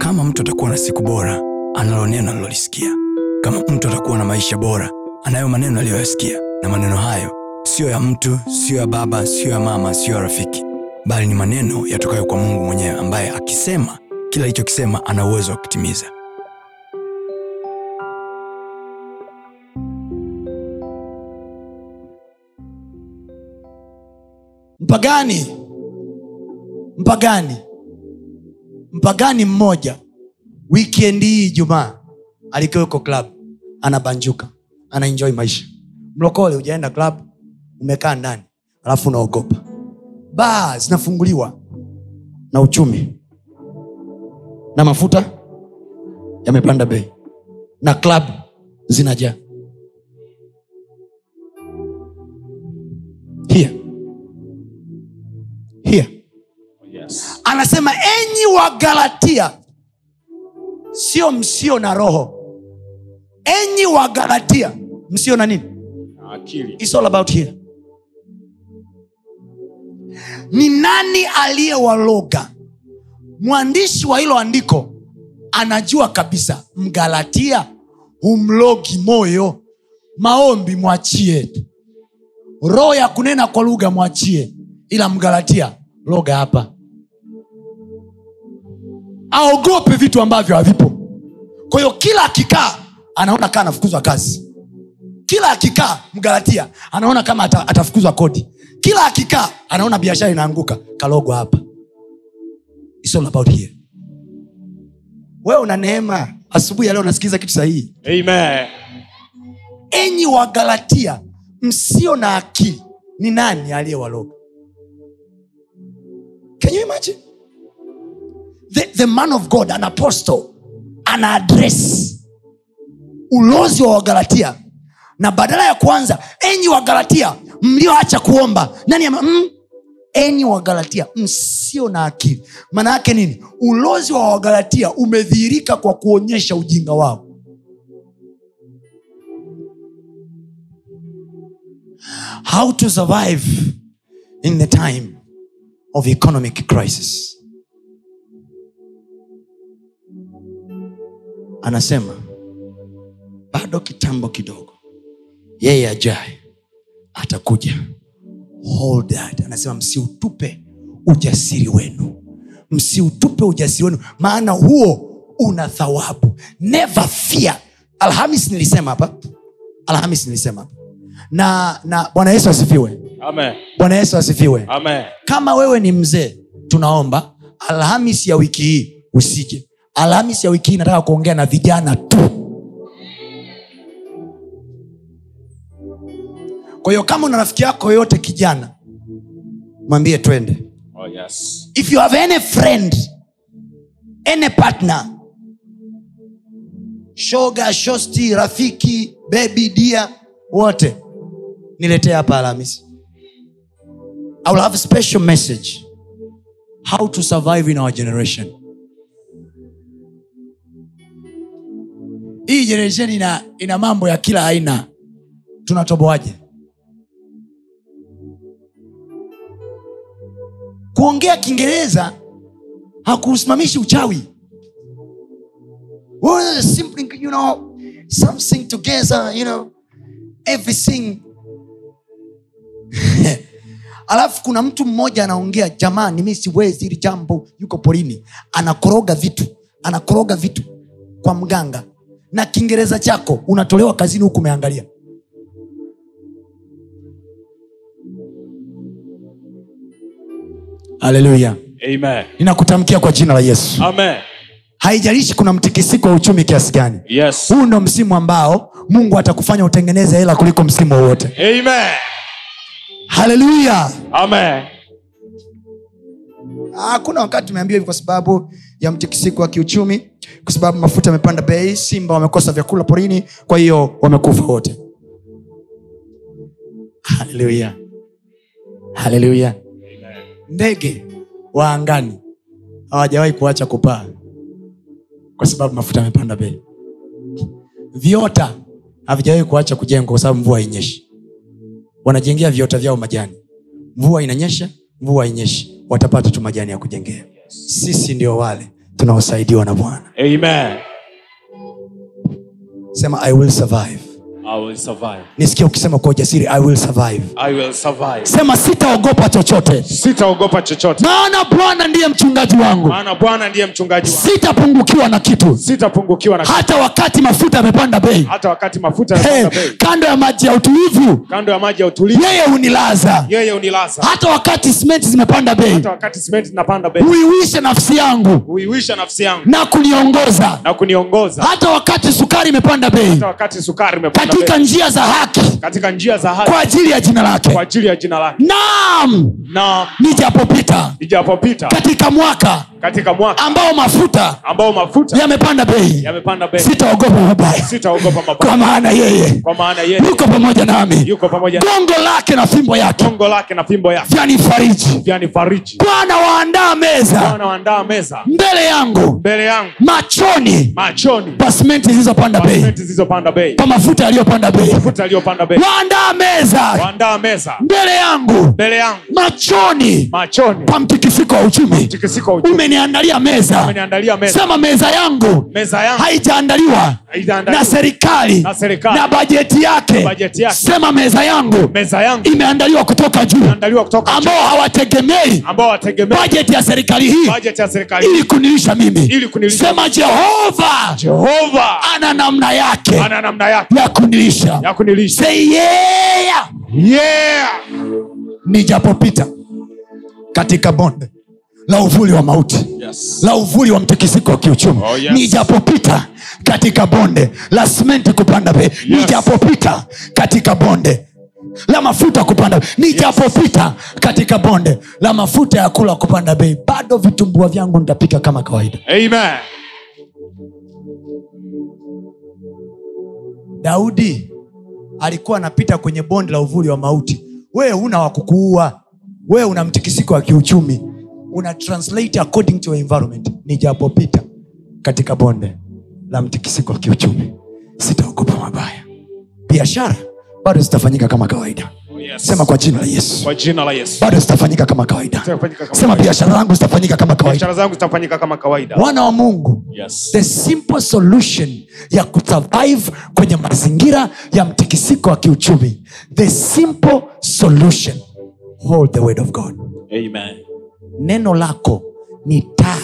Kama mtu atakuwa na siku bora, analo neno alilolisikia. Kama mtu atakuwa na maisha bora, anayo maneno aliyoyasikia, na maneno hayo siyo ya mtu, siyo ya baba, siyo ya mama, siyo ya rafiki, bali ni maneno yatokayo kwa Mungu mwenyewe, ambaye akisema kila alichokisema ana uwezo wa kutimiza. mpagani mpagani mpagani mmoja wikendi hii ijumaa alikuwa yuko club anabanjuka anaenjoy maisha mlokole hujaenda club umekaa ndani alafu unaogopa baa zinafunguliwa na uchumi na mafuta yamepanda bei na club zinajaa here here anasema enyi wagalatia sio msio na roho enyi wagalatia msio na nini akili It's all about here. ni nani aliyewaloga mwandishi wa hilo andiko anajua kabisa mgalatia humlogi moyo maombi mwachie roho ya kunena kwa lugha mwachie ila mgalatia loga hapa aogope vitu ambavyo havipo kwa hiyo kila akikaa anaona kaa anafukuzwa kazi kila akikaa mgalatia anaona kama ata, atafukuzwa kodi kila akikaa anaona biashara inaanguka kalogwa hapa It's all about here. wewe una neema asubuhi ya leo unasikiliza kitu sahihi amen enyi wagalatia msio na akili ni nani aliyewaloga can you imagine the, the man of god an apostle ana address ulozi wa wagalatia na badala ya kuanza enyi wagalatia mlioacha kuomba nani ama, mm, enyi wagalatia msio na akili maana yake nini ulozi wa wagalatia umedhihirika kwa kuonyesha ujinga wao how to survive in the time of economic crisis anasema bado kitambo kidogo yeye ajaye atakuja hold that anasema msiutupe ujasiri wenu msiutupe ujasiri wenu maana huo una thawabu never fear alhamis nilisema hapa alhamis nilisema hapa na na bwana yesu asifiwe amen bwana yesu asifiwe amen kama wewe ni mzee tunaomba alhamis ya wiki hii usije alhamis ya wiki hii nataka kuongea na vijana tu kwa hiyo kama una rafiki yako yoyote kijana mwambie twende oh yes if you have any friend any partner shoga shosti rafiki bebi dia wote niletee hapa alhamisi i will have a special message how to survive in our generation hii generation ina, ina mambo ya kila aina tunatoboaje kuongea kiingereza hakuusimamishi uchawi Well, simply, you know, something together, you know, everything alafu kuna mtu mmoja anaongea jamani mi siwezi hili jambo yuko porini anakoroga vitu anakoroga vitu kwa mganga na kiingereza chako unatolewa kazini huku umeangalia haleluya amen ninakutamkia kwa jina la yesu amen haijalishi kuna mtikisiko wa uchumi kiasi gani yes huu ndo msimu ambao mungu atakufanya utengeneze hela kuliko msimu wowote amen haleluya amen Ah, hakuna wakati tumeambiwa hivi kwa sababu ya mtikisiko wa kiuchumi kwa sababu mafuta yamepanda bei simba wamekosa vyakula porini kwa hiyo wamekufa wote haleluya haleluya ndege wa angani hawajawahi kuacha kupaa kwa sababu mafuta yamepanda bei viota havijawahi kuacha kujengwa kwa sababu mvua hainyeshi wanajengea viota vyao majani mvua inanyesha mvua inyeshi watapata tu majani ya kujengea sisi ndio wale tunaosaidiwa na bwana Amen. sema i will survive I will survive. nisikia ukisema kwa ujasiri i will survive I will survive. sema sitaogopa chochote Sitaogopa chochote. maana bwana ndiye mchungaji wangu Maana Bwana ndiye mchungaji wangu. sitapungukiwa na kitu Sitapungukiwa na hata wakati mafuta yamepanda bei hata wakati mafuta Hey, yanapanda bei. kando ya maji ya utulivu Kando ya maji ya utulivu yeye hunilaza yeye unilaza. hata wakati simenti zimepanda bei Hata wakati simenti zinapanda bei. huiwishe nafsi yangu Huiwisha nafsi yangu na kuniongoza na kuniongoza hata wakati sukari imepanda bei hata wakati sukari imepanda katika bei. njia za haki Katika njia za haki kwa ajili ya jina lake kwa ajili ya jina lake. naam Na nijapopita ijapopita katika mwaka katika mwaka ambao mafuta ambao mafuta yamepanda bei yamepanda bei. sitaogopa mabaya Sitaogopa mabaya kwa maana yeye kwa maana yeye yuko pamoja nami yuko pamoja na gongo lake na fimbo yake gongo lake na fimbo yake vyanifariji yani fariji bwana waandaa meza Bwana waandaa meza mbele yangu mbele yangu machoni machoni pa simenti zilizopanda bei pavement zilizopanda bei pa mafuta yaliyopanda bei mafuta aliyopanda bei waandaa meza waandaa meza mbele yangu mbele yangu machoni machoni pa mtikisiko wa uchumi tikisiko uchu umeniandalia meza ameniandalia meza sema meza yangu meza yangu haijaandaliwa na haijaandaliwa serikali na serikali. na bajeti yake Bajeti yake. sema meza yangu meza yangu imeandaliwa kutoka juu imeandaliwa kutoka chini, ambao hawategemei ambao wategemea bajeti ya serikali hii bajeti ya serikali ili kunilisha mimi ili kunilisha sema jehova Jehova ana namna yake ana namna yake ya kunilisha ya kunilisha Say yeah. yeah nijapopita katika bonde la uvuli wa mauti yes la uvuli wa mtikisiko wa kiuchumi Oh, yes. nijapopita katika bonde la simenti kupanda bei nijapopita katika bonde la mafuta kupanda bei nijapopita katika bonde la mafuta ya kula kupanda bei bado vitumbua vyangu nitapika kama kawaida amen daudi alikuwa anapita kwenye bonde la uvuli wa mauti wewe una wa kukuua wewe una mtikisiko wa kiuchumi una translate according to your environment nijapopita katika bonde la mtikisiko wa kiuchumi sitaogopa mabaya biashara bado zitafanyika kama kawaida oh, yes. sema kwa jina la yesu kwa jina la Yesu bado zitafanyika kama kawaida Zitafanyika kama sema kawaida. biashara zangu zitafanyika kama kawaida biashara zangu zitafanyika kama kawaida wana wa mungu yes the simple solution ya kusurvive kwenye mazingira ya mtikisiko wa kiuchumi the simple solution hold the word of god amen neno lako ni taa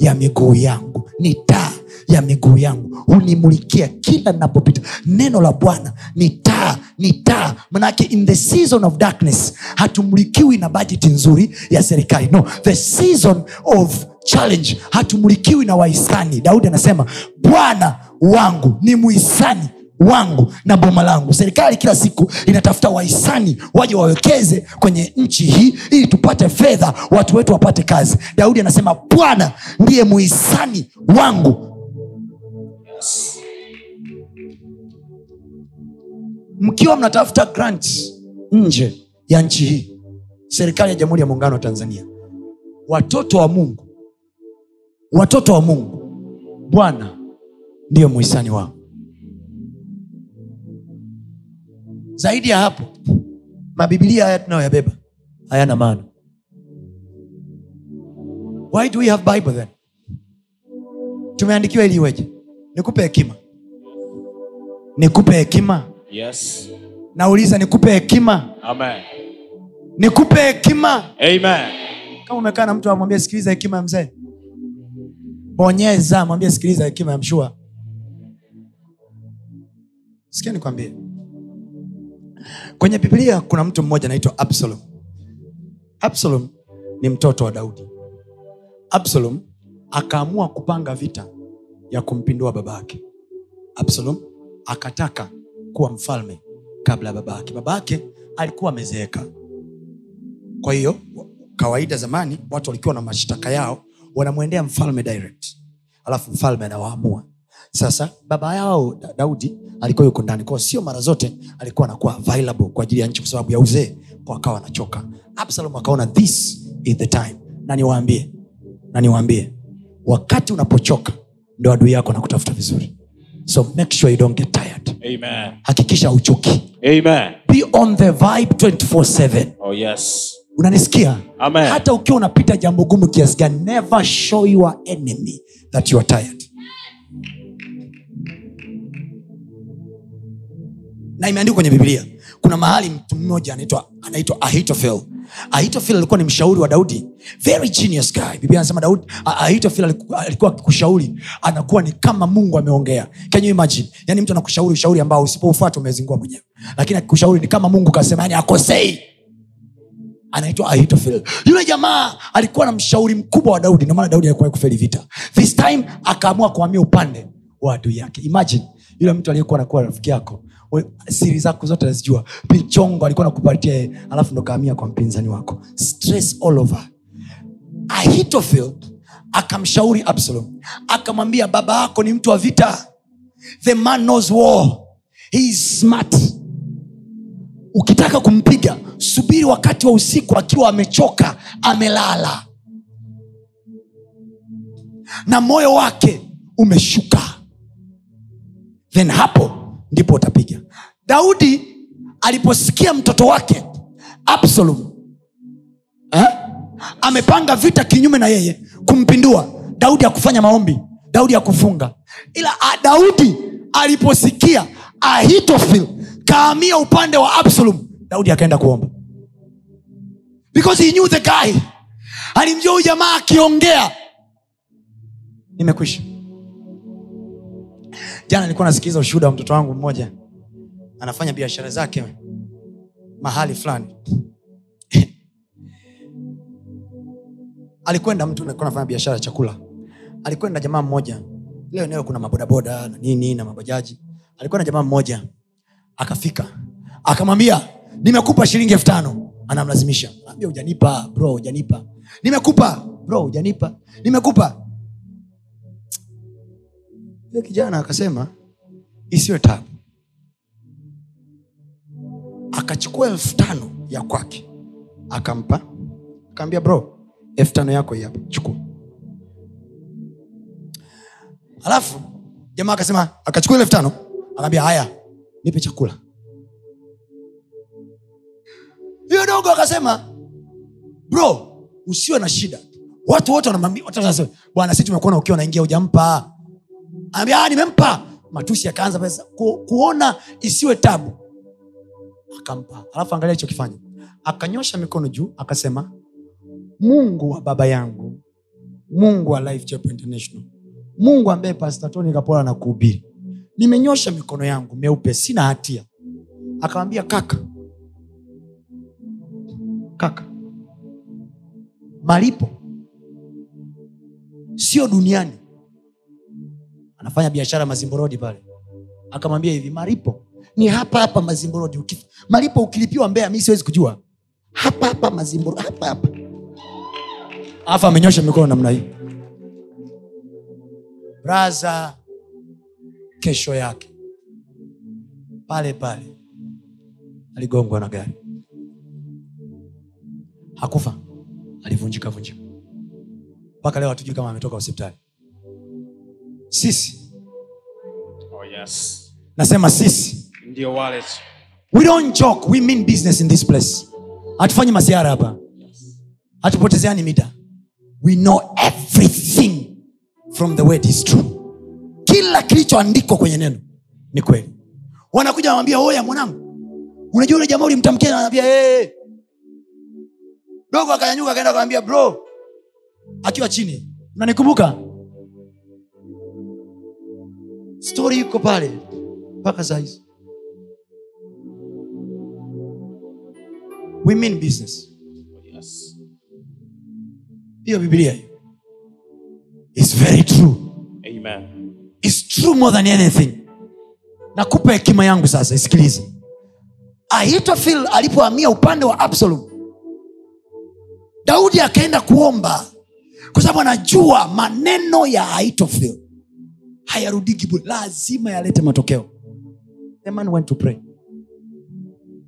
ya miguu yangu ni taa ya miguu yangu hunimulikia kila ninapopita neno la bwana ni taa ni taa manake in the season of darkness hatumulikiwi na bajeti nzuri ya serikali no the season of challenge hatumulikiwi na wahisani daudi anasema bwana wangu ni muhisani wangu na boma langu serikali kila siku inatafuta wahisani waje wawekeze kwenye nchi hii ili tupate fedha watu wetu wapate kazi daudi anasema bwana ndiye muhisani wangu yes mkiwa mnatafuta grant nje ya nchi hii serikali ya jamhuri ya muungano wa tanzania watoto wa mungu watoto wa mungu bwana ndiye muhisani wao zaidi ya hapo mabibilia haya tunayoyabeba hayana maana why do we have bible then tumeandikiwa ili iweje nikupe hekima nikupe hekima yes nauliza nikupe hekima amen nikupe hekima amen kama umekaa na mtu amwambie sikiliza hekima ya mzee bonyeza mwambie sikiliza hekima ya mshua sikia nikwambie kwenye biblia kuna mtu mmoja anaitwa absalom absalom ni mtoto wa daudi absalom akaamua kupanga vita ya kumpindua baba yake absalom akataka kuwa mfalme kabla ya baba yake baba yake alikuwa amezeeka kwa hiyo kawaida zamani watu walikuwa na mashtaka yao wanamwendea mfalme direct alafu mfalme anawaamua sasa baba yao Da- daudi alikuwa yuko ndani kwao sio mara zote alikuwa anakuwa available kwa ajili ya nchi kwa sababu ya uzee kwa akawa anachoka absalom akaona this is the time na niwaambie na niwaambie wakati unapochoka ndo adui yako anakutafuta vizuri so make sure you don't get tired amen hakikisha uchoki amen be on the vibe 24/7 oh yes unanisikia Amen. hata ukiwa unapita jambo gumu kiasi gani never show your enemy that you are tired na imeandikwa kwenye biblia kuna mahali mtu mmoja anaitwa anaitwa ahitofel ahitofel alikuwa ni mshauri wa daudi very genius guy biblia anasema daudi Ah- ahitofel aliku- alikuwa akikushauri anakuwa ni kama mungu ameongea can you imagine yani mtu anakushauri ushauri ambao usipoufuata umezingua mwenyewe lakini akikushauri ni kama mungu kasema "Yaani yani akosei anaitwa ahitofel yule jamaa alikuwa na mshauri mkubwa wa daudi ndomaana daudi alikuwa kufeli vita this time akaamua kuamia upande wa adui yake imagine yule mtu aliyekuwa nakuwa rafiki yako we- siri zako zote nazijua michongo alikuwa nakupatia yeye, alafu ndo kaamia kwa mpinzani wako stress all over ahitofel akamshauri absalom akamwambia baba yako ni mtu wa vita the man knows war he is smart ukitaka kumpiga subiri wakati wa usiku akiwa amechoka amelala na moyo wake umeshuka then hapo ndipo utapiga daudi aliposikia mtoto wake absalom eh? amepanga vita kinyume na yeye kumpindua daudi akufanya maombi daudi akufunga ila a, daudi aliposikia ahitofil kaamia upande wa absalom daudi akaenda kuomba because he knew the guy alimjua huyu jamaa akiongea nimekwisha jana nilikuwa nasikiliza ushuhuda wa mtoto wangu mmoja anafanya biashara zake mahali fulani alikwenda mtu alikuwa anafanya biashara ya chakula alikwenda jamaa mmoja leo eneo kuna mabodaboda na nini na mabajaji alikwenda jamaa mmoja akafika akamwambia nimekupa shilingi elfu tano anamlazimisha ambia hujanipa bro hujanipa nimekupa bro hujanipa nimekupa yule kijana akasema isiwe tabu akachukua elfu tano ya kwake akampa akaambia bro elfu tano yako hii hapa chukua alafu jamaa akasema akachukua ile elfu tano akaambia haya nipe chakula hiyo dogo akasema bro usiwe na shida watu wote wanamwambia watu wanasema, bwana si tumekuona ukiwa naingia ujampa Anaambia, "Ah, nimempa matusi yakaanza pesa ku, kuona isiwe tabu akampa alafu angalia alichokifanya akanyosha mikono juu akasema mungu wa baba yangu mungu wa life Chapel international mungu ambaye Pastor Tony kapola na kuhubiri nimenyosha mikono yangu meupe sina hatia akamwambia kaka kaka malipo sio duniani anafanya biashara mazimborodi pale akamwambia hivi malipo ni hapa hapa mazimborodi Uki- malipo ukilipiwa mbea mi siwezi kujua hapa hapa mazimborodi hapa hapa alafu amenyosha mikono namna hii braza kesho yake pale pale aligongwa na gari hakufa alivunjika vunjika mpaka leo hatujui kama ametoka hospitali sisi Oh, yes. nasema sisi Ndio wale tu. we don't joke we mean business in this place hatufanyi masiara hapa hatupotezeani mida we know everything from the word is true kila kilichoandikwa kwenye neno ni kweli wanakuja wanawambia oya mwanangu unajua ule jamaa ulimtamkia anaambia hey. dogo akanyanyuka akaenda akawambia bro akiwa chini unanikumbuka stori iko pale mpaka saizi we mean business Oh, yes. hiyo biblia hiyo is very true Amen. is true more than anything nakupa hekima yangu sasa isikilize ahitofil alipohamia upande wa absalom daudi akaenda kuomba kwa sababu anajua maneno ya ahitofil hayarudiki bure lazima yalete matokeo the man went to pray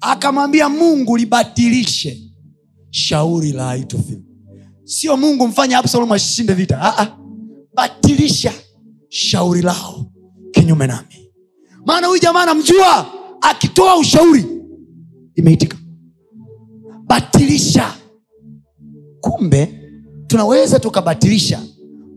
akamwambia mungu libatilishe shauri la ahitofil sio mungu mfanye absalom ashinde vita ah, ah. batilisha shauri lao kinyume nami maana huyu jamaa namjua akitoa ushauri imeitika batilisha kumbe tunaweza tukabatilisha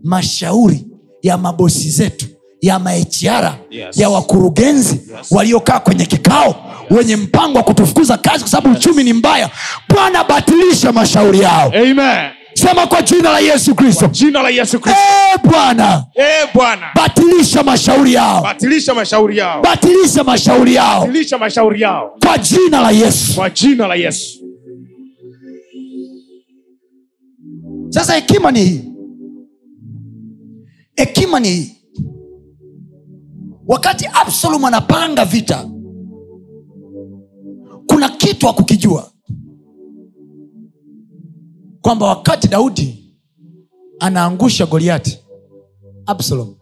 mashauri ya mabosi zetu ya mahr Yes. ya wakurugenzi Yes. waliokaa kwenye kikao wenye mpango wa kutufukuza kazi kwa sababu uchumi ni mbaya bwana batilisha mashauri yao Amen. sema kwa jina la yesu kristo jina la yesu kristo Eh, bwana Eh, bwana batilisha mashauri yao batilisha mashauri yao batilisha mashauri yao batilisha mashauri yao kwa jina la yesu kwa jina la yesu sasa hekima ni hii hekima ni hii wakati absalom anapanga vita kuna kitu hakukijua kwamba wakati daudi anaangusha goliati absalom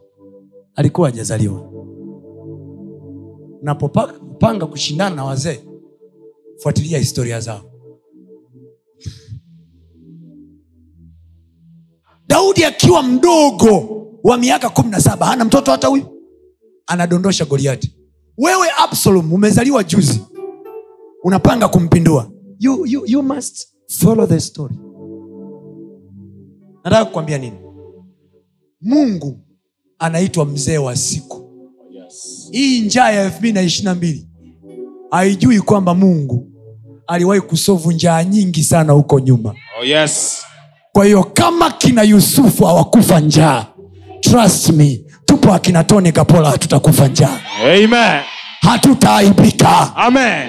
alikuwa hajazaliwa unapopanga kushindana na wazee fuatilia historia zao daudi akiwa mdogo wa miaka kumi na saba hana mtoto hata huyu anadondosha goliati wewe absalom umezaliwa juzi unapanga kumpindua you, you, you must follow the story nataka kukwambia nini mungu anaitwa mzee wa siku Oh, yes. hii njaa ya elfu mbili na ishiri na mbili haijui kwamba mungu aliwahi kusovu njaa nyingi sana huko nyuma Oh, yes. kwa hiyo kama kina yusufu hawakufa njaa trust me tupo akina toni kapola hatutakufa njaa Amen. hatutaaibika Amen.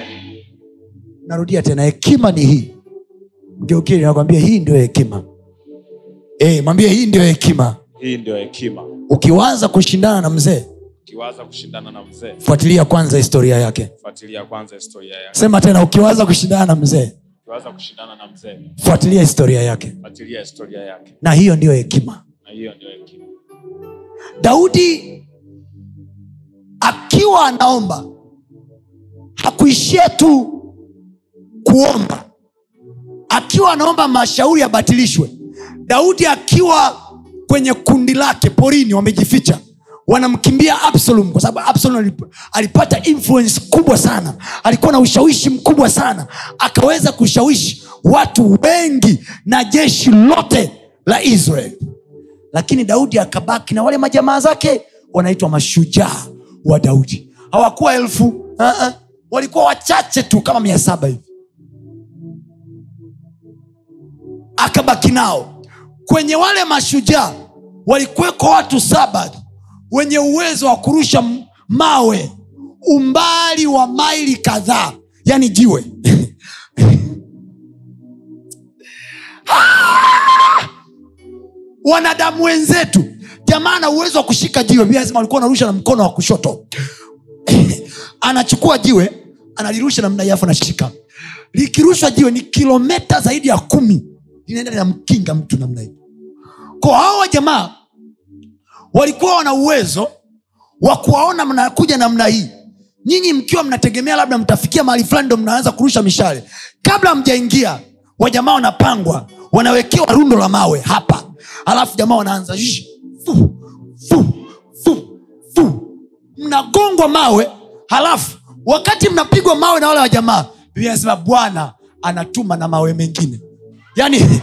narudia tena hekima ni hii mgeukili nakwambia hii ndio hekima e, mwambie hii ndio hekima hii ndio hekima ukiwaza kushindana na mzee ukiwaza kushindana na mzee fuatilia kwanza historia yake fuatilia kwanza historia yake sema tena ukiwaza kushindana na mzee ukiwaza kushindana na mzee fuatilia historia yake fuatilia historia yake na hiyo ndiyo hekima na hiyo ndio hekima daudi akiwa anaomba hakuishia tu kuomba akiwa anaomba mashauri yabatilishwe daudi akiwa kwenye kundi lake porini wamejificha wanamkimbia absalom kwa sababu absalom alip- alipata influence kubwa sana alikuwa na ushawishi mkubwa sana akaweza kushawishi watu wengi na jeshi lote la israeli lakini daudi akabaki na wale majamaa zake wanaitwa mashujaa wa daudi hawakuwa elfu uh-uh. walikuwa wachache tu kama mia saba hivi akabaki nao kwenye wale mashujaa walikuwekwa watu saba wenye uwezo wa kurusha m- mawe umbali wa maili kadhaa yani jiwe wanadamu wenzetu jamaa ana uwezo wa kushika jiwe Biblia inasema walikuwa wanarusha na mkono wa kushoto anachukua jiwe analirusha namna hiyo afu anashika likirushwa jiwe ni kilometa zaidi ya kumi linaenda linamkinga mtu namna hiyo kwa hawa jamaa walikuwa wana uwezo wa kuwaona mnakuja namna hii nyinyi mkiwa mnategemea labda mtafikia mahali fulani ndo mnaanza kurusha mishale kabla mjaingia wajamaa wanapangwa wanawekewa rundo la mawe hapa alafu jamaa wanaanza "Shh, fu, fu, fu, fu." mnagongwa mawe halafu wakati mnapigwa mawe na wale wajamaa biblia anasema bwana anatuma na mawe mengine Yaani, yani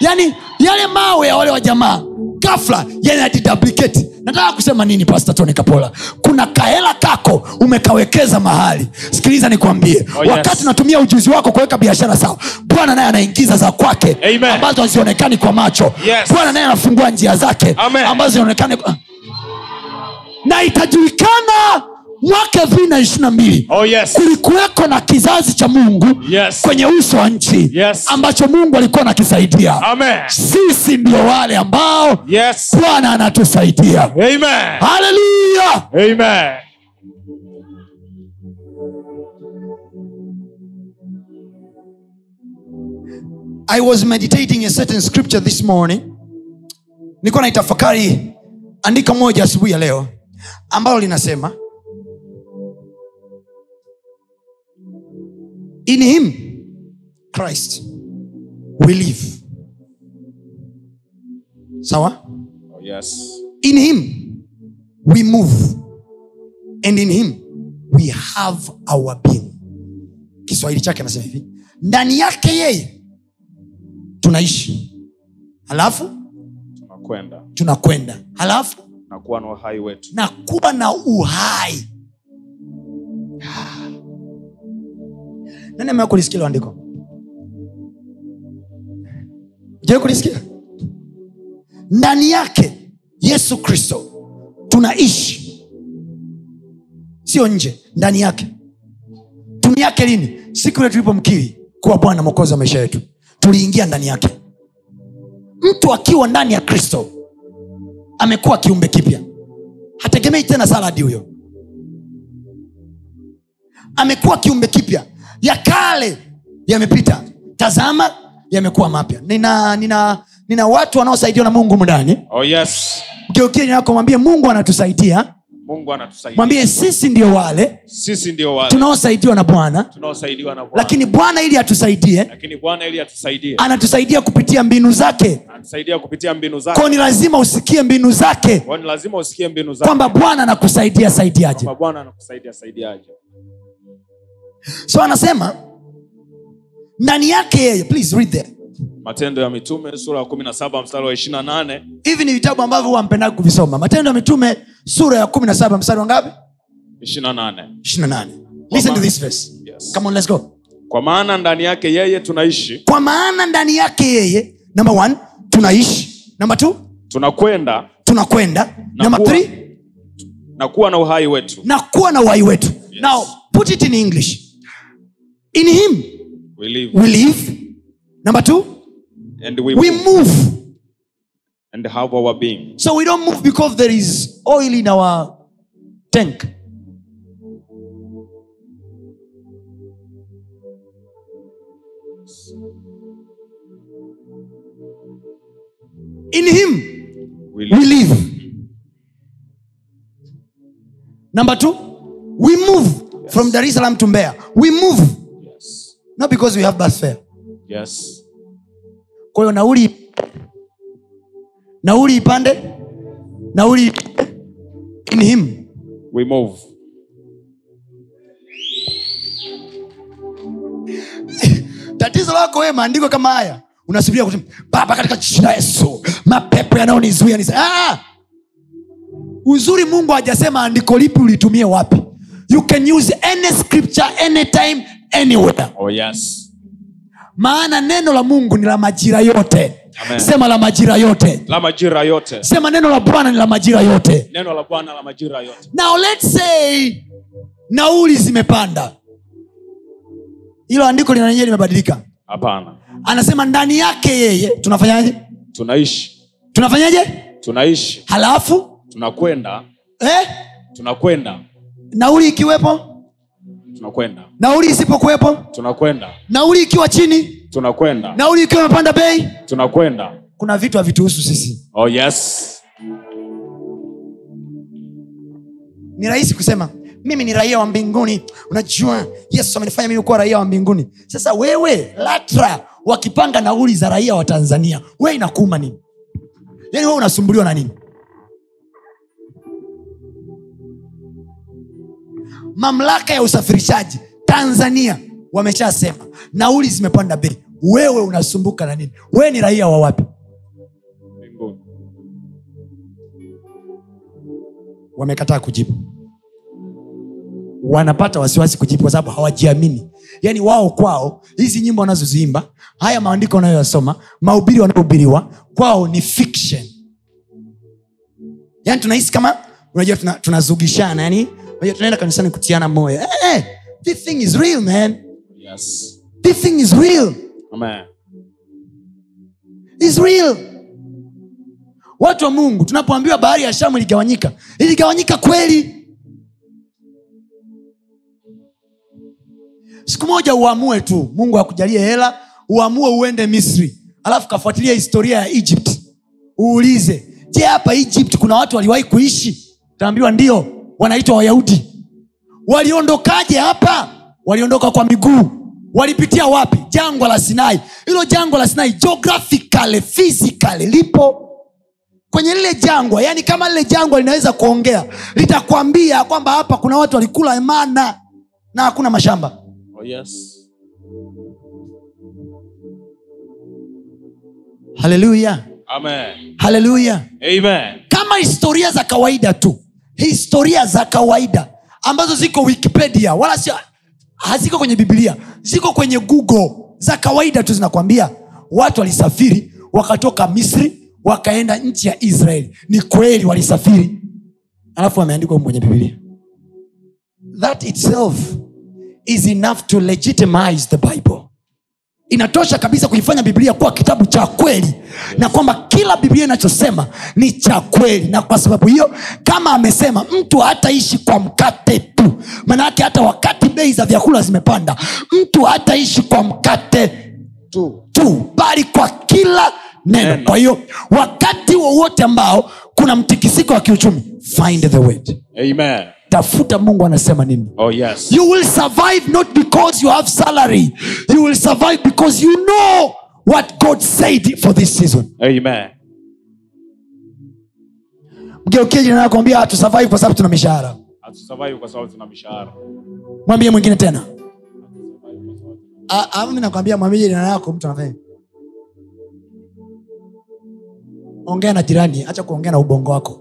yani yale mawe ya wale wa jamaa gafla yanajiduplicate nataka kusema nini pasta tony kapola kuna kahela kako umekawekeza mahali sikiliza nikwambie Oh, yes. wakati unatumia ujuzi wako kuweka biashara sawa bwana naye anaingiza za kwake Amen. ambazo hazionekani kwa macho Yes. bwana naye anafungua njia zake Amen. ambazo zionekane kwa... na itajulikana mwaka elfu mbili na ishiri na mbili oh, yes. kulikuweko na kizazi cha mungu Yes. kwenye uso wa nchi Yes. ambacho mungu alikuwa nakisaidia Amen. sisi ndio wale ambao Yes. bwana anatusaidia Amen. haleluya Amen. i was meditating a certain scripture this morning nilikuwa naitafakari andiko moja asubuhi ya leo ambalo linasema in him christ we live sawa Oh, yes. in him we move and in him we have our being kiswahili chake anasema hivi ndani yake yeye tunaishi halafu tunakwenda tunakwenda halafu na kuwa na uhai wetu na kuwa na uhai nani amewai kulisikia hilo andiko je kulisikia ndani yake yesu kristo tunaishi sio nje ndani yake tumi yake lini siku ile tulipomkiri kuwa bwana mwokozi wa maisha yetu tuliingia ndani yake mtu akiwa ndani ya kristo amekuwa kiumbe kipya hategemei tena saladi huyo amekuwa kiumbe kipya ya kale yamepita tazama yamekuwa mapya nina, nina, nina watu wanaosaidiwa na mungu mndani oh yes mgeukie nako mwambie mungu anatusaidia mungu anatusaidia mwambie sisi ndio wale sisi ndio wale tunaosaidiwa na bwana tunaosaidiwa na bwana lakini bwana ili atusaidie lakini bwana ili atusaidie anatusaidia kupitia mbinu zake anatusaidia kupitia mbinu zake kwao ni lazima usikie mbinu zake kwani lazima usikie mbinu zake kwamba bwana anakusaidia saidiaje kwamba bwana anakusaidia saidiaje so anasema ndani yake yeye please read there matendo ya mitume sura ya kumi na saba mstari wa ishiri na nane hivi ni vitabu ambavyo huwa mpendaga kuvisoma matendo ya mitume sura ya 17 mstari wa ngapi ishiri na nane 28 listen to this verse Yes. come on let's go kwa maana ndani yake yeye tunaishi kwa maana ndani yake yeye number one tunaishi number two tunakwenda tunakwenda number kuwa- three na kuwa na uhai wetu na kuwa na uhai wetu yes. now put it in english in him we live we live number two and we, we move move and have our being so we don't move because there is oil in our tank in him we we live live number two we move yes. from dar es salaam to mbeya we move yes. not because we have bus fare yes. kwa hiyo nauli nauli ipande nauli in him we move tatizo lako wewe maandiko kama haya unasubiria kusema baba katika jina la yesu mapepo yanayonizuia nisa ah! uzuri mungu hajasema andiko lipi ulitumie wapi you can use any scripture anytime anywhere oh yes maana neno la mungu ni la majira yote Amen. sema la majira yote la majira yote sema neno la bwana ni la majira yote neno la bwana la majira yote now let's say nauli zimepanda hilo andiko linanyewe limebadilika hapana anasema ndani yake yeye tunafanyaje tunaishi tunafanyaje tunaishi halafu tunakwenda eh? tunakwenda nauli ikiwepo tunakwenda nauli isipokuwepo tunakwenda nauli ikiwa chini tunakwenda nauli ikiwa imepanda bei tunakwenda kuna vitu havituhusu sisi oh yes ni rahisi kusema mimi ni raia wa mbinguni unajua yesu amenifanya mimi kuwa raia wa mbinguni sasa wewe latra wakipanga nauli za raia wa tanzania we inakuuma nini yaani we unasumbuliwa na nini mamlaka ya usafirishaji tanzania wameshasema nauli zimepanda bei wewe unasumbuka na nini wewe ni raia wa wapi mbinguni wamekataa kujibu wanapata wasiwasi kujibu kwa sababu hawajiamini yaani wao kwao hizi nyimbo wanazoziimba haya maandiko wanayoyasoma mahubiri wanaohubiriwa kwao ni fiction yaani tunahisi kama unajua tunazugishana tuna tunazugishana, yaani unajua tunaenda kanisani kutiana moyo eh, eh, this thing is real man Oh, yes this thing is real amen is real watu wa mungu tunapoambiwa bahari ya shamu iligawanyika iligawanyika kweli siku moja uamue tu mungu akujalie hela uamue uende misri alafu kafuatilia historia ya egypt uulize je hapa egypt kuna watu waliwahi kuishi utaambiwa ndio wanaitwa wayahudi waliondokaje hapa waliondoka kwa miguu walipitia wapi jangwa la sinai hilo jangwa la sinai geographically physically lipo kwenye lile jangwa yani kama lile jangwa linaweza kuongea litakwambia kwamba hapa kuna watu walikula mana na hakuna mashamba oh yes haleluya Amen. haleluya Amen. kama historia za kawaida tu historia za kawaida ambazo ziko wikipedia wala si, haziko kwenye bibilia ziko kwenye google za kawaida tu zinakwambia watu walisafiri wakatoka misri wakaenda nchi ya israeli ni kweli walisafiri alafu wameandikwa humu kwenye bibilia that itself is enough to legitimize the bible inatosha kabisa kuifanya biblia kuwa kitabu cha kweli na kwamba kila biblia inachosema ni cha kweli na kwa sababu hiyo kama amesema mtu hataishi kwa mkate tu maanayake hata wakati bei za vyakula zimepanda mtu hataishi kwa mkate tu, tu bali kwa kila neno Neno. kwa hiyo wakati wowote ambao kuna mtikisiko wa kiuchumi find the word Amen. tafuta mungu anasema nini Oh yes. you will survive not because you have salary you will survive because you know what god said for this season Amen. mgeukie jirani yako mwambie, hatusurvive kwa sababu tuna mishahara Hatusurvive kwa sababu tuna mishahara. mwambie mwingine tena A- alafu mi nakwambia mwambie jirani yako mtu anafanya ongea na jirani hacha kuongea na ubongo wako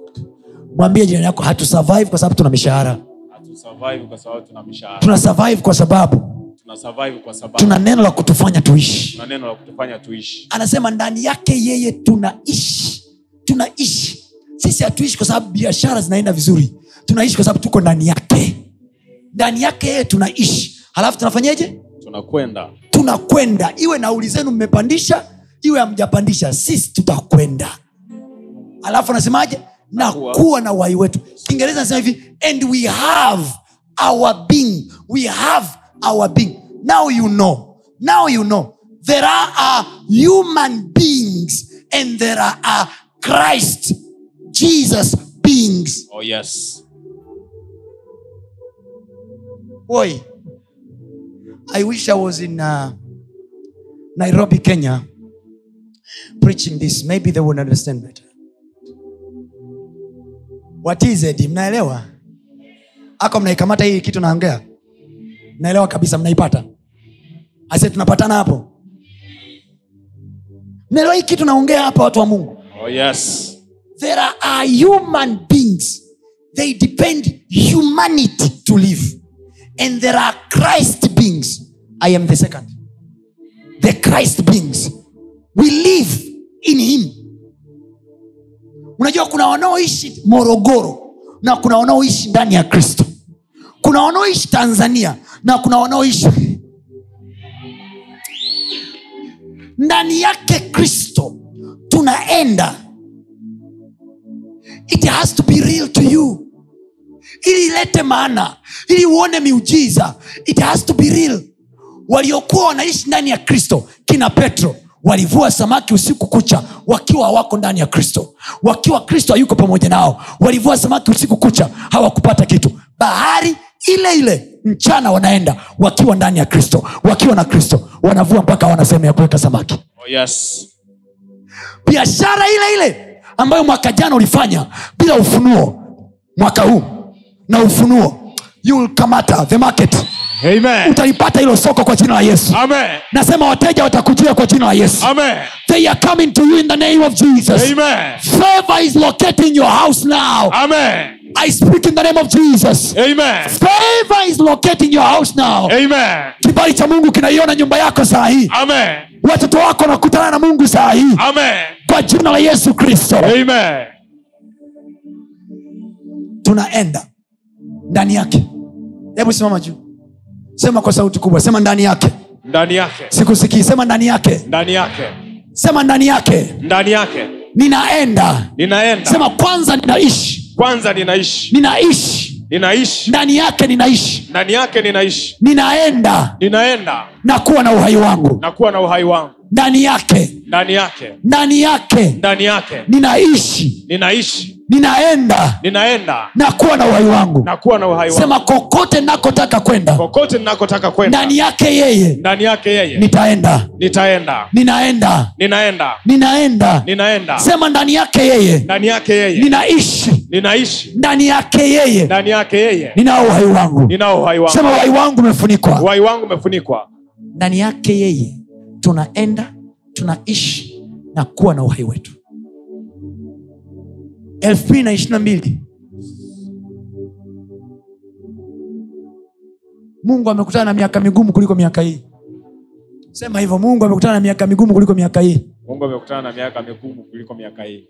mwambie jirani yako hatusurvive kwa sababu tuna mishahara Hatusurvive kwa sababu tuna mishahara. tuna survive kwa sababu Tuna survive kwa sababu tuna neno la kutufanya tuishi tuna neno la kutufanya tuishi. anasema ndani yake yeye tunaishi tunaishi sisi hatuishi kwa sababu biashara zinaenda vizuri tunaishi kwa sababu tuko ndani yake ndani yake yeye tunaishi halafu tunafanyeje Tunakwenda. tunakwenda iwe nauli zenu mmepandisha iwe hamjapandisha sisi tutakwenda alafu anasemaje na kuwa na uhai wetu kiingereza anasema hivi and we have our being we have our being now you know now you know there are a human beings and there are a christ jesus beings Oh yes. Boy, I wish I was in uh, Nairobi, Kenya, preaching this. Maybe they would understand better. What is it? Mnaelewa? Ako mnaikamata hii kitu naongea? Mnaelewa kabisa, mnaipata. Ase tunapatana hapo. Mnaelewa hii kitu naongea hapa, watu wa Mungu? Oh yes. there are human beings they depend humanity to live and there are christ beings i am the second the christ beings we live in him unajua kuna wanaoishi morogoro na kuna wanaoishi ndani ya kristo kuna wanaoishi tanzania na kuna wanaoishi ndani yake kristo tunaenda it has to be real to you ili ilete maana ili uone miujiza it has to be real waliokuwa wanaishi ndani ya kristo kina petro walivua samaki usiku kucha wakiwa hawako ndani ya kristo wakiwa kristo hayuko pamoja nao walivua samaki usiku kucha hawakupata kitu bahari ile ile mchana wanaenda wakiwa ndani ya kristo wakiwa na kristo wanavua mpaka wanasema ya kuweka samaki Oh yes. biashara ile ile ambayo mwaka jana ulifanya bila ufunuo mwaka huu na ufunuo you will kamata the market Amen. utalipata hilo soko kwa jina la yesu Amen. nasema wateja watakujia kwa jina la yesu Amen. they are coming to you in the name of jesus Amen. favor is locating your house now Amen. i speak in the name of jesus Amen. favor is locating your house now Amen. kibali cha mungu kinaiona nyumba yako saa hii Amen. watoto wako wanakutana na mungu saa hii Amen. kwa jina la yesu kristo Amen. tunaenda ndani yake hebu simama juu sema kwa sauti kubwa sema ndani yake Ndani yake. sikusikii sema ndani yake Ndani yake. sema ndani yake Ndani yake. ninaenda Ninaenda. sema kwanza ninaishi Kwanza ninaishi. ninaishi Ninaishi. ndani yake ninaishi Ndani yake ninaishi. ninaenda Ninaenda na kuwa na uhai wangu na kuwa na uhai wangu. ndani yake Ndani yake. ndani yake Ndani yake. ninaishi Ninaishi. ninaenda Ninaenda na kuwa na uhai wangu na kuwa na uhai wangu. sema kokote nakotaka kwenda Kokote ninakotaka kwenda. ndani yake yeye Ndani yake yeye. nitaenda Nitaenda. ninaenda Ninaenda. ninaenda Ninaenda. sema ndani yake yeye Ndani yake yeye. ninaishi Ninaishi. ndani yake yeye Ndani yake yeye. ninao uhai wangu Ninao uhai wangu. sema uhai wangu umefunikwa Uhai wangu umefunikwa. ndani yake yeye tunaenda tunaishi na kuwa na uhai wetu elfu mbili na ishirina mbili mungu amekutana na miaka migumu kuliko miaka hii sema hivyo mungu amekutana na miaka migumu kuliko miaka hii mungu amekutana na miaka migumu kuliko miaka hii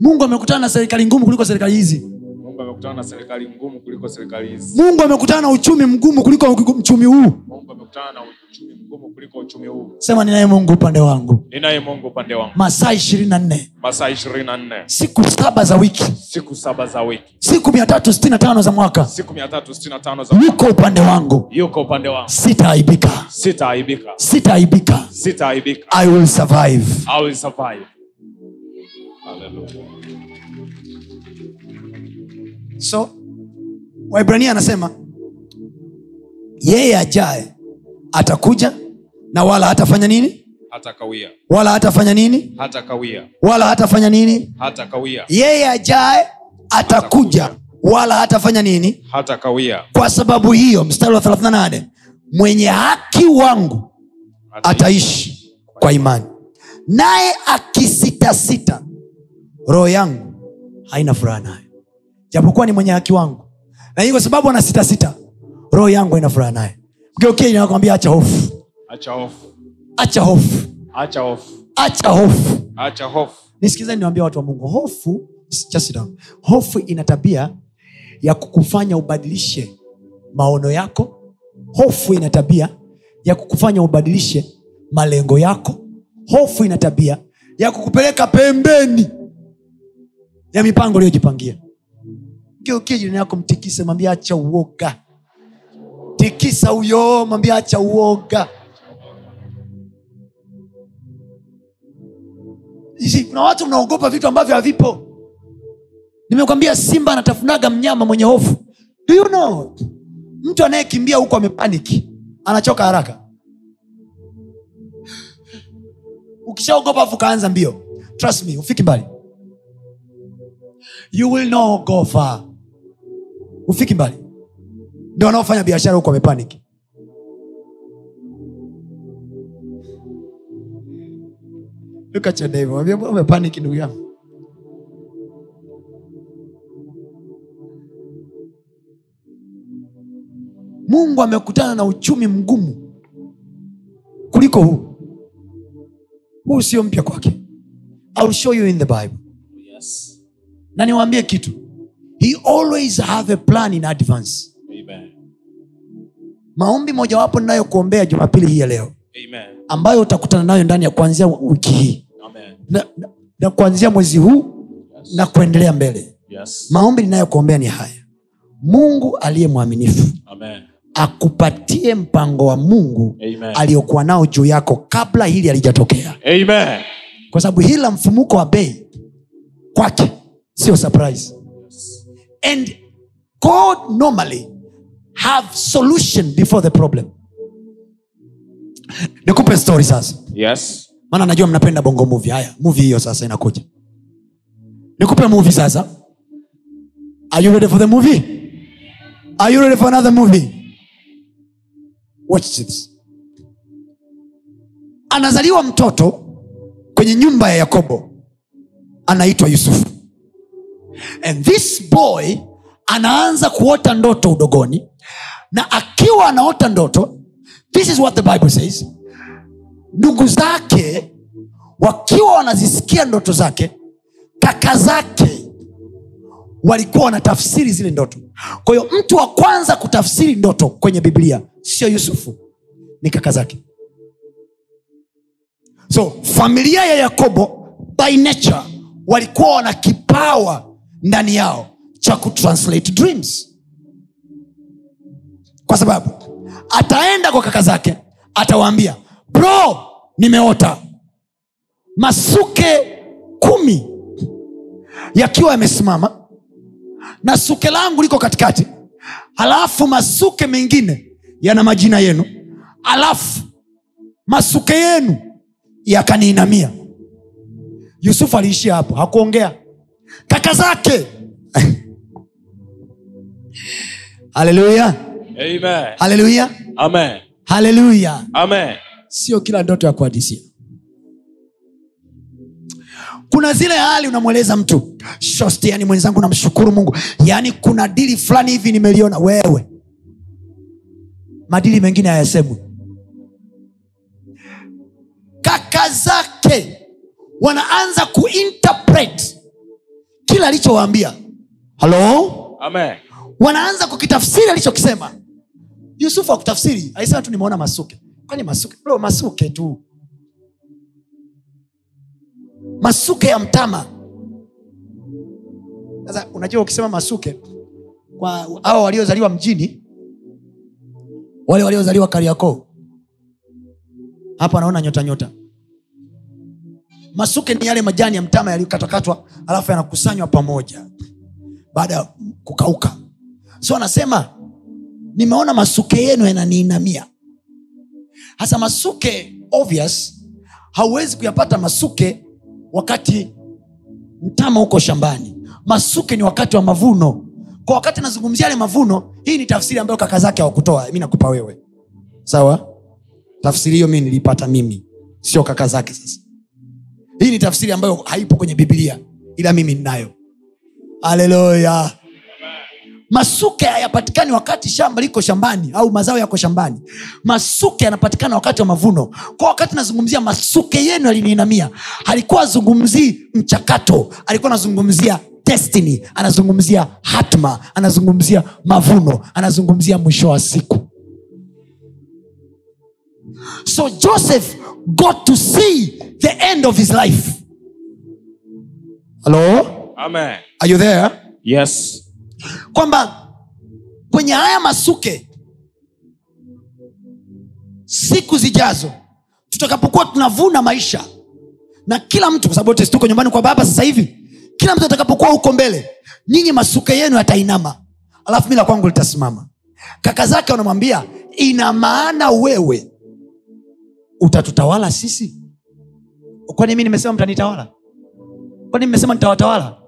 mungu amekutana na serikali ngumu kuliko serikali hizi mungu amekutana na serikali ngumu kuliko serikali hizi mungu amekutana na uchumi mgumu kuliko uchumi huu mungu amekutana na uchumi mgumu kuliko uchumi huu sema ninaye mungu upande wangu ninaye mungu upande wangu masaa ishirini na nne masaa ishirini na nne siku saba za wiki siku saba za wiki siku mia tatu sitini na tano za mwaka siku mia tatu sitini na tano za yuko upande wangu yuko upande wangu sitaaibika sitaaibika sitaaibika sitaaibika i will survive I will survive. Hallelujah. so waibrania anasema yeye ajae atakuja na wala hatafanya nini hata kawia wala hatafanya nini hata kawia wala hatafanya nini hata kawia yeye ajae atakuja wala hatafanya nini hata kawia kwa sababu hiyo mstari wa 38 mwenye haki wangu ataishi kwa imani naye akisitasita roho yangu haina furaha naye japokuwa ni mwenye haki wangu na hii kwa sababu ana sitasita roho yangu haina furaha naye mgeukie nakwambia acha hofu acha hofu acha hofu acha hofu acha hofu acha hofu nisikizani niwaambia watu wa mungu hofu just sit down. hofu ina tabia ya kukufanya ubadilishe maono yako hofu ina tabia ya kukufanya ubadilishe malengo yako hofu ina tabia ya kukupeleka pembeni ya mipango uliyojipangia geukie jirani yako mtikise mwambia acha uoga tikisa huyo mwambia acha uoga Hizi, kuna watu mnaogopa vitu ambavyo havipo nimekwambia simba anatafunaga mnyama mwenye hofu do you know mtu anayekimbia huko amepaniki anachoka haraka ukishaogopa afu kaanza mbio trust me ufiki mbali you will no go far ufiki mbali ndio wanaofanya biashara huko amepaniki Look at your neighbor. Mwambie, mbona umepanic ndugu yangu? Mungu amekutana na uchumi mgumu kuliko huu. Huu sio mpya kwake. I'll show you in the Bible. yes. Na niwaambie kitu. He always have a plan in advance. Amen. Maombi mojawapo ninayokuombea Jumapili hii ya leo Amen. ambayo utakutana nayo ndani ya kuanzia wiki hii Amen. na, na, na kuanzia mwezi huu Yes. na kuendelea mbele. Yes. maombi ninayokuombea ni haya mungu aliye mwaminifu Amen. akupatie mpango wa mungu Amen. aliyokuwa nao juu yako kabla hili halijatokea Amen. kwa sababu hili la mfumuko wa bei kwake sio surprise Yes. and god normally have solution before the problem nikupe story sasa Yes. maana najua mnapenda bongo movie haya movie hiyo sasa inakuja nikupe movie sasa are you ready for the movie are you ready for another movie watch this anazaliwa mtoto kwenye nyumba ya yakobo anaitwa yusufu and this boy anaanza kuota ndoto udogoni na akiwa anaota ndoto this is what the bible says ndugu zake wakiwa wanazisikia ndoto zake kaka zake walikuwa wanatafsiri zile ndoto kwa hiyo mtu wa kwanza kutafsiri ndoto kwenye biblia sio yusufu ni kaka zake so familia ya yakobo by nature walikuwa wana kipawa ndani yao cha kutranslate dreams kwa sababu ataenda kwa kaka zake atawaambia bro nimeota masuke kumi yakiwa yamesimama na suke langu liko katikati halafu masuke mengine yana majina yenu halafu masuke yenu yakaniinamia yusufu aliishia hapo hakuongea kaka zake haleluya Amen. haleluya Amen. haleluya Amen. sio kila ndoto ya kuhadisia kuna zile hali unamweleza mtu shosti yani mwenzangu namshukuru mungu yaani kuna dili fulani hivi nimeliona wewe madili mengine hayasemwi kaka zake wanaanza kuinterpret kila alichowaambia halo Amen. wanaanza kukitafsiri alichokisema yusufu akutafsiri alisema tu nimeona masuke kwani masuke bro masuke tu masuke ya mtama sasa unajua ukisema masuke kwa hao waliozaliwa mjini wale waliozaliwa kariakoo hapa wanaona nyota nyota masuke ni yale majani ya mtama yaliyokatwakatwa alafu yanakusanywa pamoja baada ya kukauka so anasema nimeona masuke yenu yananiinamia hasa masuke obvious hauwezi kuyapata masuke wakati mtama huko shambani masuke ni wakati wa mavuno kwa wakati anazungumzia yale mavuno hii ni tafsiri ambayo kaka zake hawakutoa mi nakupa wewe sawa tafsiri hiyo mi nilipata mimi sio kaka zake sasa hii ni tafsiri ambayo haipo kwenye bibilia ila mimi ninayo haleluya masuke hayapatikani wakati shamba liko shambani au mazao yako shambani masuke yanapatikana wakati wa mavuno kwa wakati nazungumzia masuke yenu aliniinamia alikuwa azungumzii mchakato alikuwa anazungumzia destiny anazungumzia hatma anazungumzia mavuno anazungumzia mwisho wa siku so joseph got to see the end of his life hello Amen. are you there Yes. kwamba kwenye haya masuke siku zijazo tutakapokuwa tunavuna maisha na kila mtu kwa sababu wote situko nyumbani kwa baba sasa hivi kila mtu atakapokuwa huko mbele nyinyi masuke yenu yatainama alafu mi la kwangu litasimama kaka zake wanamwambia ina maana wewe utatutawala sisi kwani mi nimesema mtanitawala kwani nimesema nitawatawala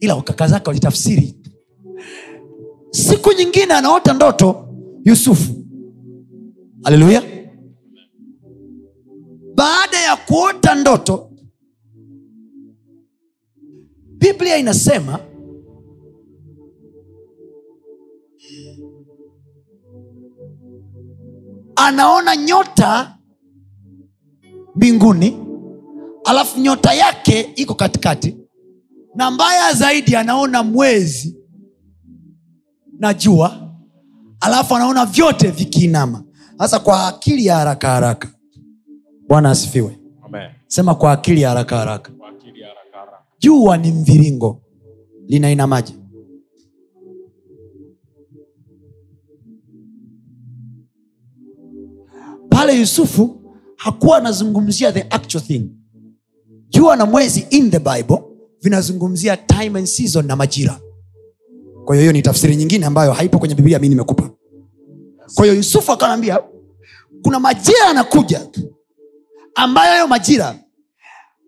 ila kaka zake walitafsiri siku nyingine anaota ndoto yusufu haleluya baada ya kuota ndoto biblia inasema anaona nyota mbinguni alafu nyota yake iko katikati na mbaya zaidi anaona mwezi na jua alafu anaona vyote vikiinama sasa kwa akili ya haraka haraka bwana asifiwe Amen. sema kwa akili ya haraka haraka Kwa akili ya haraka haraka. jua ni mviringo linainamaje pale yusufu hakuwa anazungumzia the actual thing jua na mwezi in the bible vinazungumzia time and season na majira kwa hiyo hiyo ni tafsiri nyingine ambayo haipo kwenye biblia mi nimekupa kwa hiyo yusufu akanaambia kuna majira yanakuja ambayo hayo majira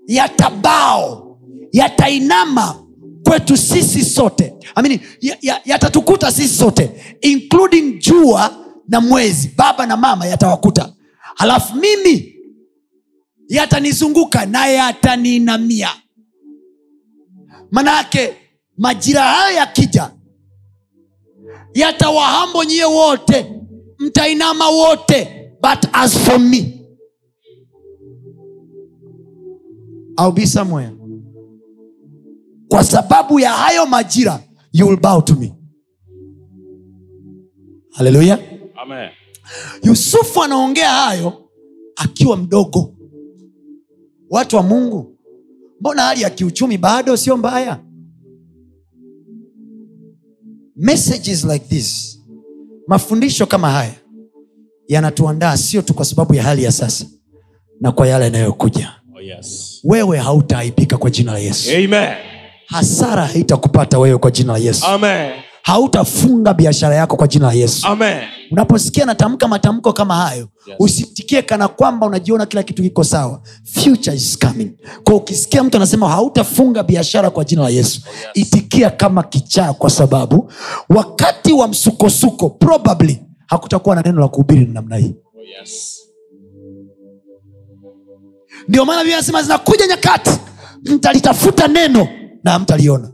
yatabao yatainama kwetu sisi sote I mean, ya- ya- yatatukuta sisi sote including jua na mwezi baba na mama yatawakuta halafu mimi yatanizunguka na yataniinamia manayake majira hayo yakija yatawahambo nyie wote mtainama wote but as for me I'll be somewhere. kwa sababu ya hayo majira you will bow to me haleluya Amen. yusufu anaongea hayo akiwa mdogo watu wa mungu mbona hali ya kiuchumi bado sio mbaya messages like this mafundisho kama haya yanatuandaa sio tu kwa sababu ya hali ya sasa na kwa yale yanayokuja Oh yes. wewe hautaaibika kwa jina la yesu Amen. hasara haitakupata wewe kwa jina la yesu Amen. hautafunga biashara yako kwa jina la yesu Amen. unaposikia natamka matamko kama hayo Yes. Ah. yes. usitikie kana kwamba unajiona kila kitu kiko sawa future is coming kwa ukisikia mtu anasema hautafunga biashara kwa jina la yesu Oh, yes. itikia kama kichaa kwa sababu wakati wa msukosuko probably hakutakuwa na neno la kuhubiri na namna hii Oh yes. ndio maana biblia inasema zinakuja nyakati mtalitafuta neno na hamtaliona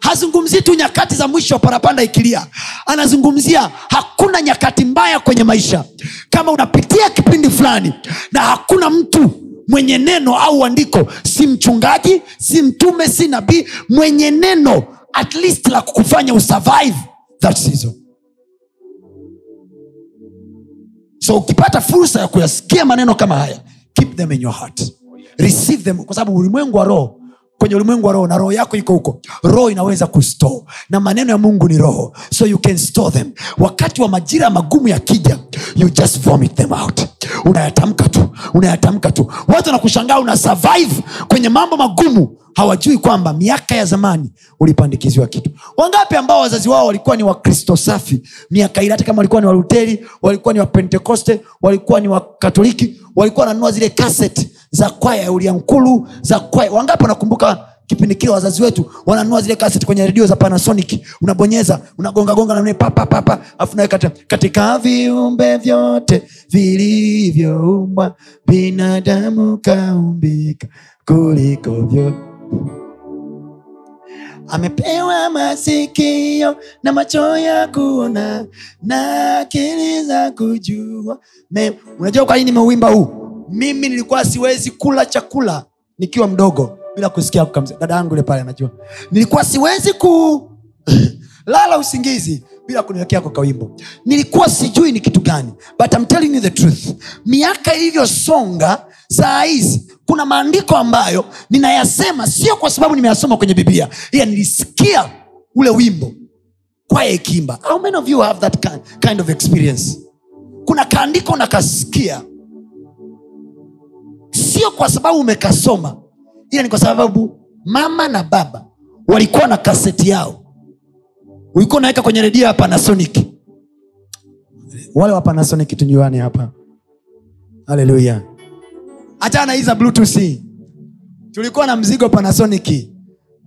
hazungumzii tu nyakati za mwisho parapanda ikilia anazungumzia hakuna nyakati mbaya kwenye maisha kama unapitia kipindi fulani na hakuna mtu mwenye neno au andiko si mchungaji si mtume si nabii mwenye neno at least la kukufanya usurvive that season so ukipata fursa ya kuyasikia maneno kama haya keep them in your heart receive them kwa sababu ulimwengu wa roho kwenye ulimwengu wa roho na roho yako iko huko roho inaweza kustore na maneno ya mungu ni roho so you can store them wakati wa majira magumu yakija you just vomit them out unayatamka tu unayatamka tu watu wanakushangaa una survive kwenye mambo magumu hawajui kwamba miaka ya zamani ulipandikiziwa kitu wangapi ambao wazazi wao walikuwa ni wakristo safi miaka ile hata kama walikuwa ni waluteri walikuwa ni wapentekoste walikuwa ni wakatoliki walikuwa wananunua zile kaseti za kwaya ya uliankulu za kwaya wangapi wanakumbuka kipindi kile wazazi wetu wananunua zile kaseti kwenye redio za panasonic unabonyeza unagongagonga na nini, pa pa pa, pa, afu nawe kata- katika viumbe vyote vilivyoumbwa binadamu kaumbika kuliko vyote amepewa masikio na macho ya kuona na akili za kujua mema. unajua kwa nini nimeuimba huu mimi nilikuwa siwezi kula chakula nikiwa mdogo bila kusikia kukamza dada yangu ile pale anajua nilikuwa siwezi ku lala usingizi bila kuniwekea kwa kawimbo nilikuwa sijui ni kitu gani but I'm telling you the truth miaka ilivyosonga saa hizi kuna maandiko ambayo ninayasema sio kwa sababu nimeyasoma kwenye biblia ila nilisikia ule wimbo kwaya ikiimba how many of you have that ki- kind of experience kuna kaandiko nakasikia sio kwa sababu umekasoma ila ni kwa sababu mama na baba walikuwa na kaseti yao ulikuwa unaweka kwenye redio ya panasonic wale wa panasonic tunjuani hapa haleluya hachana hiza bluetooth hii. tulikuwa na mzigo panasonic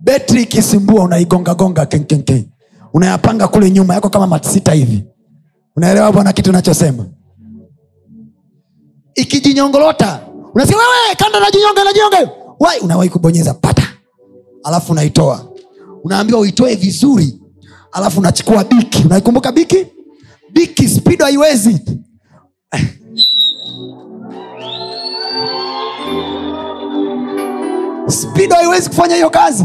betri ikisimbua unaigongagonga kenkenken unayapanga kule nyuma yako kama matsita hivi unaelewa bwana kitu nachosema ikijinyongolota unasema wewe kanda najinyonga najinyonga wai unawahi kubonyeza pata alafu unaitoa unaambiwa uitoe vizuri alafu unachukua biki unaikumbuka biki biki spido haiwezi spido haiwezi kufanya hiyo kazi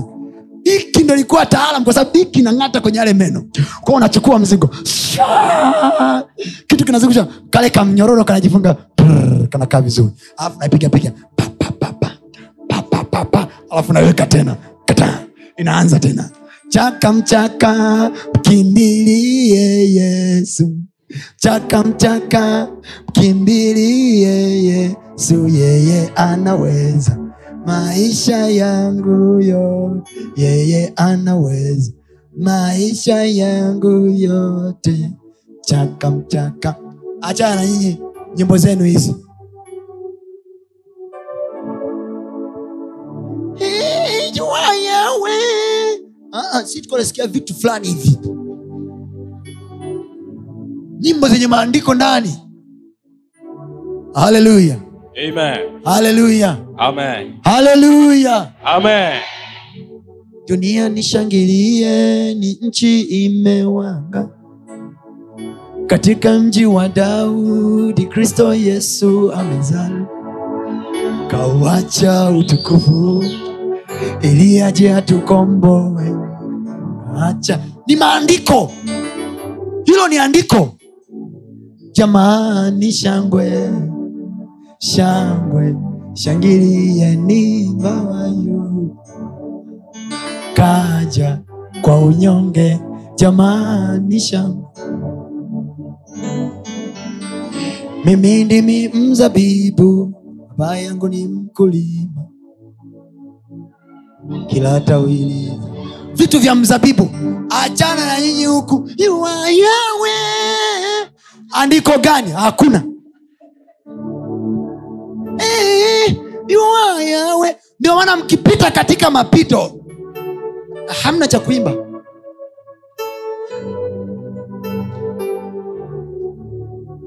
biki ndo ilikuwa taalam kwa sababu biki inang'ata kwenye yale meno kwao unachukua mzigo Shaa! kitu kinazungusha kale kamnyororo kanajifunga prrr, kanakaa vizuri alafu naipigapiga Pa, pa, pa, pa. Pa, pa, pa, pa. alafu naweka tena kata inaanza tena chaka mchaka mkimbilie yesu chaka mchaka mkimbilie yesu yeye anaweza maisha yangu yo yeye anaweza maisha yangu yote chaka mchaka achana na nyinyi nyimbo zenu hizi Hey, jua yawe. Ah, ah, si tulikuwa tunasikia vitu fulani hivi nyimbo zenye maandiko ndani haleluya Amen. haleluya Amen. haleluya Amen. dunia nishangilie ni nchi imewanga katika mji wa daudi kristo yesu amezala kawacha utukufu ili aje atukomboe acha ni maandiko hilo ni andiko jamani shangwe shangwe shangilieni mbawayu kaja kwa unyonge jamani shangwe mimi ndimi mzabibu baba yangu ni mkulima kila tawili vitu vya mzabibu achana na nyinyi huku Yua yawe andiko gani hakuna Eh, Yua yawe ndio maana mkipita katika mapito hamna cha kuimba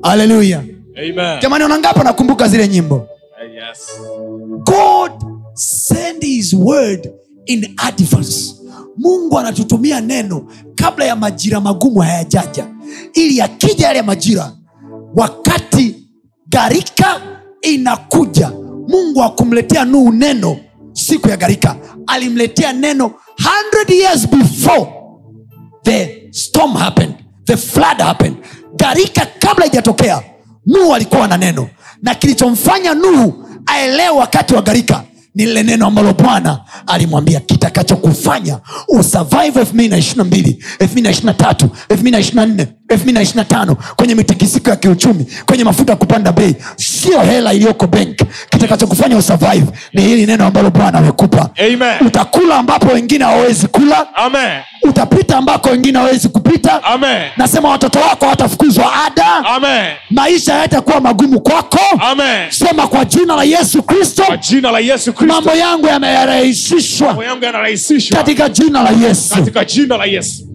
haleluya Amen. jamani wanangapa nakumbuka zile nyimbo Eh, Uh, Yes. god send his word in advance mungu anatutumia neno kabla ya majira magumu hayajaja ili akija yale majira wakati gharika inakuja mungu akumletea nuhu neno siku ya gharika alimletea neno 100 years before the storm happened the flood happened gharika kabla ijatokea nuhu alikuwa na neno na kilichomfanya nuhu aelewe wakati wa gharika ni lile neno ambalo bwana alimwambia kitakachokufanya usurvive 222 223 224 225 kwenye mitikisiko ya kiuchumi kwenye mafuta ya kupanda bei sio hela iliyoko bank kitakachokufanya usurvive ni hili neno ambalo bwana amekupa Amen. utakula ambapo wengine hawawezi kula Amen. utapita ambako wengine hawawezi kupita Amen. nasema watoto wako watafukuzwa ada Amen. maisha hayatakuwa magumu kwako Amen. sema kwa jina la yesu kristo Kwa jina la Yesu Kristo mambo yangu yamerahisishwa mambo yangu yanarahisishwa katika jina la yesu katika jina la Yesu.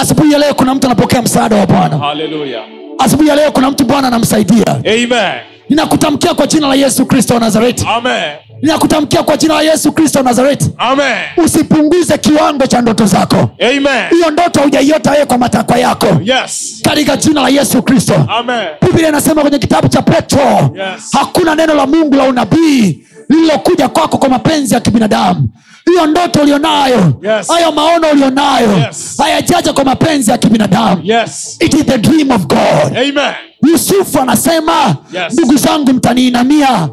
asubuhi ya leo kuna mtu anapokea msaada wa bwana Haleluya. asubuhi ya leo kuna mtu bwana anamsaidia Amen. ninakutamkia kwa jina la yesu kristo wa nazareti Amen. ninakutamkia kwa jina la yesu kristo wa nazareti Amen. usipunguze kiwango cha ndoto zako Amen. hiyo ndoto haujaiota wewe kwa matakwa yako Yes. katika jina la yesu kristo Amen. biblia inasema kwenye kitabu cha petro Yes. hakuna neno la mungu la unabii lililokuja kwako kwa mapenzi ya kibinadamu hiyo ndoto ulionayo Yes. hayo maono ulionayo Yes. hayajaja kwa mapenzi ya kibinadamu Yes. It is the dream of god Amen. yusufu anasema Yes. ndugu zangu mtaniinamia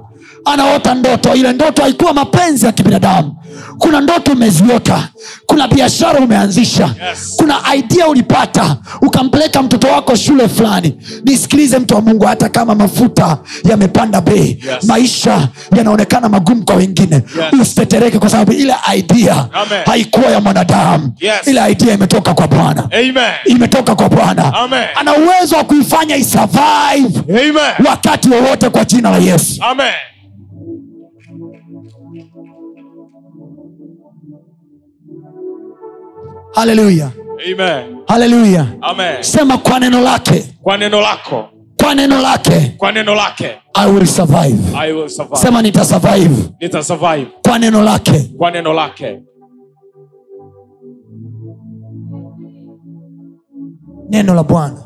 anaota ndoto ile ndoto haikuwa mapenzi ya kibinadamu kuna ndoto umeziota kuna biashara umeanzisha Yes. kuna idea ulipata ukampeleka mtoto wako shule fulani nisikilize mtu wa mungu hata kama mafuta yamepanda bei Yes. maisha yanaonekana magumu kwa wengine yes. usitetereke kwa sababu ile idea Amen. haikuwa ya mwanadamu Yes. ile idea imetoka kwa bwana Amen. imetoka kwa bwana Amen. ana uwezo wa kuifanya isurvive Amen. wakati wowote kwa jina la yesu Amen. haleluya Amen. haleluya Amen. sema kwa neno lake Kwa neno lako, kwa neno lake kwa neno lake i will survive I will survive. sema nitasurvive Nita survive kwa neno lake kwa neno lake. neno la bwana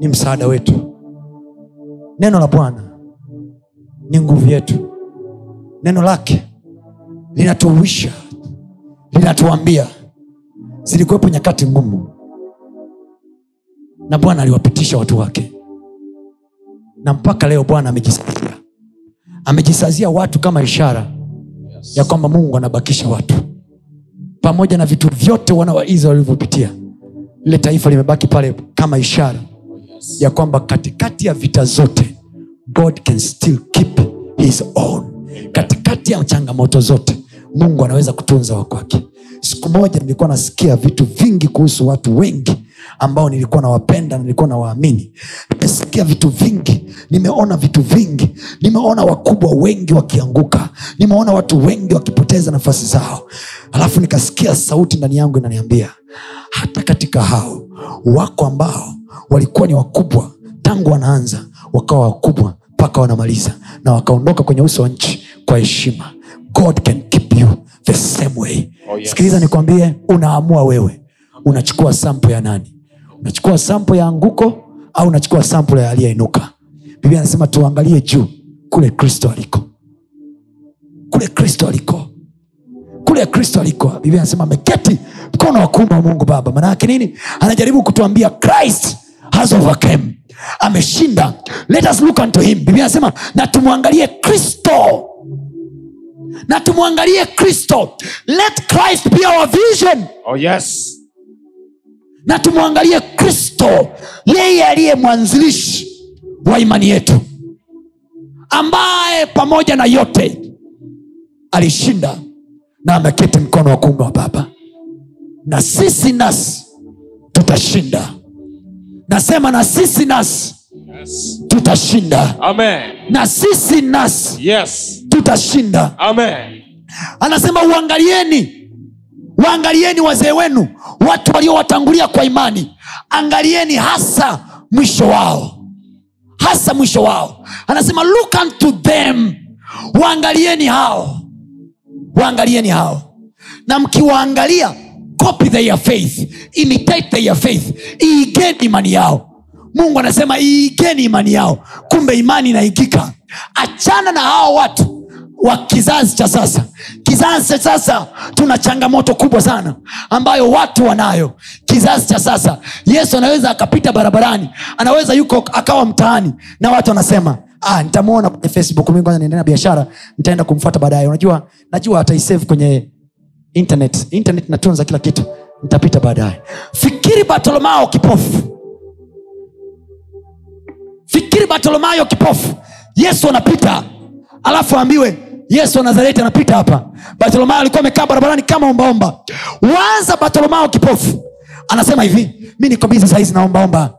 ni msaada wetu neno la bwana ni nguvu yetu neno lake linatuuisha linatuambia zilikuwepo nyakati ngumu na bwana aliwapitisha watu wake na mpaka leo bwana amejisazia amejisazia watu kama ishara ya kwamba mungu anabakisha watu pamoja na vitu vyote wana wa israeli walivyopitia lile taifa limebaki pale kama ishara Oh, ya kwamba katikati ya vita zote god can still keep his own katikati ya changamoto zote mungu anaweza kutunza wa kwake siku moja nilikuwa nasikia vitu vingi kuhusu watu wengi ambao nilikuwa nawapenda na nilikuwa nawaamini nimesikia vitu vingi nimeona vitu vingi nimeona wakubwa wengi wakianguka nimeona watu wengi wakipoteza nafasi zao alafu nikasikia sauti ndani yangu inaniambia hata katika hao wako ambao walikuwa ni wakubwa tangu wanaanza wakawa wakubwa mpaka wanamaliza na wakaondoka kwenye uso wa nchi kwa heshima god can keep you the same way Oh, yes. sikiliza nikwambie unaamua wewe unachukua sampo ya nani unachukua sampo ya anguko au unachukua sampo ya aliyeinuka biblia anasema tuangalie juu kule kristo aliko kule kristo aliko kule kristo aliko biblia anasema ameketi mkono wa kuume wa mungu baba manaake nini anajaribu kutuambia christ has overcame ameshinda let us look unto him biblia anasema na tumwangalie kristo na tumwangalie kristo let christ be our vision Oh yes. na tumwangalie kristo yeye aliye mwanzilishi wa imani yetu ambaye pamoja na yote alishinda na ameketi mkono wa kuume wa baba na sisi nasi tutashinda nasema na sisi nasi Yes. tutashinda Amen. na sisi nasi Yes. tutashinda Amen. anasema uangalieni waangalieni wazee wenu watu waliowatangulia kwa imani angalieni hasa mwisho wao hasa mwisho wao anasema look unto them waangalieni hao waangalieni hao na mkiwaangalia copy their faith imitate their faith iigeni imani yao mungu anasema iigeni imani yao kumbe imani inaigika achana na hao watu wa kizazi cha sasa kizazi cha sasa tuna changamoto kubwa sana ambayo watu wanayo kizazi cha sasa yesu anaweza akapita barabarani anaweza yuko akawa mtaani na watu wanasema ah, nitamwona kwenye facebook mimi kwanza niendelea na biashara nitaenda kumfuata baadaye unajua najua ataisave kwenye internet internet natunza kila kitu nitapita baadaye fikiri bartolomao kipofu fikiri bartolomayo kipofu yesu anapita alafu aambiwe yesu wa nazareti anapita hapa bartolomayo alikuwa amekaa barabarani kama ombaomba wanza bartolomayo kipofu anasema hivi mi niko bizi sahizi naombaomba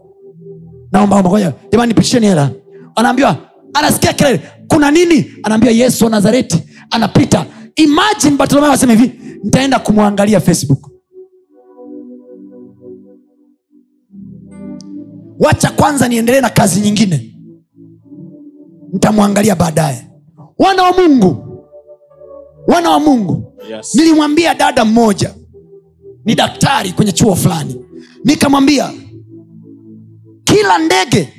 naombaomba ngoja jamani nipitisheni hela anaambiwa anasikia kelele kuna nini anaambiwa yesu wa nazareti anapita imagine bartolomayo asema hivi nitaenda kumwangalia facebook wacha kwanza niendelee na kazi nyingine nitamwangalia baadaye wana wa mungu wana wa mungu Yes. nilimwambia dada mmoja ni daktari kwenye chuo fulani nikamwambia kila ndege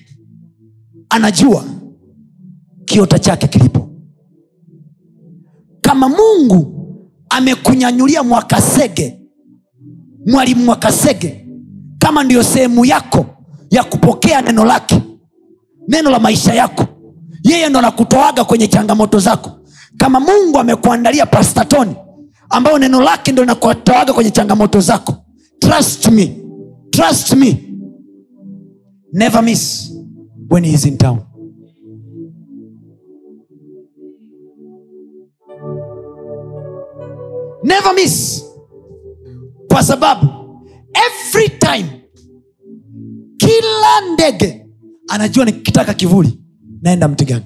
anajua kiota chake kilipo kama mungu amekunyanyulia mwakasege mwalimu mwakasege kama ndiyo sehemu yako ya kupokea neno lake neno la maisha yako yeye ndo anakutoaga kwenye changamoto zako kama mungu amekuandalia pastatoni ambayo neno lake ndo linakutoaga kwenye changamoto zako trust me trust me never miss when he is in town never miss kwa sababu every time kila ndege anajua nikitaka kivuli naenda mti gani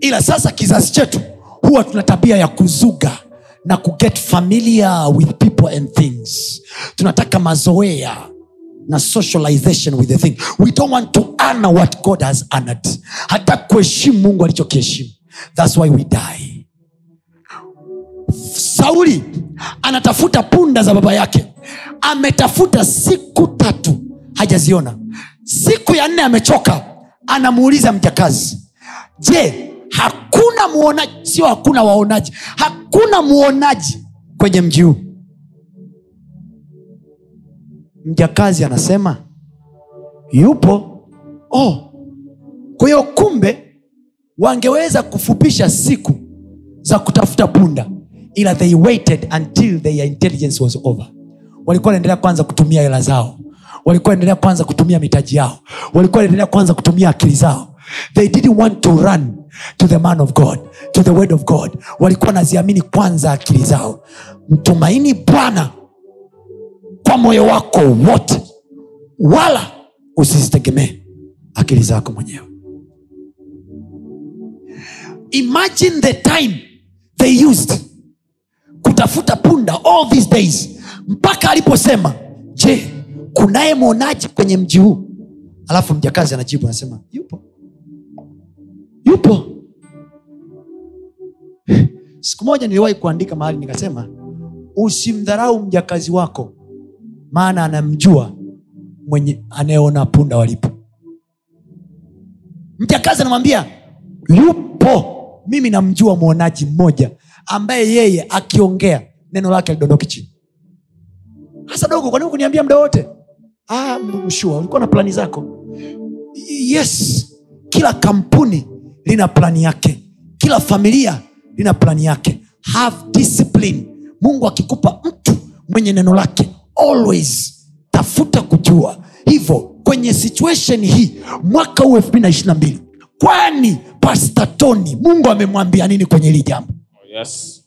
ila sasa kizazi chetu huwa tuna tabia ya kuzuga na kuget familiar with people and things tunataka mazoea na socialization with the thing we don't want to honor what god has honored hata kuheshimu mungu alichokiheshimu thats why we die sauli anatafuta punda za baba yake ametafuta siku tatu hajaziona siku ya nne amechoka anamuuliza mjakazi je hakuna muonaji sio hakuna waonaji hakuna muonaji kwenye mji huu mjakazi anasema yupo oh. kwa hiyo kumbe wangeweza kufupisha siku za kutafuta punda ila they waited until their intelligence was over walikuwa wanaendelea kwanza kutumia hela zao walikuwa wanaendelea kwanza kutumia mitaji yao walikuwa wanaendelea kwanza kutumia akili zao they didn't want to run to the man of god to the word of god walikuwa wanaziamini kwanza akili zao mtumaini bwana kwa moyo wako wote wala usizitegemee akili zako mwenyewe imagine the time they used kutafuta punda all these days mpaka aliposema je kunaye mwonaji kwenye mji huu alafu mjakazi anajibu anasema yupo yupo siku moja niliwahi kuandika mahali nikasema usimdharau mjakazi wako maana anamjua mwenye anayeona punda walipo mjakazi anamwambia yupo mimi namjua mwonaji mmoja ambaye yeye akiongea neno lake alidondoki chini hasa dogo kwanini kuniambia mda wote ah, mshua ulikuwa na plani zako yes kila kampuni lina plani yake kila familia lina plani yake have discipline mungu akikupa mtu mwenye neno lake always tafuta kujua hivyo kwenye situation hii mwaka huu 222 kwani pastatoni mungu amemwambia nini kwenye hili jambo Oh, yes.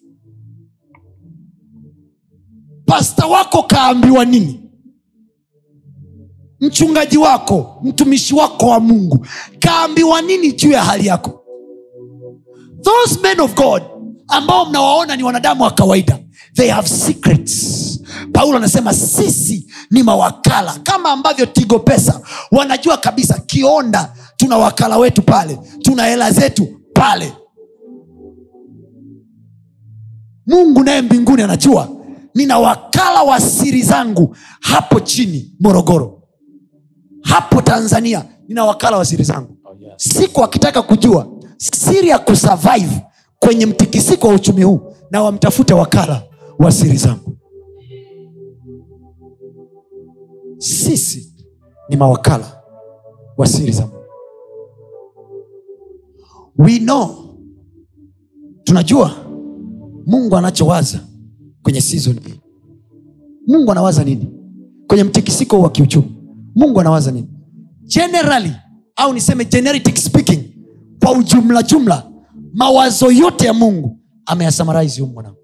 pasta wako kaambiwa nini mchungaji wako mtumishi wako wa mungu kaambiwa nini juu ya hali yako those men of god ambao mnawaona ni wanadamu wa kawaida they have secrets paulo anasema sisi ni mawakala kama ambavyo tigo pesa wanajua kabisa kionda tuna wakala wetu pale tuna hela zetu pale mungu naye mbinguni anajua nina wakala wa siri zangu hapo chini morogoro hapo tanzania nina wakala wa siri zangu Oh, yes. siku akitaka kujua siri ya kusurvive kwenye mtikisiko wa uchumi huu na wamtafute wakala wa siri zangu sisi ni mawakala wa siri za mungu we know tunajua mungu anachowaza kwenye season hii mungu anawaza nini kwenye mtikisiko wa kiuchumi mungu anawaza nini generally au niseme generic speaking kwa ujumla jumla mawazo yote ya mungu ameyasamaraizi huyu mwanangu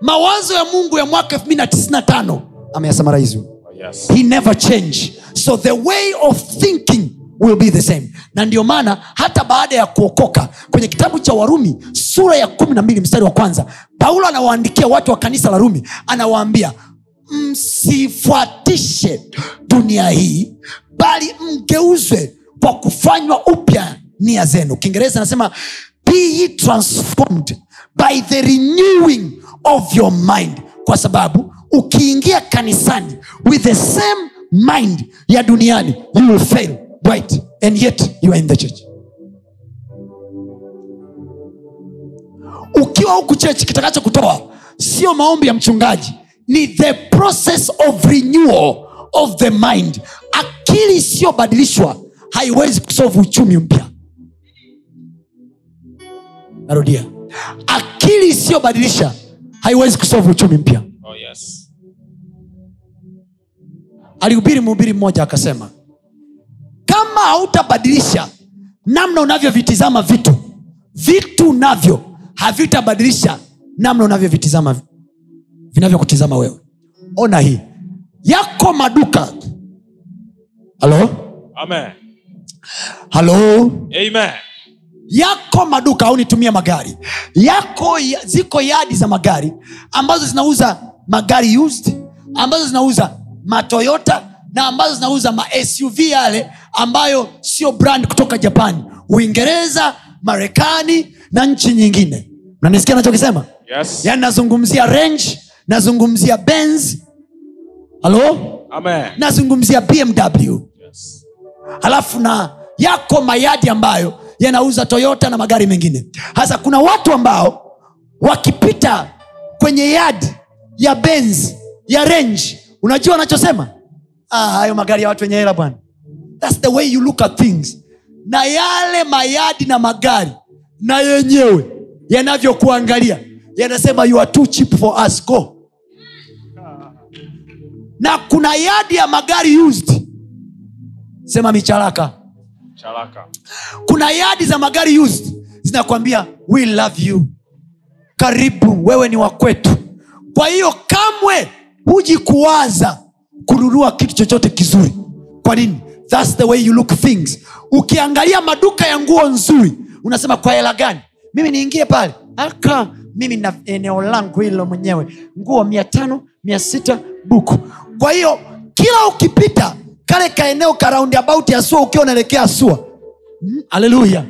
mawazo ya mungu ya mwaka 295 ameyasamaraizi huyu Oh, yes. he never change so the way of thinking will be the same na ndio maana hata baada ya kuokoka kwenye kitabu cha warumi sura ya kumi na mbili mstari wa kwanza paulo anawaandikia watu wa kanisa la rumi anawaambia msifuatishe dunia hii bali mgeuzwe kwa kufanywa upya nia zenu kiingereza anasema be ye transformed by the renewing of your mind kwa sababu ukiingia kanisani with the same mind ya duniani you will fail right and yet you are in the church ukiwa huku chechi kitakacho kutoa sio maombi ya mchungaji ni the process of renewal of the mind akili isiyobadilishwa haiwezi kusolve uchumi mpya narudia akili isiyobadilisha haiwezi kusolve uchumi mpya Oh, yes. alihubiri mhubiri mmoja akasema kama hautabadilisha namna unavyovitizama vitu vitu navyo havitabadilisha namna unavyovitizama vi- vinavyokutizama wewe ona hii yako maduka halo Amen. halo Amen. yako maduka au nitumie magari yako ya, ziko yadi za magari ambazo zinauza magari used ambazo zinauza matoyota na ambazo zinauza masuv yale ambayo sio brand kutoka japani uingereza marekani na nchi nyingine nanisikia nachokisema Yes. yaani nazungumzia range nazungumzia benz halo Amen. nazungumzia bmw Yes. halafu na yako mayadi ambayo yanauza toyota na magari mengine hasa kuna watu ambao wakipita kwenye yadi ya benz ya range unajua wanachosema ah, hayo magari ya watu wenye hela bwana thats the way you look at things na yale mayadi na magari na yenyewe yanavyokuangalia yanasema you are too cheap for us go na kuna yadi ya magari used sema micharaka Chalaka. kuna yadi za magari used zinakwambia we love you karibu wewe ni wakwetu kwa hiyo kamwe huji kuwaza kununua kitu chochote kizuri kwa nini thats the way you look things ukiangalia maduka ya nguo nzuri unasema kwa hela gani mimi niingie pale aka mimi na eneo langu hilo mwenyewe nguo mia tano mia sita buku kwa hiyo kila ukipita kale kaeneo ka roundabout ya sua ukiwa unaelekea sua haleluya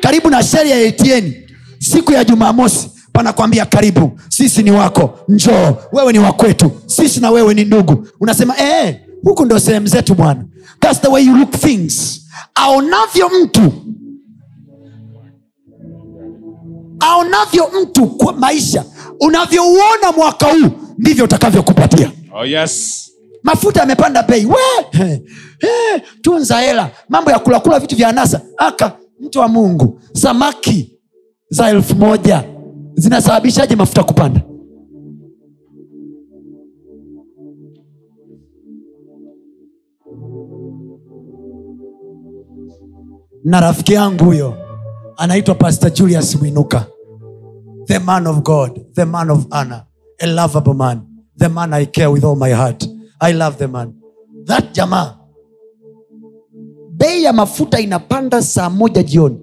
karibu na sheri ya atn siku ya jumamosi panakwambia karibu sisi ni wako njoo wewe ni wakwetu sisi na wewe ni ndugu unasema ee, huku ndo sehemu zetu bwana thats the way you look things aonavyo mtu aonavyo mtu kwa maisha unavyouona mwaka huu ndivyo utakavyokupatia Oh, yes. mafuta yamepanda bei we he, he, tunza hela mambo ya kulakula vitu vya anasa aka mtu wa mungu samaki za elfu moja zinasababishaje mafuta kupanda na rafiki yangu huyo anaitwa pastor julius mwinuka the man of god the man of honor a lovable man the man i care with all my heart i love the man that jamaa bei ya mafuta inapanda saa moja jioni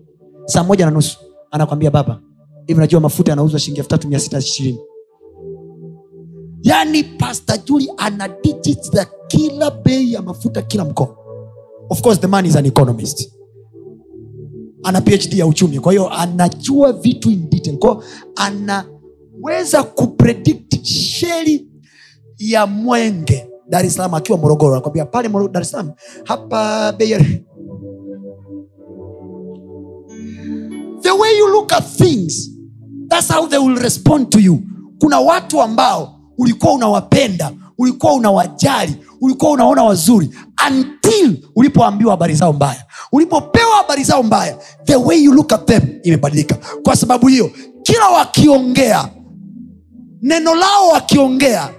saa moja na nusu anakwambia baba hivi najua mafuta yanauzwa shilingi elfu tatu mia sita ishirini yaani pastor juli ana digits za kila bei ya mafuta kila mkoa of course the man is an economist ana phd ya uchumi kwa hiyo anajua vitu in detail kwa hiyo anaweza kupredict sheri ya mwenge dar es salaam akiwa morogoro anakwambia pale Moro- dar es salaam hapa bei ya- the way you look at things that's how they will respond to you kuna watu ambao ulikuwa unawapenda ulikuwa unawajali ulikuwa unaona wazuri until ulipoambiwa habari zao mbaya ulipopewa habari zao mbaya the way you look at them imebadilika kwa sababu hiyo kila wakiongea neno lao wakiongea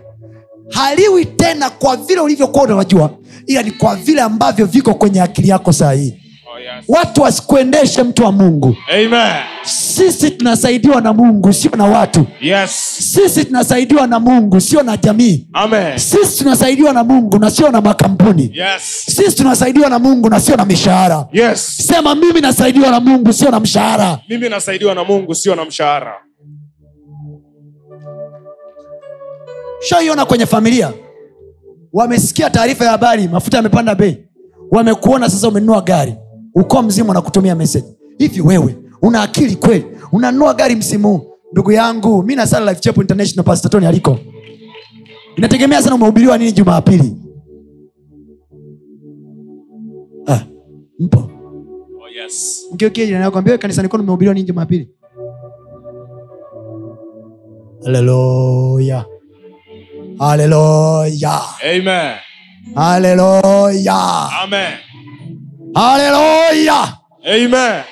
haliwi tena kwa vile ulivyokuwa unawajua ila ni kwa vile ambavyo viko kwenye akili yako saa hii Oh, yes. watu wasikuendeshe mtu wa mungu Amen. sisi tunasaidiwa na mungu sio na watu Yes. sisi tunasaidiwa na mungu sio na jamii Amen. sisi tunasaidiwa na mungu na sio na makampuni Yes. sisi tunasaidiwa na mungu na sio na mishahara Yes. sema mimi nasaidiwa na mungu sio na mshahara Mimi nasaidiwa na Mungu sio na mshahara. shaiona kwenye familia wamesikia taarifa ya habari mafuta yamepanda bei wamekuona sasa umenunua gari ukoo mzima unakutumia message hivi wewe una akili kweli unanunua gari msimu huu ndugu yangu mi nasala life Chapel international pastor tony aliko inategemea sana umehubiriwa nini jumapili ah, mpo Oh, yes. mgeukie jirani yako ambie kanisani kwenu umehubiriwa nini jumapili haleluya haleluya Amen. haleluya Amen. haleluya Amen.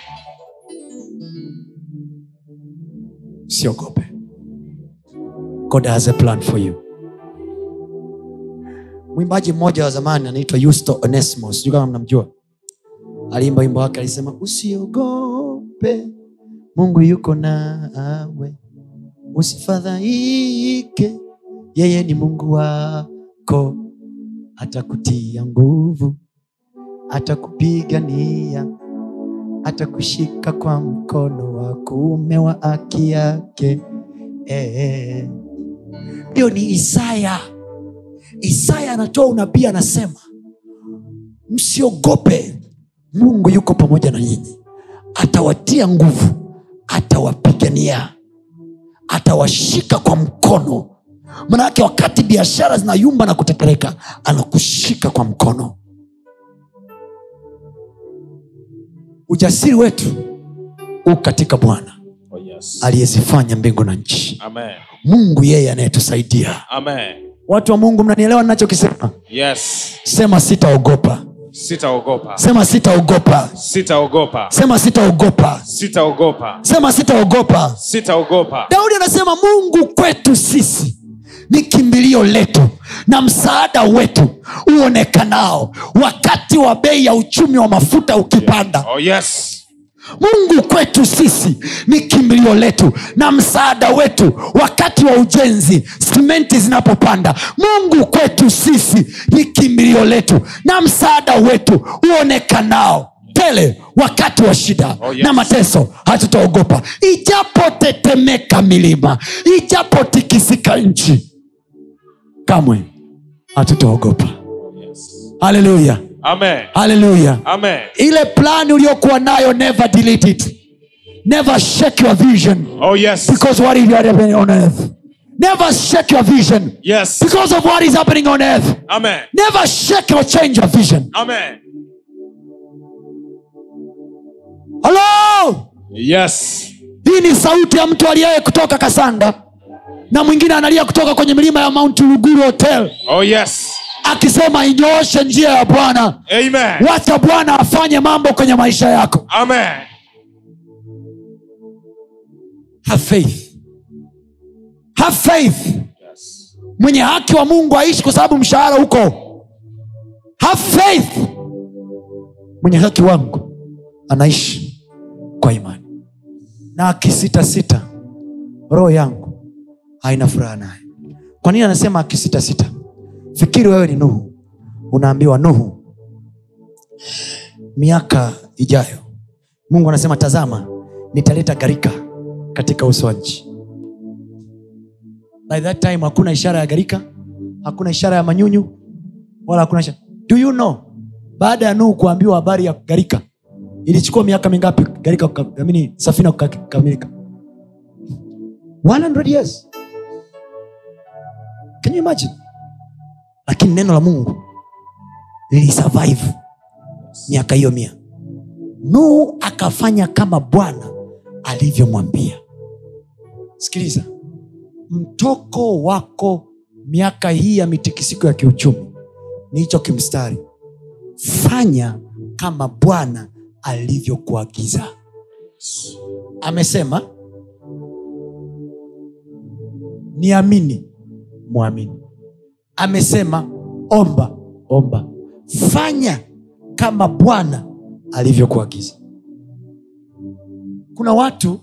usiogope god has a plan for you mwimbaji mmoja wa zamani anaitwa yusto onesmo sijui kama mnamjua aliimba wimbo wake alisema usiogope mungu yuko nawe usifadhaike yeye ni mungu wako atakutia nguvu atakupigania atakushika kwa mkono wa kuume wa haki yake Eh. hiyo ni isaya isaya anatoa unabii anasema msiogope mungu yuko pamoja na nyinyi atawatia nguvu atawapigania atawashika kwa mkono manake wakati biashara zinayumba na kutetereka anakushika kwa mkono ujasiri wetu u katika bwana Oh, yes. aliyezifanya mbingu na nchi Amen. mungu yeye anayetusaidia Amen. watu wa mungu mnanielewa ninachokisema Yes. sema sitaogopa Sitaogopa. sema sitaogopa Sitaogopa. sema sitaogopa Sitaogopa. sema sitaogopa Sitaogopa. daudi anasema mungu kwetu sisi ni kimbilio letu na msaada wetu uonekanao wakati wa bei ya uchumi wa mafuta ukipanda Oh, yes. mungu kwetu sisi ni kimbilio letu na msaada wetu wakati wa ujenzi simenti zinapopanda mungu kwetu sisi ni kimbilio letu na msaada wetu uonekanao tele wakati wa shida Oh, yes. na mateso hatutaogopa ijapotetemeka milima ijapotikisika nchi kamwe hatutaogopa Oh, yes. haleluya Amen. haleluya Amen. ile plani uliyokuwa nayo never delete it never shake your vision Oh, yes. because what is happening on earth never shake your vision Yes. because of what is happening on earth Amen. never shake or change your vision Amen. hello Yes. hii ni sauti ya mtu aliyaye kutoka kasanga na mwingine analia kutoka kwenye milima ya mount luguru hotel Oh, yes. akisema inyooshe njia ya bwana Amen. wacha bwana afanye mambo kwenye maisha yako Amen. have faith have faith Yes. mwenye haki wa mungu aishi kwa sababu mshahara huko have faith mwenye haki wangu anaishi kwa imani na akisitasita roho yangu haina furaha naye kwa nini anasema akisitasita fikiri wewe ni nuhu unaambiwa nuhu miaka ijayo mungu anasema tazama nitaleta gharika katika uso wa nchi by that time hakuna ishara ya gharika hakuna ishara ya manyunyu wala hakuna ishara. do you know baada ya nuhu kuambiwa habari ya gharika ilichukua miaka mingapi gharika kuka- amini, safina kukamilika 100 years can you imagine lakini neno la mungu lilisurvive miaka hiyo mia nuhu akafanya kama bwana alivyomwambia sikiliza mtoko wako miaka hii ya mitikisiko ya kiuchumi ni hicho kimstari fanya kama bwana alivyokuagiza amesema niamini mwamini amesema omba omba fanya kama bwana alivyokuagiza kuna watu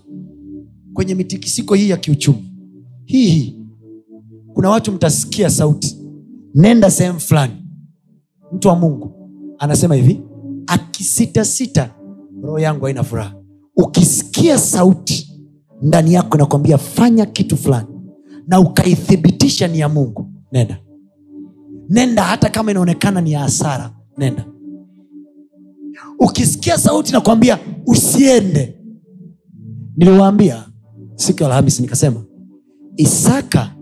kwenye mitikisiko hii ya kiuchumi hii hii kuna watu mtasikia sauti nenda sehemu fulani mtu wa mungu anasema hivi akisitasita roho yangu haina furaha ukisikia sauti ndani yako inakwambia fanya kitu fulani na ukaithibitisha ni ya mungu nenda nenda hata kama inaonekana ni ya hasara nenda ukisikia sauti nakwambia usiende niliwaambia siku ya alhamis nikasema isaka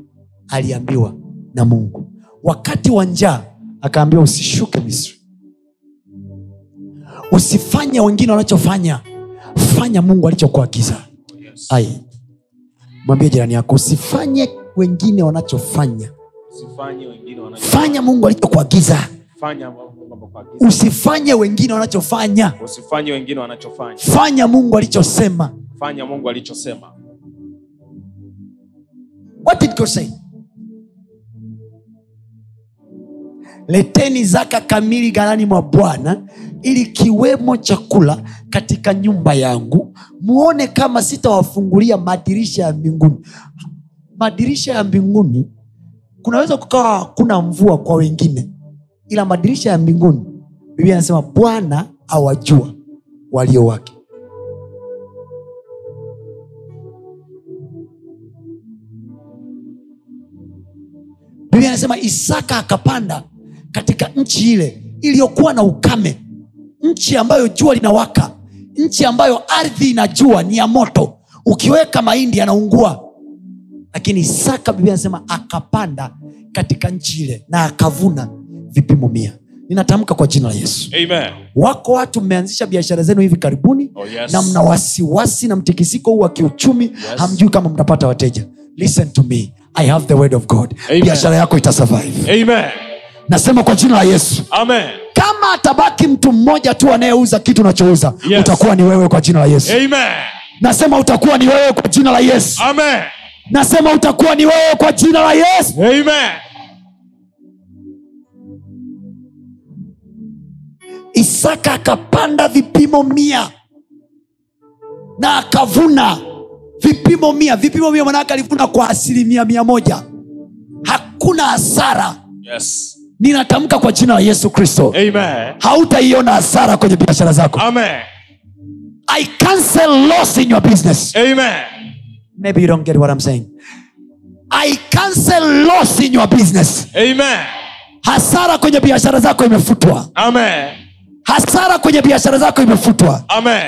aliambiwa na mungu wakati wa njaa akaambiwa usishuke misri usifanye wengine wanachofanya fanya mungu alichokuagiza Yes. ai mwambie jirani yako usifanye wengine wanachofanya Usifanye wengine wanachofanya. fanya mungu alichokuagiza Fanya mambo wanavyokuagiza. usifanye wengine wanachofanya usifanye wengine wanachofanya fanya mungu alichosema fanya mungu alichosema What did God say? leteni zaka kamili ghalani mwa bwana ili kiwemo chakula katika nyumba yangu muone kama sitawafungulia madirisha ya mbinguni madirisha ya mbinguni kunaweza kukawa hakuna mvua kwa wengine ila madirisha ya mbinguni biblia anasema bwana awajua walio wake biblia anasema isaka akapanda katika nchi ile iliyokuwa na ukame nchi ambayo jua linawaka nchi ambayo ardhi inajua ni ya moto ukiweka mahindi yanaungua lakini isaka biblia anasema akapanda katika nchi ile na akavuna vipimo mia ninatamka kwa jina la yesu amen wako watu mmeanzisha biashara zenu hivi karibuni Oh, yes. na mna wasiwasi na mtikisiko huu wa kiuchumi yes. hamjui kama mtapata wateja listen to me i have the word of god Amen. biashara yako itasurvive amen nasema kwa jina la yesu amen kama atabaki mtu mmoja tu anayeuza kitu unachouza Yes. utakuwa ni wewe kwa jina la yesu amen Ah. nasema utakuwa ni wewe kwa jina la yesu amen nasema utakuwa ni wewe kwa jina la yesu amen isaka akapanda vipimo mia na akavuna vipimo mia vipimo mia manaake alivuna kwa asilimia mia moja hakuna hasara yes ninatamka kwa jina la yesu kristo amen hautaiona hasara kwenye biashara zako amen i cancel loss in your business amen maybe you don't get what i'm saying i cancel loss in your business amen hasara kwenye biashara zako imefutwa amen hasara kwenye biashara zako imefutwa amen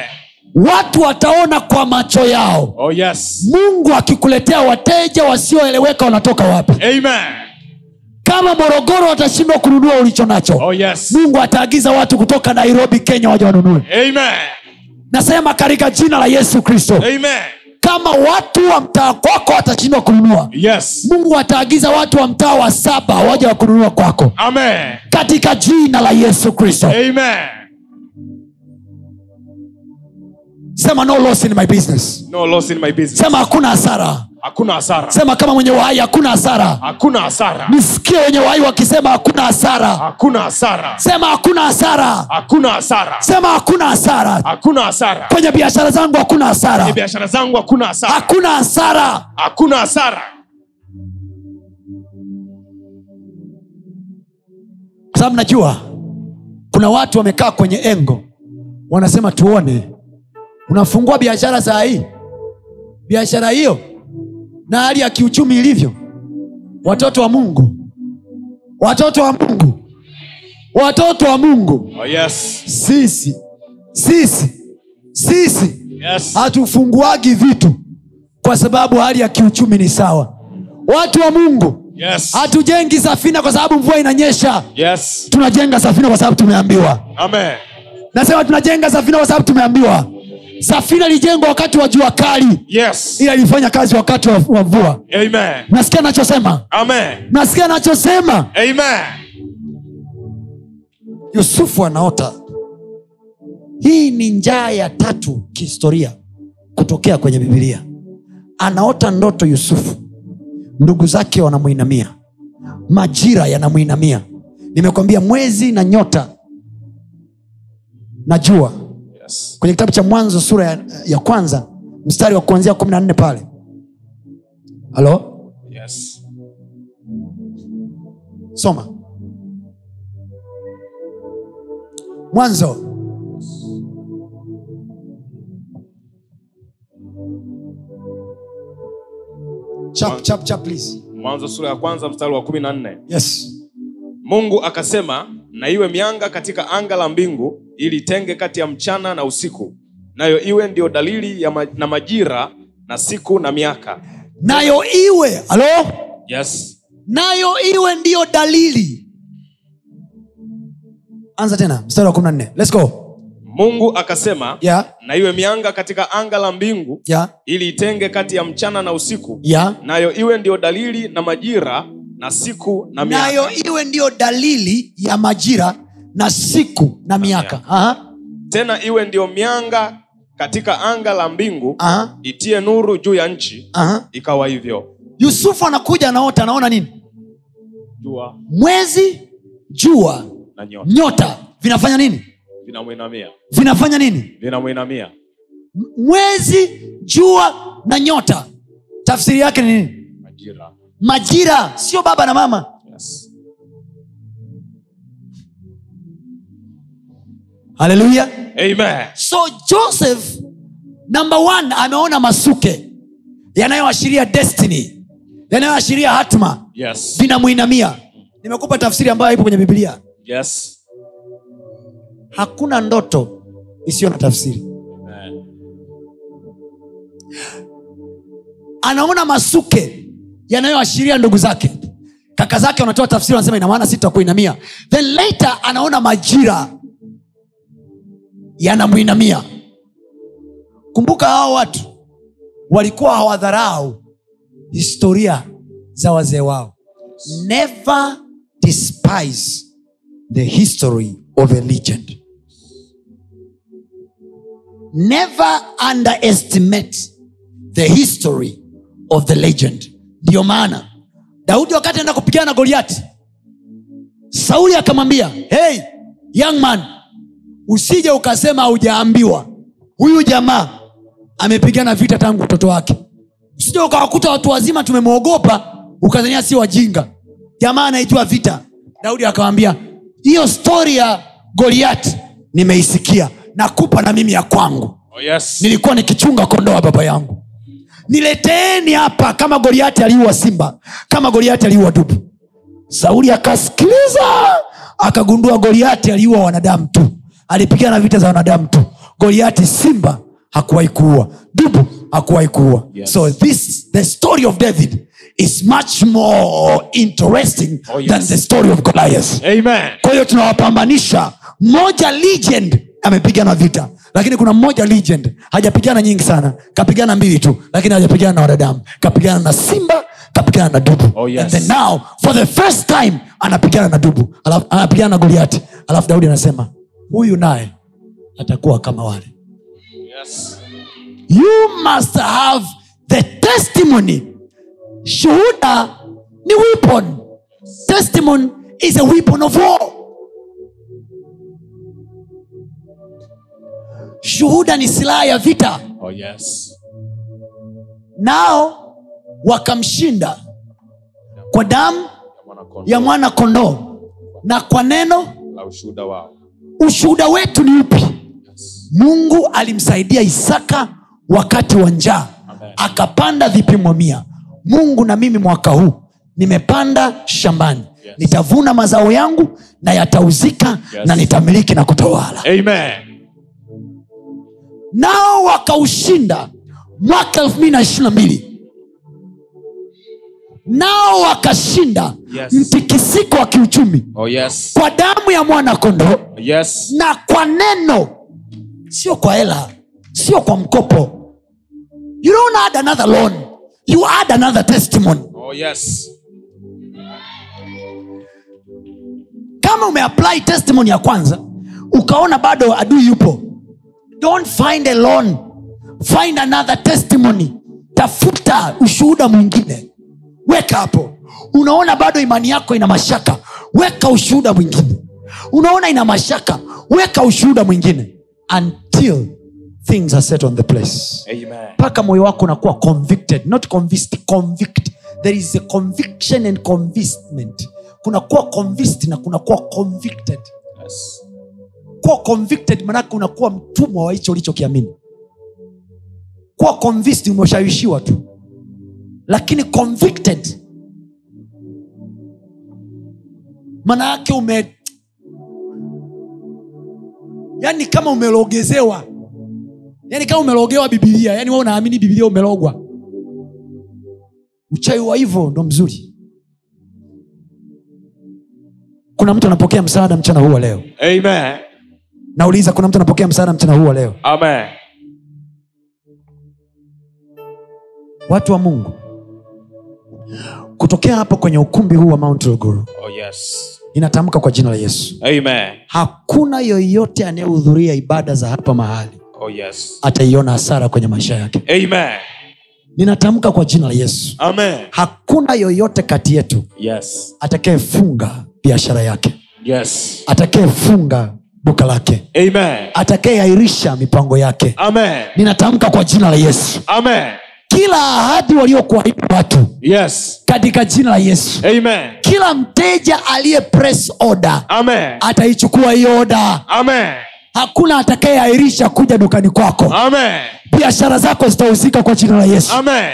watu wataona kwa macho yao oh yes mungu akikuletea wateja wasioeleweka wanatoka wapi amen kama morogoro watashindwa kununua ulicho nacho oh yes mungu ataagiza watu kutoka nairobi kenya waja wanunue amen nasema katika jina la yesu kristo amen kama watu wa mtaa kwako watashindwa kununua yes mungu ataagiza watu wa mtaa wa saba waja wa kununua kwako amen katika jina la yesu kristo amen sema no loss in my business no loss in my business sema hakuna hasara hakuna hasara sema kama mwenye uhai hakuna hasara hakuna hasara nisikie wenye uhai wakisema hakuna hasara hakuna hasara sema hakuna hasara hakuna hasara sema hakuna hasara hakuna hasara kwenye biashara zangu hakuna kwenye hasara biashara zangu hakuna hasara hakuna hasara hakuna hasara Kwa sababu najua kuna watu wamekaa kwenye engo wanasema tuone unafungua biashara saa hii biashara hiyo na hali ya kiuchumi ilivyo watoto wa mungu watoto wa mungu watoto wa mungu Oh, yes. sisi sisi sisi Yes. hatufunguagi vitu kwa sababu hali ya kiuchumi ni sawa watu wa mungu Yes. hatujengi safina kwa sababu mvua inanyesha Yes. tunajenga safina kwa sababu tumeambiwa Amen. nasema tunajenga safina kwa sababu tumeambiwa safina ilijengwa wakati wa jua kali Yes. ila ilifanya kazi wakati wa wa mvua Amen. nasikia nachosema Amen. nasikia nachosema Amen. yusufu anaota hii ni njaa ya tatu kihistoria kutokea kwenye bibilia anaota ndoto yusufu ndugu zake wanamwinamia majira yanamwinamia nimekwambia mwezi na nyota na jua Yes. kwenye kitabu cha mwanzo sura ya, ya kwanza mstari wa kuanzia kumi na nne pale halo Yes. soma mwanzo chap, chap, chap, please. Mwanzo sura ya kwanza mstari wa kumi na nne. yes Mungu akasema, na iwe mianga katika anga la mbingu ili itenge kati ya mchana na usiku, nayo iwe ndiyo dalili ya ma na majira na siku na miaka. nayo iwe halo Yes. nayo iwe ndiyo dalili anza tena mstari wa 14 lets go Mungu akasema, ya na iwe mianga katika anga la mbingu ya ili itenge kati ya mchana na usiku, ya nayo iwe ndiyo dalili na majira na siku na miaka. nayo iwe ndiyo dalili ya majira na siku na miaka miaka. Aha, tena iwe ndiyo mianga katika anga la mbingu aha, itie nuru juu ya nchi aha. ikawa hivyo yusufu anakuja anaota anaona nini jua mwezi jua na nyota nyota vinafanya nini vinamwinamia vinafanya nini vinamwinamia M- mwezi jua na nyota tafsiri yake ni nini majira majira sio baba na mama yes. haleluya Amen. so joseph namba one ameona masuke yanayoashiria destiny yanayoashiria hatma Yes. vinamwinamia nimekupa tafsiri ambayo ipo kwenye biblia Yes. hakuna ndoto isiyo na tafsiri Amen. anaona masuke yanayoashiria ndugu zake kaka zake wanatoa tafsiri wanasema ina maana sitakuinamia then later anaona majira yanamwinamia kumbuka hawa watu walikuwa hawadharau historia za wazee wao never despise the history of a legend never underestimate the history of the legend ndiyo maana daudi wakati anaenda kupigana na goliati sauli akamwambia hey young man usije ukasema haujaambiwa huyu jamaa amepigana vita tangu utoto wake usije ukawakuta watu wazima tumemwogopa ukadhania si wajinga jamaa anaijua vita daudi akamwambia hiyo stori ya goliati nimeisikia nakupa na mimi ya kwangu Oh, yes. nilikuwa nikichunga kondoo wa baba yangu nileteeni hapa kama goliati aliua simba kama goliati aliua dubu sauli akasikiliza akagundua goliati aliua wanadamu tu alipigana vita za wanadamu tu goliati simba hakuwahi kuua dubu hakuwahi kuua Yes. so this the story of david is much more interesting Oh, yes. than the story of goliath Amen. kwa hiyo tunawapambanisha mmoja legend amepigana vita lakini kuna mmoja legend hajapigana nyingi sana kapigana mbili tu lakini hajapigana na wanadamu kapigana na simba kapigana na dubu Oh, yes. And then now for the first time anapigana na dubu alafu- anapigana na goliati alafu daudi anasema huyu naye atakuwa kama wale Yes. you must have the testimony shuhuda ni weapon testimony is a weapon of war shuhuda ni silaha ya vita Oh, yes. nao wakamshinda kwa damu Ya mwana kondoo ya mwana kondoo na kwa neno la ushuhuda wao. ushuhuda wetu ni upi Yes. mungu alimsaidia isaka wakati wa njaa Amen. akapanda vipimo mia mungu na mimi mwaka huu nimepanda shambani Yes. nitavuna mazao yangu na yatauzika Yes. na nitamiliki na kutawala amen nao wakaushinda mwaka elfu mbili na ishiri na mbili nao wakashinda Yes. mtikisiko wa kiuchumi oh yes kwa damu ya mwana kondoo yes na kwa neno sio kwa hela sio kwa mkopo you don't add another loan you add another testimony oh yes kama umeapply testimony ya kwanza ukaona bado adui yupo don't find a loan find another testimony tafuta ushuhuda mwingine weka hapo unaona bado imani yako ina mashaka weka ushuhuda mwingine unaona ina mashaka weka ushuhuda mwingine until things are set on the place amen mpaka moyo wako unakuwa convicted not convinced convict there is a conviction and convincement kunakuwa convinced na kunakuwa convicted yes kuwa convicted manake unakuwa mtumwa wa hicho ulichokiamini kuwa convinced umeshawishiwa tu lakini convicted maana yake ume yaani kama umelogezewa yaani kama umelogewa bibilia yaani we unaamini bibilia umelogwa uchawi wa hivyo ndo mzuri kuna mtu anapokea msaada mchana huu wa leo amen nauliza kuna mtu anapokea msaada mchana huu wa leo amen watu wa mungu kutokea hapo kwenye ukumbi huu wa mount Uluguru, oh yes inatamka kwa jina la yesu amen hakuna yoyote anayehudhuria ibada za hapa mahali oh yes ataiona hasara kwenye maisha yake amen ninatamka kwa jina la yesu amen hakuna yoyote kati yetu yes atakayefunga biashara yake yes atakayefunga duka lake amen atakayeairisha mipango yake amen ninatamka kwa jina la yesu amen kila ahadi waliokuahidi watu yes katika jina la yesu amen kila mteja aliye press order amen ataichukua hiyo oda amen hakuna atakayeahirisha kuja dukani kwako amen biashara zako zitahusika kwa jina la yesu amen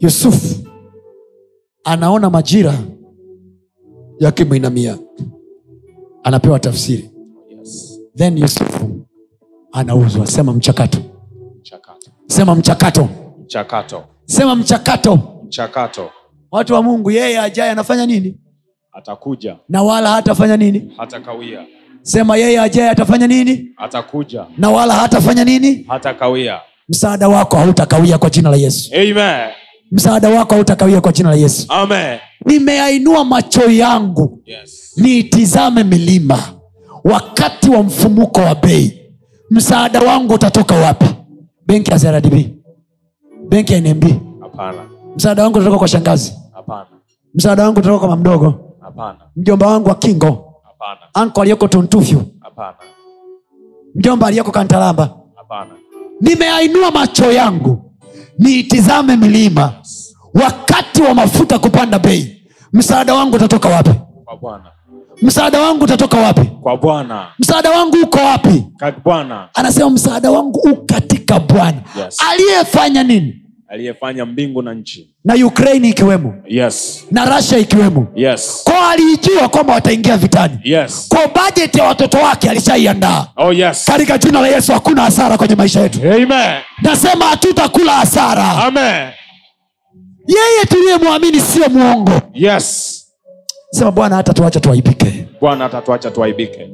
yusufu anaona majira yakimwinamia anapewa tafsiri yes then yusufu anauzwa sema mchakato mchakato sema mchakato mchakato sema mchakato mchakato watu wa mungu yeye ajaye anafanya nini atakuja na wala hatafanya nini hata kawia sema yeye ajaye atafanya nini atakuja na wala hatafanya nini hata kawia msaada wako hautakawia kwa jina la yesu amen msaada wako hautakawia kwa jina la yesu amen nimeyainua macho yangu yes niitizame milima wakati wa mfumuko wa bei msaada wangu utatoka wapi benki ya zrdb benki ya nmb hapana msaada wangu utatoka kwa shangazi hapana msaada wangu utatoka kwa mamdogo hapana mjomba wangu wa kingo hapana anko aliyoko tuntufyu hapana mjomba aliyoko kantalamba hapana nimeyainua macho yangu niitizame milima wakati wa mafuta kupanda bei msaada wangu utatoka wapi kwa bwana msaada wangu utatoka wapi kwa bwana msaada wangu uko wapi kwa bwana anasema msaada wangu u katika bwana Yes. aliyefanya nini aliyefanya mbingu na nchi na ukraini ikiwemo yes na rasia ikiwemo yes kwao aliijua kwamba wataingia vitani yes kwa bajeti ya watoto wake alishaiandaa oh yes katika jina la yesu hakuna hasara kwenye maisha yetu amen nasema hatutakula hasara amen yeye tuliyemwamini sio mwongo yes sema bwana hata tuache tuaibike bwana atatuacha tuaibike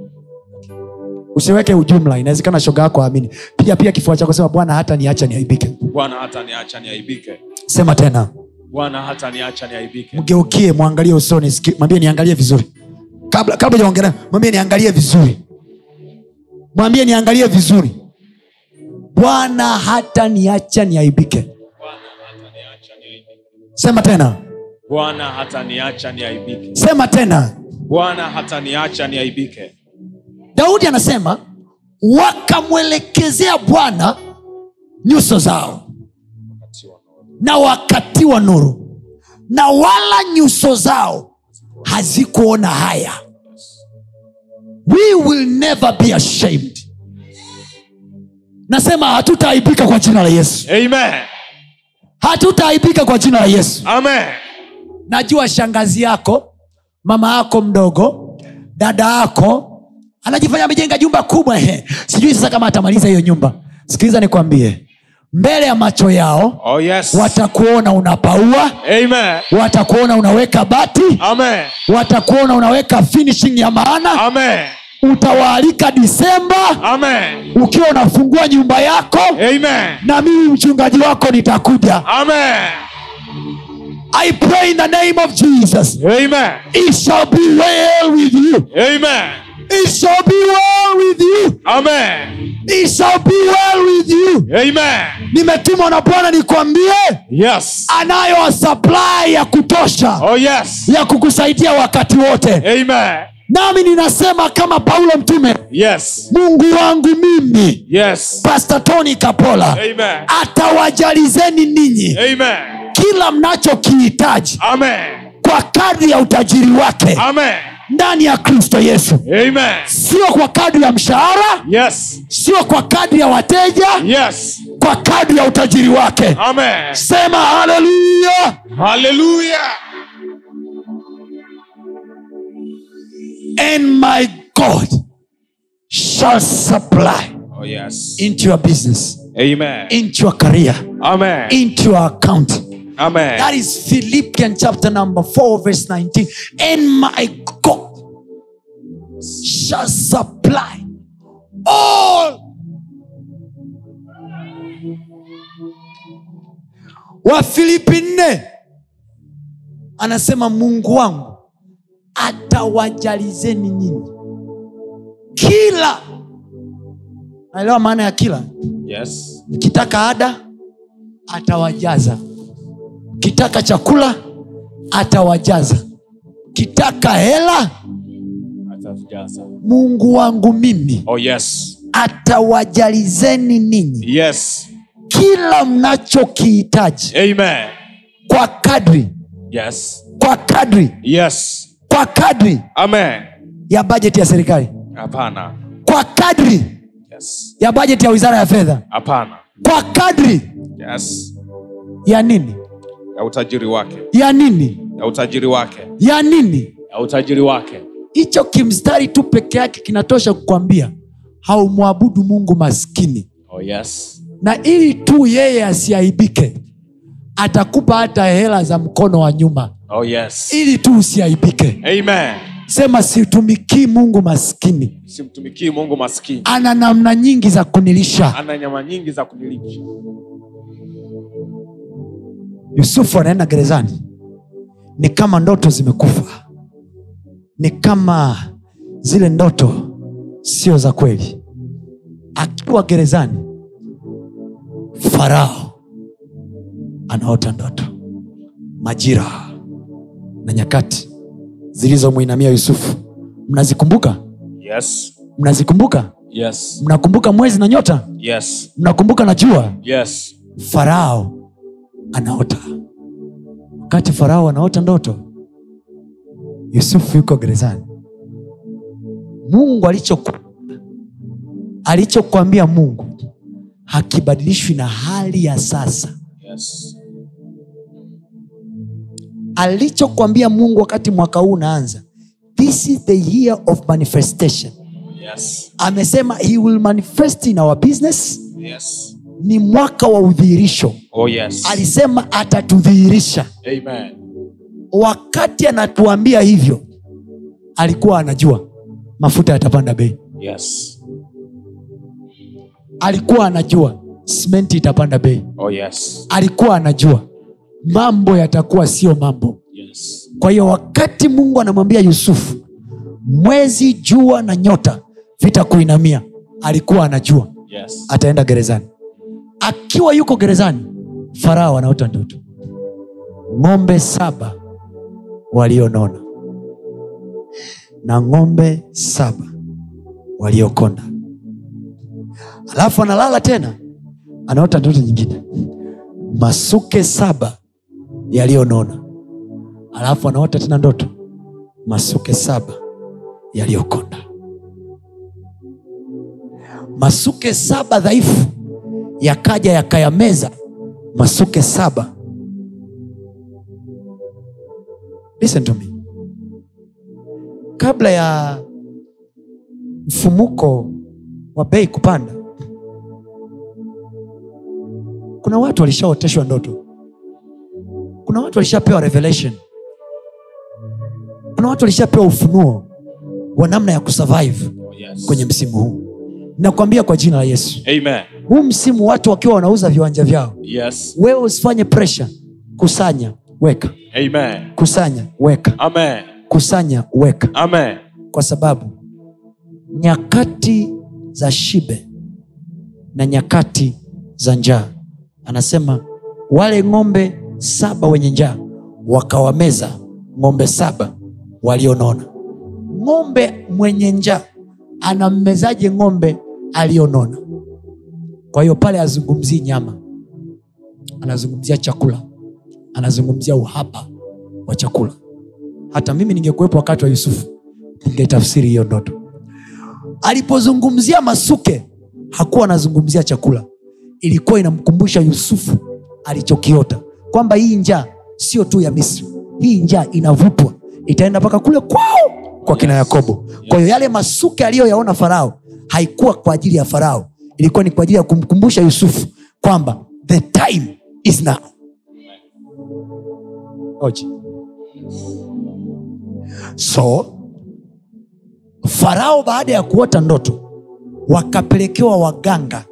usiweke ujumla inawezekana shoga yako aamini piga pia kifua chako sema bwana hata niacha niaibike bwana hata niacha niaibike sema tena bwana hata niacha niaibike mgeukie mwangalie usoni siki- mwambie niangalie vizuri kabla kabla hujaongelea mwambie niangalie vizuri mwambie niangalie vizuri bwana hata niacha niaibike bwana hata niacha niaibike sema tena bwana hata niacha niaibike sema tena bwana hata niacha niaibike daudi anasema wakamwelekezea bwana nyuso zao na wakati wa nuru na wala nyuso zao hazikuona haya we will never be ashamed nasema hatutaaibika kwa jina la yesu Amen. hatutaaibika kwa jina la yesu Amen. najua shangazi yako mama yako mdogo dada yako anajifanya amejenga jumba kubwa he. sijui sasa kama atamaliza hiyo nyumba sikiliza nikwambie mbele ya macho yao Oh yes. watakuona unapaua Amen. watakuona unaweka bati Amen. watakuona unaweka finishing ya maana Amen. utawaalika disemba Amen. ukiwa unafungua nyumba yako Amen. na mimi mchungaji wako nitakuja Amen. i pray in the name of jesus Amen. it shall be well with you Amen. it shall be well with you Amen. it shall be well with you Amen. nimetumwa na bwana nikwambie Yes. anayo supply ya kutosha Oh yes. ya kukusaidia wakati wote Amen. nami ninasema kama paulo mtume Yes. mungu wangu mimi Yes. pasta tony kapola Amen. atawajalizeni ninyi Amen. kila mnachokihitaji Amen. kwa kadri ya utajiri wake Amen. ndani ya kristo yesu Amen. sio kwa kadri ya mshahara Yes. sio kwa kadri ya wateja Yes. kwa kadri ya utajiri wake Amen. sema haleluya Hallelujah. and my god shall supply Oh yes. into your business Amen. into your career Amen. into your account Amen. That is Philippians chapter number 4, verse 19. And my God shall supply all. wafilipi nne anasema mungu wangu atawajalizeni nyinyi kila naelewa maana ya kila Yes. kitaka ada atawajaza kitaka chakula atawajaza kitaka hela mungu wangu mimi Oh yes. atawajalizeni ninyi Yes. kila mnachokihitaji Amen. kwa kadri Yes. kwa kadri Yes. kwa kadri Amen. ya bajeti ya serikali Hapana. kwa kadri Yes. ya bajeti ya wizara ya fedha Hapana. kwa kadri Yes. ya nini Ya utajiri wake. ya nini Ya utajiri wake. ya nini Ya utajiri wake. hicho kimstari tu peke yake kinatosha kukwambia haumwabudu mungu maskini Oh yes. na ili tu yeye asiaibike atakupa hata hela za mkono wa nyuma Oh yes. ili tu usiaibike Amen. sema situmikii mungu maskini Simtumikii Mungu maskini. ana namna nyingi za kunilisha Ana nyama nyingi za kumiliki. yusufu anaenda gerezani ni kama ndoto zimekufa ni kama zile ndoto sio za kweli akiwa gerezani farao anaota ndoto majira na nyakati zilizomwinamia yusufu mnazikumbuka Yes. mnazikumbuka Yes. mnakumbuka mwezi na nyota Yes. mnakumbuka na jua Yes. farao anaota wakati farao anaota ndoto yusufu yuko gerezani mungu alichoku- alichokwambia mungu hakibadilishwi na hali ya sasa Yes. alichokwambia mungu wakati mwaka huu unaanza this is the year of manifestation Yes. amesema he will manifest in our business Yes. ni mwaka wa udhihirisho Oh yes. alisema atatudhihirisha Amen. wakati anatuambia hivyo alikuwa anajua mafuta yatapanda bei Yes. alikuwa anajua simenti itapanda bei Oh yes. alikuwa anajua mambo yatakuwa sio mambo Yes. kwa hiyo wakati mungu anamwambia yusufu mwezi jua na nyota vitakuinamia alikuwa anajua Yes. ataenda gerezani akiwa yuko gerezani farao anaota ndoto ng'ombe saba walionona na ng'ombe saba waliokonda alafu analala tena anaota ndoto nyingine masuke saba yaliyonona alafu anaota tena ndoto masuke saba yaliyokonda masuke saba dhaifu yakaja yakayameza masuke saba listen to me kabla ya mfumuko wa bei kupanda kuna watu walishaoteshwa ndoto kuna watu walishapewa revelation kuna watu walishapewa ufunuo wa namna ya kusurvive Oh, Yes. kwenye msimu huu nakwambia kwa jina la yesu Amen. huu msimu watu wakiwa wanauza viwanja vyao Yes. wewe usifanye pressure kusanya weka Amen. kusanya weka Amen. kusanya weka Amen. kwa sababu nyakati za shibe na nyakati za njaa anasema wale ng'ombe saba wenye njaa wakawameza ng'ombe saba walionona ng'ombe mwenye njaa anammezaje ng'ombe aliyonona kwa hiyo pale azungumzii nyama anazungumzia chakula anazungumzia uhaba wa chakula hata mimi ningekuwepo wakati wa yusufu ningetafsiri hiyo ndoto alipozungumzia masuke hakuwa anazungumzia chakula ilikuwa inamkumbusha yusufu alichokiota kwamba hii njaa sio tu ya misri hii njaa inavutwa itaenda mpaka kule kwao kwa kina yakobo kwa hiyo yale masuke aliyoyaona farao haikuwa kwa ajili ya farao ilikuwa ni kwa ajili ya kumkumbusha yusufu kwamba the time is now Oje. so farao baada ya kuota ndoto wakapelekewa waganga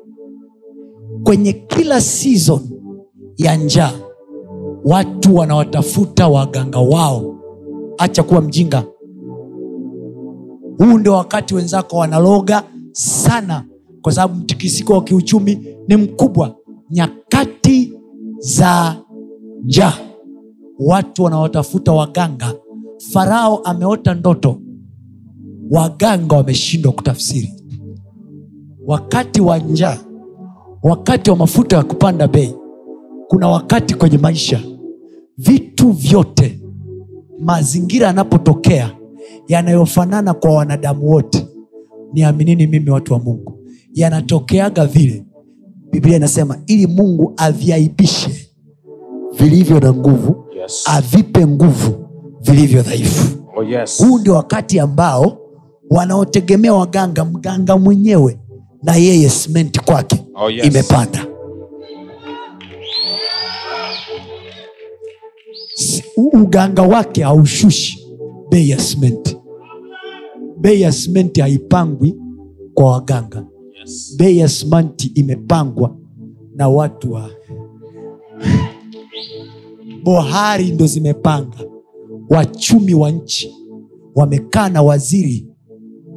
kwenye kila season ya njaa watu wanawatafuta waganga wao acha kuwa mjinga huu ndio wakati wenzako wanaloga sana kwa sababu mtikisiko wa kiuchumi ni mkubwa nyakati za njaa watu wanawatafuta waganga farao ameota ndoto waganga wameshindwa kutafsiri wakati wa njaa wakati wa mafuta ya kupanda bei kuna wakati kwenye maisha vitu vyote mazingira yanapotokea yanayofanana kwa wanadamu wote niaminini mimi watu wa mungu yanatokeaga vile biblia inasema ili mungu aviaibishe vilivyo na nguvu Yes. avipe nguvu vilivyo dhaifu Oh yes. huu ndio wakati ambao wanaotegemea waganga mganga mwenyewe na yeye simenti kwake Oh, yes. imepanda Si- u- uganga wake haushushi bei ya simenti bei ya simenti haipangwi kwa waganga Yes. bei ya simenti imepangwa na watu wa bohari ndo zimepanga wachumi wa nchi wamekaa na waziri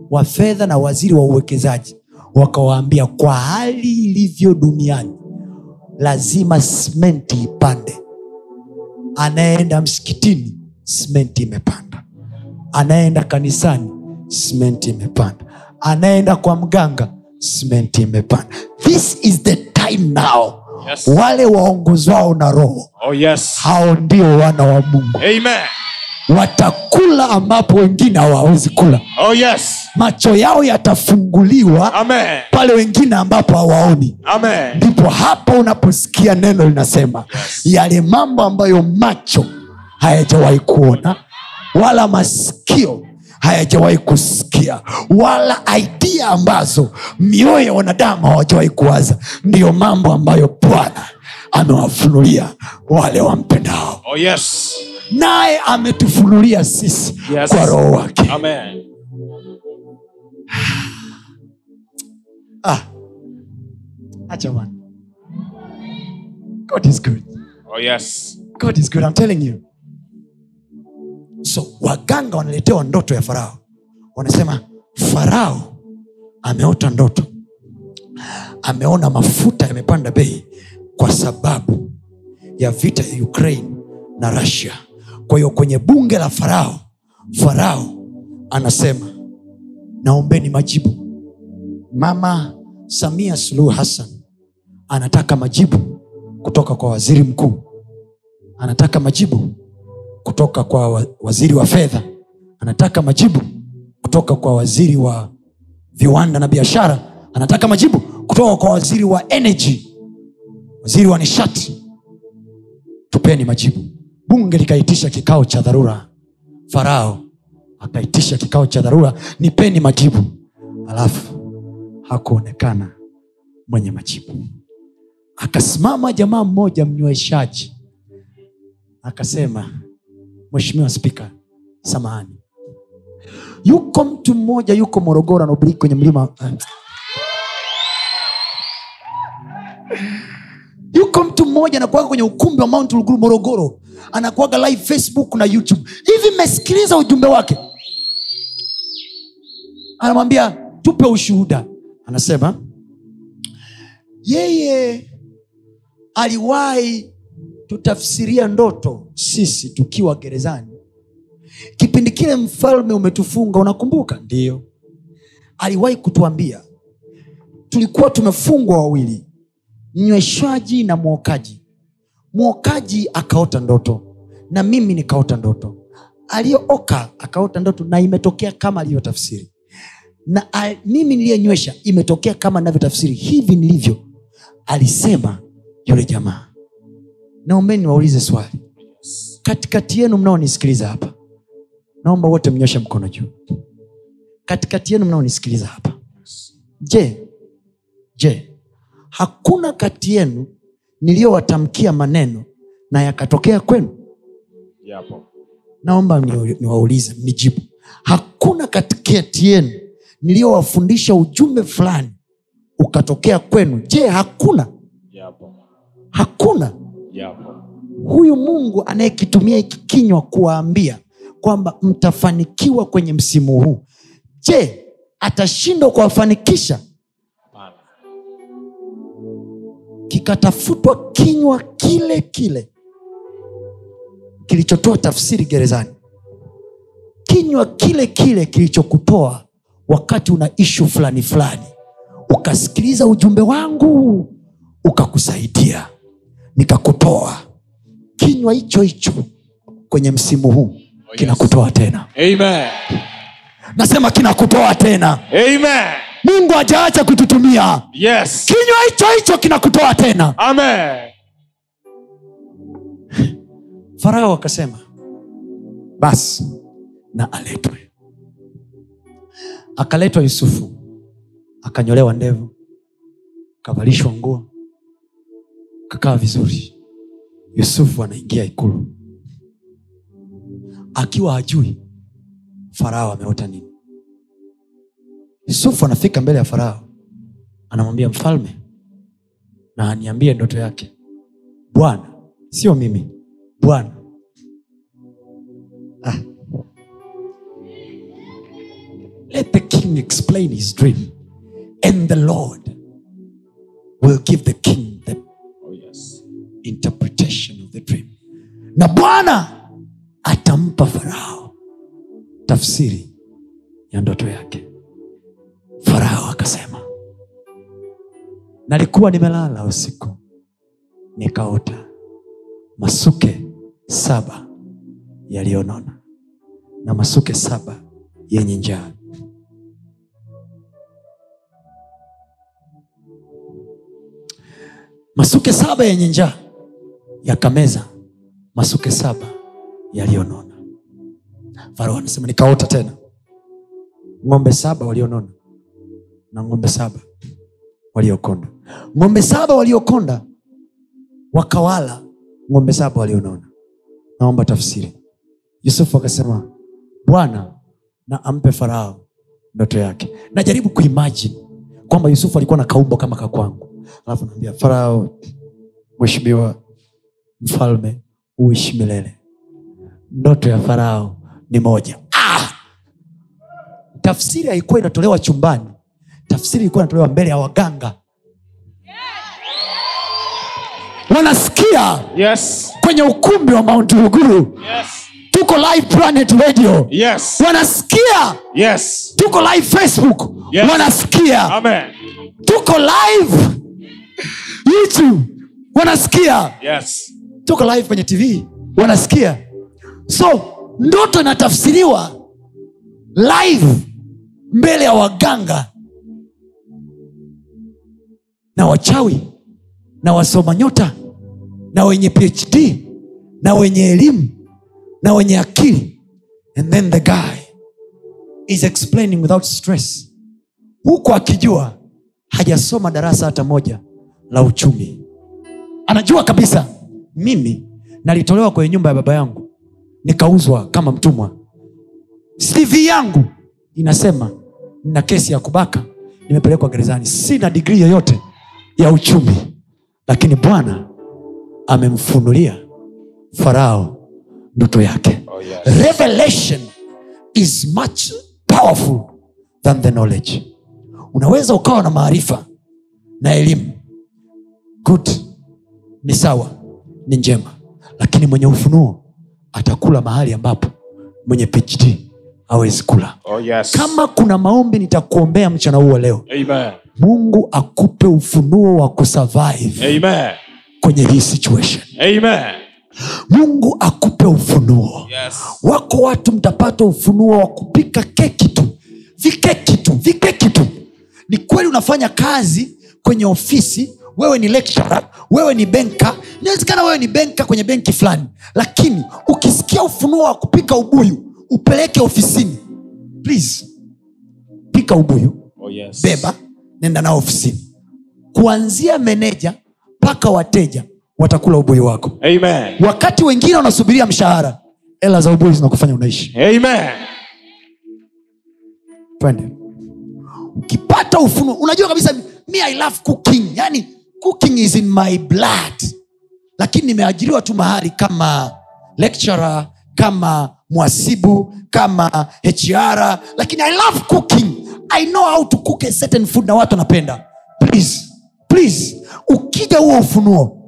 wa fedha na waziri wa uwekezaji wakawaambia kwa hali ilivyo duniani lazima simenti ipande anayeenda msikitini simenti imepanda anayeenda kanisani simenti imepanda anayeenda kwa mganga simenti imepanda this is the time now Yes. wale waongozwao na roho Oh yes. hao ndio wana wa mungu Amen. watakula ambapo wengine hawawezi kula Oh yes. macho yao yatafunguliwa Amen. pale wengine ambapo hawaoni Amen. ndipo hapo unaposikia neno linasema yale mambo ambayo macho hayajawahi kuona wala masikio hayajawahi kusikia wala idea ambazo mioyo ya wanadamu hawajawahi kuwaza ndiyo mambo ambayo bwana amewafunulia wale wampendao Oh yes. naye ametufunulia sisi Yes. kwa roho wake Amen. ah. acha bwana. god is good Oh yes. god is good i'm telling you so waganga wanaletewa ndoto ya farao wanasema farao ameota ndoto ameona mafuta yamepanda bei kwa sababu ya vita ya ukraine na russia kwa hiyo kwenye bunge la farao farao anasema naombeni majibu mama samia suluhu hassan anataka majibu kutoka kwa waziri mkuu anataka majibu kutoka kwa wa- waziri wa fedha anataka majibu kutoka kwa waziri wa viwanda na biashara anataka majibu kutoka kwa waziri wa energy waziri wa nishati tupeni majibu bunge likaitisha kikao cha dharura farao akaitisha kikao cha dharura nipeni majibu alafu hakuonekana mwenye majibu akasimama jamaa mmoja mnyweshaji akasema mheshimiwa spika samahani yuko mtu mmoja yuko morogoro anahubiri kwenye mlima eh. yuko mtu mmoja anakuaga kwenye ukumbi wa mount uluguru morogoro anakuaga live facebook na youtube hivi mmesikiliza ujumbe wake anamwambia tupe ushuhuda anasema yeye aliwahi tutafsiria ndoto sisi tukiwa gerezani kipindi kile mfalme umetufunga unakumbuka ndiyo aliwahi kutuambia tulikuwa tumefungwa wawili mnyweshaji na mwokaji mwokaji akaota ndoto na mimi nikaota ndoto aliyooka akaota ndoto na imetokea kama alivyotafsiri na al, mimi niliyenywesha imetokea kama navyotafsiri hivi nilivyo alisema yule jamaa naombeni niwaulize swali katikati yenu mnaonisikiliza hapa naomba wote mnyoshe mkono juu katikati yenu mnaonisikiliza hapa je je hakuna kati yenu niliyowatamkia maneno na yakatokea kwenu yapo naomba ni- niwaulize mnijibu hakuna katikati yenu niliyowafundisha ujumbe fulani ukatokea kwenu je hakuna yapo hakuna yapo huyu mungu anayekitumia hiki kinywa kuwaambia kwamba mtafanikiwa kwenye msimu huu je atashindwa kuwafanikisha Hapana. kikatafutwa kinywa kile kile kilichotoa tafsiri gerezani kinywa kile kile kilichokutoa wakati una ishu fulani fulani ukasikiliza ujumbe wangu ukakusaidia nikakutoa kinywa hicho hicho kwenye msimu huu yes. kinakutoa tena Amen. nasema kinakutoa tena Amen. mungu hajaacha kututumia Yes. kinywa hicho hicho kinakutoa tena Amen. farao akasema basi na aletwe akaletwa yusufu akanyolewa ndevu kavalishwa nguo kakaa vizuri yusufu anaingia ikulu akiwa hajui farao ameota nini yusufu anafika mbele ya farao anamwambia mfalme na aniambie ndoto yake bwana sio mimi bwana ah. let the king explain his dream and the lord will give the king the Oh, yes. interpretation of the dream na bwana atampa farao tafsiri ya ndoto yake farao akasema nalikuwa nimelala usiku nikaota masuke saba yaliyonona na masuke saba yenye njaa masuke saba yenye njaa yakameza masuke saba yaliyonona farao anasema nikaota tena ng'ombe saba walionona na ng'ombe saba waliokonda ng'ombe saba waliokonda wakawala ng'ombe saba walionona naomba tafsiri yusufu akasema bwana na ampe farao ndoto yake najaribu kuimajini kwamba yusufu alikuwa na kaumbo kama kakwangu alafu naambia farao mheshimiwa mfalme uishi milele ndoto ya farao ni moja ah! tafsiri haikuwa inatolewa chumbani tafsiri ilikuwa inatolewa mbele ya waganga wanasikia Yes. kwenye ukumbi wa mount ruguru Yes. tuko live planet radio Yes. wanasikia Yes. tuko live facebook Yes. wanasikia Amen. tuko live youtube wanasikia Yes. toka live kwenye tv wanasikia so ndoto inatafsiriwa live mbele ya waganga na wachawi na wasoma nyota na wenye phd na wenye elimu na wenye akili and then the guy is explaining without stress huku akijua hajasoma darasa hata moja la uchumi anajua kabisa mimi nalitolewa kwenye nyumba ya baba yangu nikauzwa kama mtumwa cv yangu inasema nina kesi ya kubaka nimepelekwa gerezani sina digrii yoyote ya uchumi lakini bwana amemfunulia farao ndoto yake Oh, yeah. revelation is much powerful than the knowledge unaweza ukawa na maarifa na elimu good ni sawa ni njema lakini mwenye ufunuo atakula mahali ambapo mwenye phd hawezi kula Oh, yes. kama kuna maombi nitakuombea mchana huo leo Amen. mungu akupe ufunuo wa kusurvive Amen. kwenye hii situation Amen. mungu akupe ufunuo Yes. wako watu mtapata ufunuo wa kupika keki tu vikeki tu vikeki tu ni kweli unafanya kazi kwenye ofisi wewe ni lecturer, wewe ni benka inawezekana wewe ni benka kwenye benki fulani lakini ukisikia ufunuo wa kupika ubuyu upeleke ofisini please pika ubuyu Oh, yes. beba nenda nao ofisini kuanzia meneja mpaka wateja watakula ubuyu wako Amen. wakati wengine wanasubiria mshahara hela za ubuyu zinakufanya unaishi Amen. twende ukipata ufunuo unajua kabisa mi i love cooking yani cooking is in my blood lakini nimeajiriwa tu mahali kama lecturer kama mwasibu kama hr lakini i love cooking i know how to cook a certain food na watu wanapenda please please ukija huo ufunuo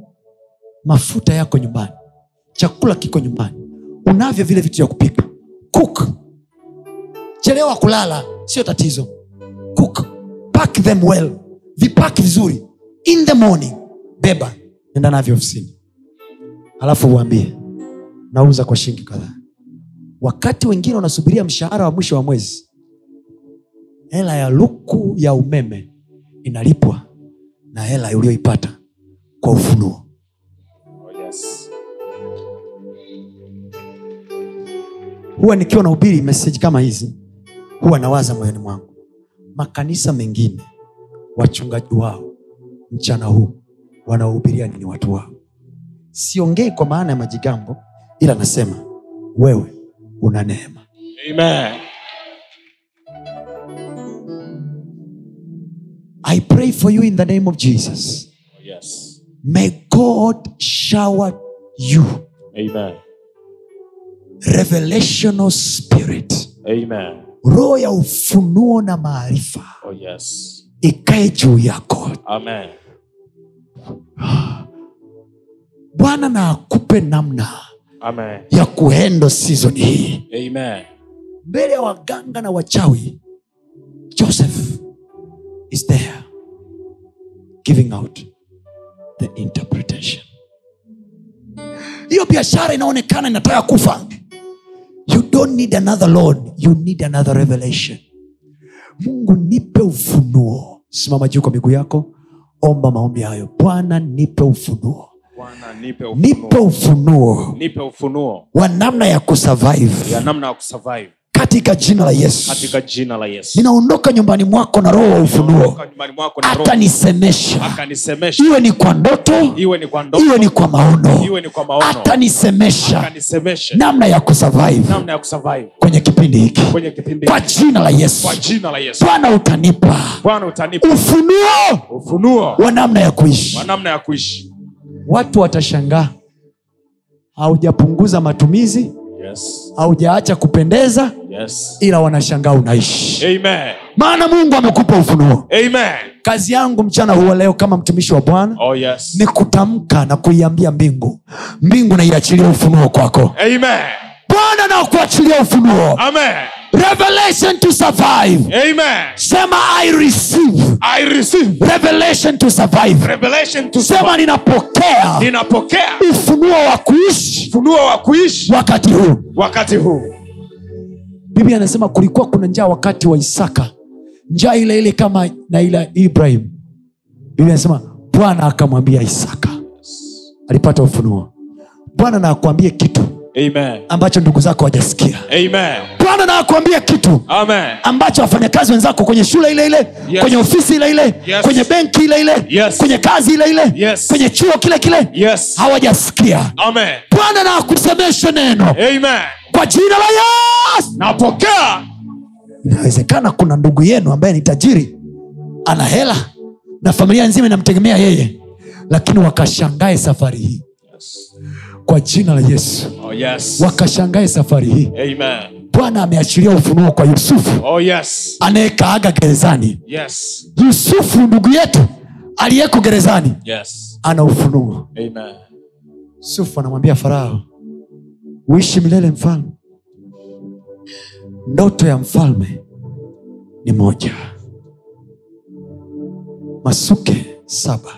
mafuta yako nyumbani chakula kiko nyumbani unavyo vile vitu vya kupika cook chelewa kulala sio tatizo cook pack them well vipak vizuri in the morning beba nenda navyo ofisini alafu uambie nauza kwa shilingi kadhaa wakati wengine wanasubiria mshahara wa mwisho wa mwezi hela ya luku ya umeme inalipwa na hela ulioipata kwa ufunuo Oh, yes. huwa nikiwa na ubiri meseji kama hizi huwa nawaza moyoni mwangu makanisa mengine wachungaji wao mchana huu wanaohubiria nini watu wao siongei kwa maana ya majigambo ila nasema wewe una neema Amen. i pray for you in the name of jesus Oh, yes. may god shower you Amen. revelational spirit Amen. roho ya ufunuo na maarifa Oh, yes. ikae juu yako Amen. bwana na akupe namna Amen. ya kuhendo season hii Amen. mbele ya waganga na wachawi joseph is there giving out the interpretation hiyo biashara inaonekana inataka kufa you don't need another loan you need another revelation mungu nipe ufunuo simama juu kwa miguu yako omba maombi hayo bwana nipe ufunuo Bwana nipe nipe ufunuo. ufunuo Nipe ufunuo wa namna ya kusurvive ya namna ya kusurvive katika jina la yesu katika jina la Yesu. ninaondoka nyumbani mwako na roho wa ufunuo Toka nyumbani mwako na roho atanisemesha akanisemesha iwe ni kwa ndoto iwe ni kwa ndoto iwe ni kwa maono iwe ni kwa maono atanisemesha akanisemesha namna ya kusurvive namna ya kusurvive kwenye kipindi hiki kwenye kipindi kwa jina la yesu kwa jina la Yesu. bwana utanipa Bwana utanipa ufunuo ufunuo wa namna ya kuishi wa namna ya kuishi. watu watashangaa haujapunguza matumizi Yes. haujaacha kupendeza Yes. ila wanashangaa Eh. unaishi Amen. maana mungu amekupa ufunuo Amen. kazi yangu mchana huwa leo kama mtumishi wa bwana Oh yes. ni kutamka na kuiambia mbingu mbingu naiachilia ufunuo kwako Amen. bwana na kuachilia ufunuo Amen. revelation to survive Amen. sema i receive I receive revelation to survive revelation to sema ninapokea ninapokea ufunuo wa kuishi ufunuo wa kuishi wakati huu wakati huu. biblia anasema kulikuwa kuna njaa wakati wa isaka njaa ile ile kama na ile ya ibrahim biblia anasema bwana akamwambia isaka alipata ufunuo bwana na akuambie kitu Amen. ambacho ndugu zako hawajasikia Amen. bwana na akuambie kitu Amen. ambacho wafanyakazi wenzako kwenye shule ile ile Yes. kwenye ofisi ile ile Yes. kwenye benki ile ile Yes. kwenye kazi ile ile Yes. kwenye chuo kile kile Yes. hawajasikia Amen. bwana na akusemeshe neno Amen. kwa jina la yesu Napokea. inawezekana kuna ndugu yenu ambaye ni tajiri ana hela na familia nzima inamtegemea yeye lakini wakashangae safari hii kwa jina la yesu Oh yes. wakashangae safari hii Amen. bwana ameachilia ufunuo kwa yusufu Oh yes. anayekaaga gerezani Yes. yusufu ndugu yetu aliyeko gerezani Yes. ana ufunuo Amen. yusufu anamwambia farao uishi milele mfalme ndoto ya mfalme ni moja masuke saba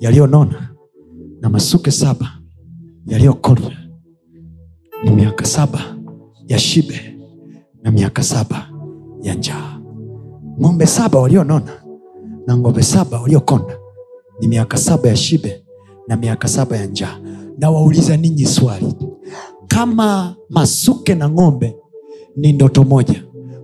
yaliyonona na masuke saba yaliyokorwa ni miaka saba ya shibe na miaka saba ya njaa ng'ombe saba walionona na ng'ombe saba waliokonda ni miaka saba ya shibe na miaka saba ya njaa na wauliza ninyi swali kama masuke na ng'ombe ni ndoto moja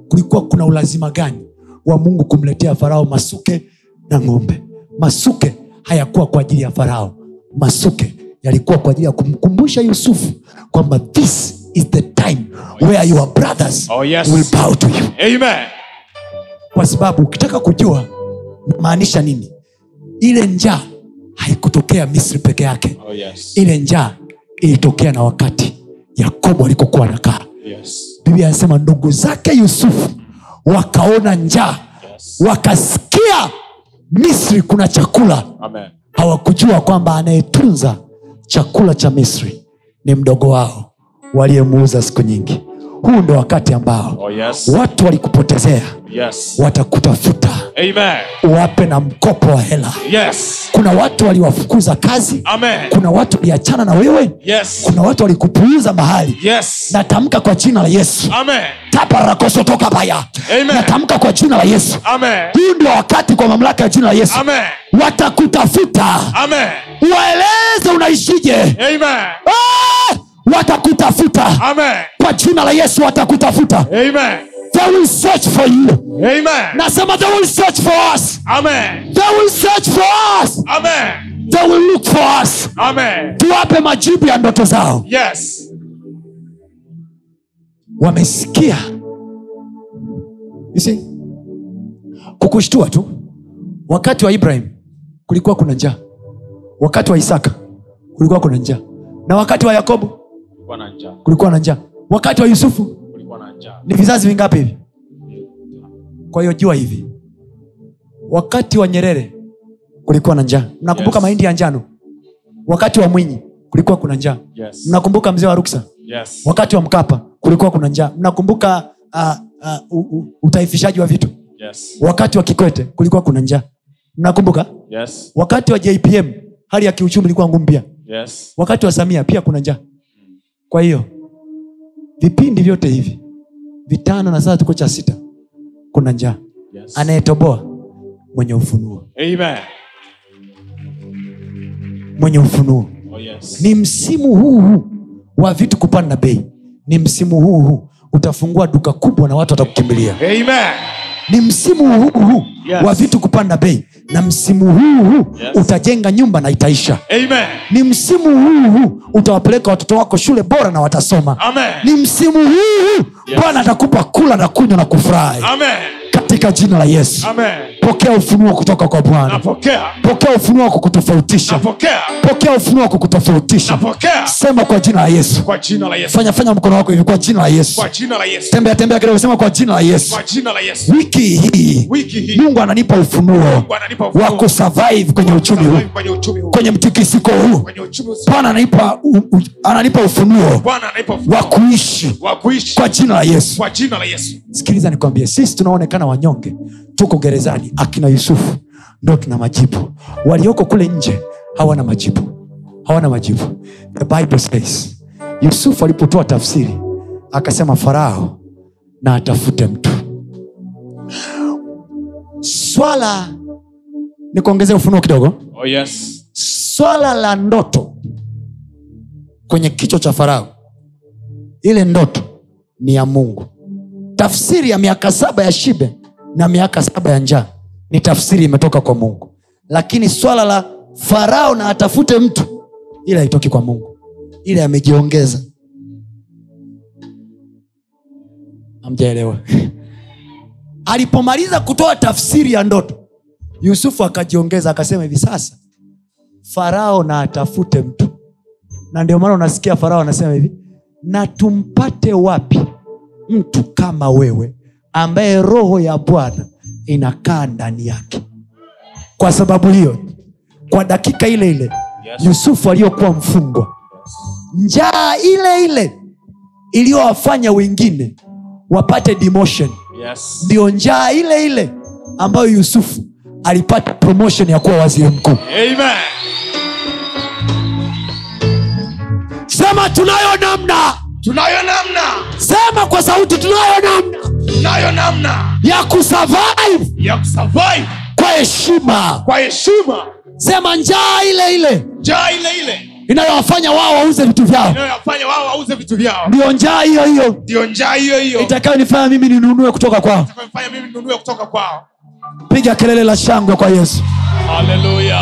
kulikuwa kuna ulazima gani wa mungu kumletea farao masuke na ng'ombe masuke hayakuwa kwa ajili ya farao masuke yalikuwa kwa ajili ya kumkumbusha yusufu kwamba this is the time where your brothers Oh, yes. will bow to you Amen. kwa sababu ukitaka kujua maanisha nini ile njaa haikutokea misri peke yake Oh yes. ile njaa ilitokea na wakati yakobo alikokuwa nakaa Yes. biblia anasema ndugu zake yusufu wakaona njaa Yes. wakasikia misri kuna chakula Amen. hawakujua kwamba anayetunza chakula cha misri ni mdogo wao waliyemuuza siku nyingi huu ndo wakati ambao Oh yes. watu walikupotezea Yes. watakutafuta Amen. uwape na mkopo wa hela Yes. kuna watu waliwafukuza kazi Amen. kuna watu waliachana na wewe Yes. kuna watu walikupuuza mahali Yes. natamka kwa jina la yesu Amen. taparakosotoka baya Amen. natamka kwa jina la yesu Amen. huu ndio wakati kwa mamlaka ya jina la yesu Amen. watakutafuta Amen. waeleze unaishije Amen. Ah! watakutafuta Amen. kwa jina la yesu watakutafuta Amen. they will search for you Amen. nasema they will search for us Amen. they will search for us Amen. they will look for us Amen. tuwape majibu ya ndoto zao Yes. wamesikia You see? kukushtua tu wakati wa ibrahim kulikuwa kuna njaa wakati wa isaka kulikuwa kuna njaa na wakati wa yakobo Kulikuwa na njaa. kulikuwa na njaa wakati wa yusufu Kulikuwa na njaa. ni vizazi vingapi hivi kwa hiyo jua hivi wakati wa nyerere kulikuwa na njaa mnakumbuka Yes. mahindi ya njano wakati wa mwinyi kulikuwa kuna njaa Yes. mnakumbuka mzee wa ruksa Yes. wakati wa mkapa kulikuwa kuna njaa mnakumbuka uh, uh, u- u- utaifishaji wa vitu Yes. wakati wa kikwete kulikuwa kuna njaa mnakumbuka Yes. wakati wa jpm hali ya kiuchumi ilikuwa ngumu pia Yes. wakati wa samia pia kuna njaa kwa hiyo vipindi vyote hivi vitano na sasa tuko cha sita kuna njaa Yes. anayetoboa mwenye ufunuo Amen. mwenye ufunuo Oh yes. ni msimu huu huu wa vitu kupanda bei ni msimu huu huu utafungua duka kubwa na watu watakukimbilia Amen. ni msimu huu huu Yes. wa vitu kupanda bei na msimu huu huu Yes. utajenga nyumba na itaisha Amen. ni msimu huu huu utawapeleka watoto wako shule bora na watasoma Amen. ni msimu huu huu Yes. bwana atakupa kula na kunywa na kufurahi Amen. katika jina la yesu Amen. pokea ufunuo kutoka kwa bwana Napokea. pokea ufunuo wa kukutofautisha Napokea. pokea ufunuo wa kukutofautisha Napokea. sema kwa jina la yesu Kwa jina la Yesu. fanya fanya mkono wako hivi kwa jina la yesu Kwa jina la Yesu. tembea tembea kidogo sema kwa jina la yesu Kwa jina la Yesu. wiki hii Wiki hii mungu ananipa ufunuo Mungu ananipa ufunuo. wa kusurvive kwenye uchumi huu kwenye uchumi huu. kwenye mtikisiko huu Kwenye uchumi huu. bwana ananipa u- u- ananipa ufunuo Bwana anaipa wa ufunuo kuishi wa kuishi kwa jina la yesu kwa jina la Yesu. sikiliza nikwambie sisi tunaonekana wanyonge tuko gerezani akina yusufu ndo tuna majibu walioko kule nje hawana majibu hawana majibu the bible says yusufu alipotoa tafsiri akasema farao na atafute mtu swala nikuongezee ufunuo kidogo oh yes swala la ndoto kwenye kichwa cha farao ile ndoto ni ya mungu tafsiri ya miaka saba ya shibe na miaka saba ya njaa ni tafsiri imetoka kwa mungu lakini swala la farao na atafute mtu ile haitoki kwa mungu ile amejiongeza amjaelewa alipomaliza kutoa tafsiri ya ndoto yusufu akajiongeza akasema hivi sasa farao na atafute mtu na ndio maana unasikia farao anasema hivi na tumpate wapi mtu kama wewe ambaye roho ya bwana inakaa ndani yake kwa sababu hiyo kwa dakika ile ile Yes. yusufu aliyokuwa mfungwa njaa ile ile iliyowafanya wengine wapate demotion yes ndiyo njaa ile ile ambayo yusufu alipata promotion ya kuwa waziri mkuu amen sema tunayo namna tunayo namna sema kwa sauti tunayo namna tunayo namna ya kusurvive ya kusurvive kwa heshima kwa heshima sema njaa ile ile njaa ile ile inayowafanya wao wauze vitu vyao inayowafanya wao wauze vitu vyao ndiyo njaa hiyo hiyo ndiyo njaa hiyo hiyo itakayonifanya mimi ninunue kutoka kwao itakayofanya mimi ninunue kutoka kwao piga kelele la shangwe kwa yesu haleluya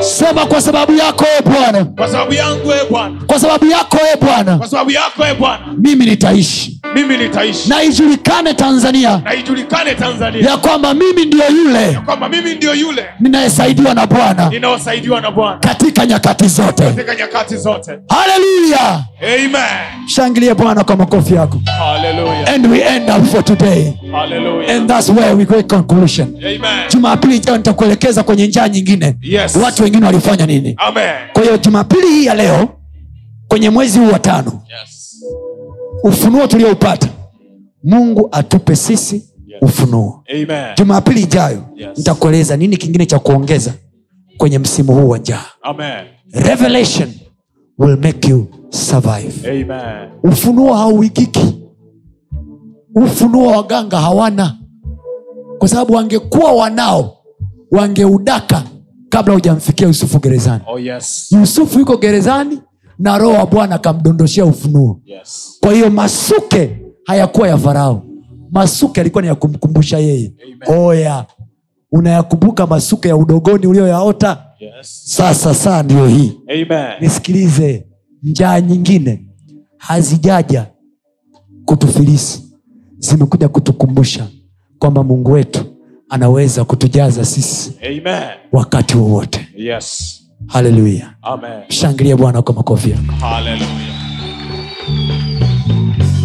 sema kwa sababu yako e bwana kwa sababu yangu e bwana kwa sababu yako e bwana kwa sababu yako e bwana mimi nitaishi mimi nitaishi na ijulikane tanzania na ijulikane tanzania ya kwamba mimi ndiyo yule kwamba mimi ndiyo yule ninayesaidiwa na bwana ninaosaidiwa na bwana katika nyakati zote katika nyakati zote haleluya amen shangilie bwana kwa makofi yako haleluya and we end up for today haleluya and that's where we go conclusion amen jumapili ijayo nitakuelekeza kwenye njia nyingine Yes. watu wengine walifanya nini amen kwa hiyo jumapili hii ya leo kwenye mwezi huu wa tano yes ufunuo tulioupata mungu atupe sisi Yes. ufunuo amen jumapili ijayo Yes. nitakueleza nini kingine cha kuongeza kwenye msimu huu wa njaa amen revelation will make you survive amen ufunuo hauwikiki ufunuo waganga hawana kwa sababu wangekuwa wanao wangeudaka kabla hujamfikia yusufu gerezani oh yes yusufu yuko gerezani na roho wa bwana akamdondoshea ufunuo yes kwa hiyo masuke hayakuwa ya farao masuke yalikuwa ni ya kumkumbusha yeye Amen. oya unayakumbuka masuke ya udogoni ulioyaota yes sasa saa ndiyo hii amen nisikilize njaa nyingine hazijaja kutufilisi zimekuja kutukumbusha kwamba mungu wetu anaweza kutujaza sisi amen wakati wowote yes haleluya amen shangilie bwana kwa makofi yako haleluya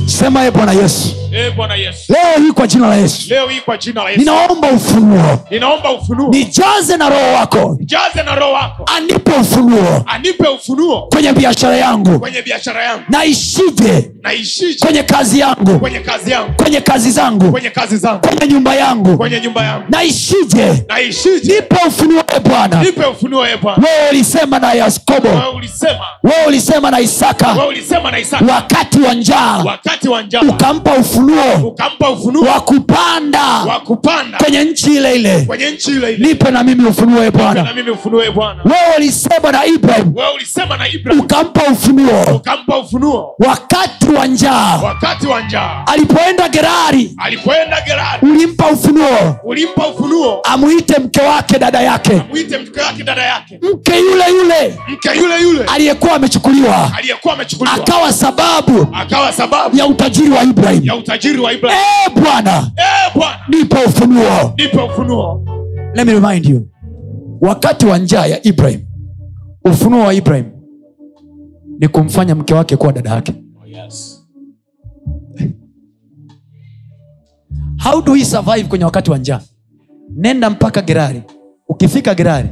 sema ye bwana yesu e bwana yesu leo hii kwa jina la yesu leo hii kwa jina la yesu ninaomba ufunuo ninaomba ufunuo nijaze na roho wako jaze na roho wako anipe ufunuo anipe ufunuo kwenye biashara yangu kwenye biashara yangu na ishije naishije kwenye kazi yangu kwenye kazi yangu kwenye kazi zangu kwenye kazi zangu kwenye nyumba yangu kwenye nyumba yangu na ishije naishije nipe ufunuo e bwana nipe ufunuo e bwana wewe ulisema na yakobo wewe ulisema wewe ulisema na wewe isaka ulisema na isaka wakati wa njaa wakati wa njaa ukampa ufunuo ukampa ufunuo wa kupanda wa kupanda kwenye nchi ile ile kwenye nchi ile ile nipe na mimi ufunuo e na bwana mimi ufunuo e bwana wewe ulisema na ibrahim wewe ulisema na ibrahim ukampa ufunuo ukampa ufunuo wakati wa njaa wakati wa njaa alipoenda gerari alipoenda gerari ulimpa ufunuo ulimpa ufunuo amuite mke wake dada yake mwite mke wake dada yake mke yule yule mke yule yule aliyekuwa amechukuliwa aliyekuwa amechukuliwa akawa sababu akawa sababu ya utajiri wa ibrahim ya utajiri wa ibrahim Eh, bwana Eh, bwana nipe ufunuo nipe ufunuo Let me remind you wakati wa njaa ya ibrahim ufunuo wa ibrahim ni kumfanya mke wake kuwa dada yake Oh, how do we survive kwenye wakati wa njaa nenda mpaka gerari ukifika gerari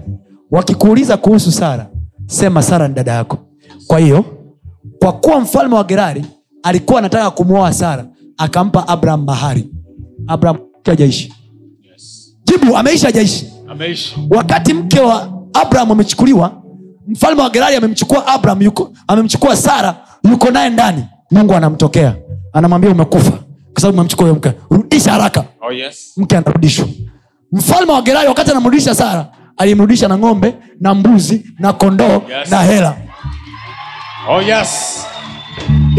wakikuuliza kuhusu sara sema sara ni dada yako kwa hiyo kwa kuwa mfalme wa gerari alikuwa anataka kumwoa sara akampa abraham mahari abraham hajaishi jibu ameishi hajaishi ameishi wakati mke wa abraham amechukuliwa mfalme wa gerari amemchukua abraham yuko amemchukua sara yuko naye ndani mungu anamtokea anamwambia umekufa kwa sababu umemchukua huyo mke rudisha haraka oh, yes. mke anarudishwa mfalme wa gerari wakati anamrudisha sara alimrudisha na ng'ombe na mbuzi na kondoo Yes. na hela oh yes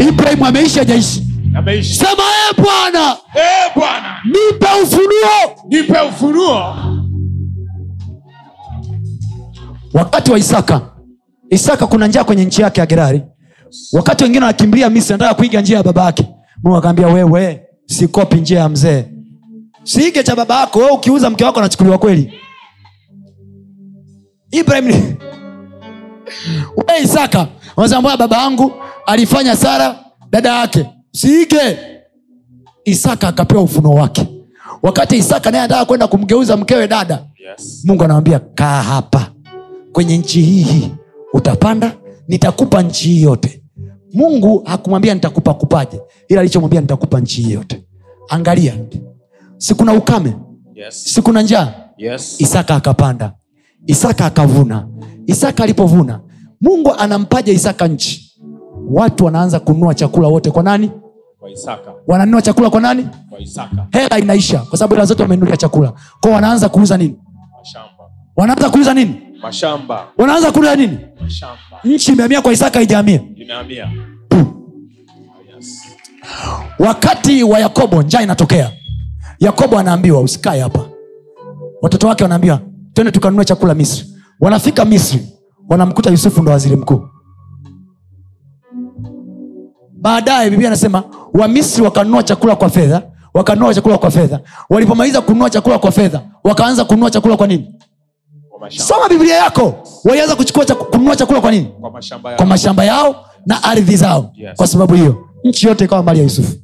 ibrahim ameishi ajaishi ameishi sema e bwana Eh, bwana nipe ufunuo nipe ufunuo wakati wa isaka isaka kuna njaa kwenye nchi yake ya gerari wakati wengine wanakimbilia misri anataka kuiga njia ya baba yake mungu akaambia wewe sikopi njia ya mzee siige cha baba yako wewe ukiuza mke wako anachukuliwa kweli ibrahim ni- wewe isaka wazambaa baba yangu alifanya sara dada yake siige isaka akapewa ufunuo wake wakati isaka naye anataka kwenda kumgeuza mkewe dada yes mungu anawambia kaa hapa kwenye nchi hii hii utapanda nitakupa nchi hii yote mungu hakumwambia nitakupa kupaje ila alichomwambia nitakupa nchi hii yote angalia sikuna ukame yes sikuna njaa yes isaka akapanda isaka akavuna isaka alipovuna mungu anampaja isaka nchi watu wanaanza kununua chakula wote kwa nani kwa isaka wananunua chakula kwa nani kwa isaka hela inaisha kwa sababu hela zote wamenulia chakula kwao wanaanza kuuza nini mashamba wanaanza kuuza nini mashamba wanaanza kula nini mashamba nchi imeamia kwa isaka ijaamia imehamia Oh, yes wakati wa yakobo njaa inatokea yakobo anaambiwa usikae hapa watoto wake wanaambiwa twende tukanunue chakula misri wanafika misri wanamkuta yusufu ndo waziri mkuu baadaye biblia anasema wamisri wakanunua chakula kwa fedha wakanunua chakula kwa fedha walipomaliza kununua chakula kwa fedha wakaanza kununua chakula kwa nini kwa mashamba soma biblia yako walianza kuchukua chak- kununua chakula kwa nini kwa mashamba kwa yao mashamba yao na ardhi zao Yes. kwa sababu hiyo nchi yote ikawa mali ya yusufu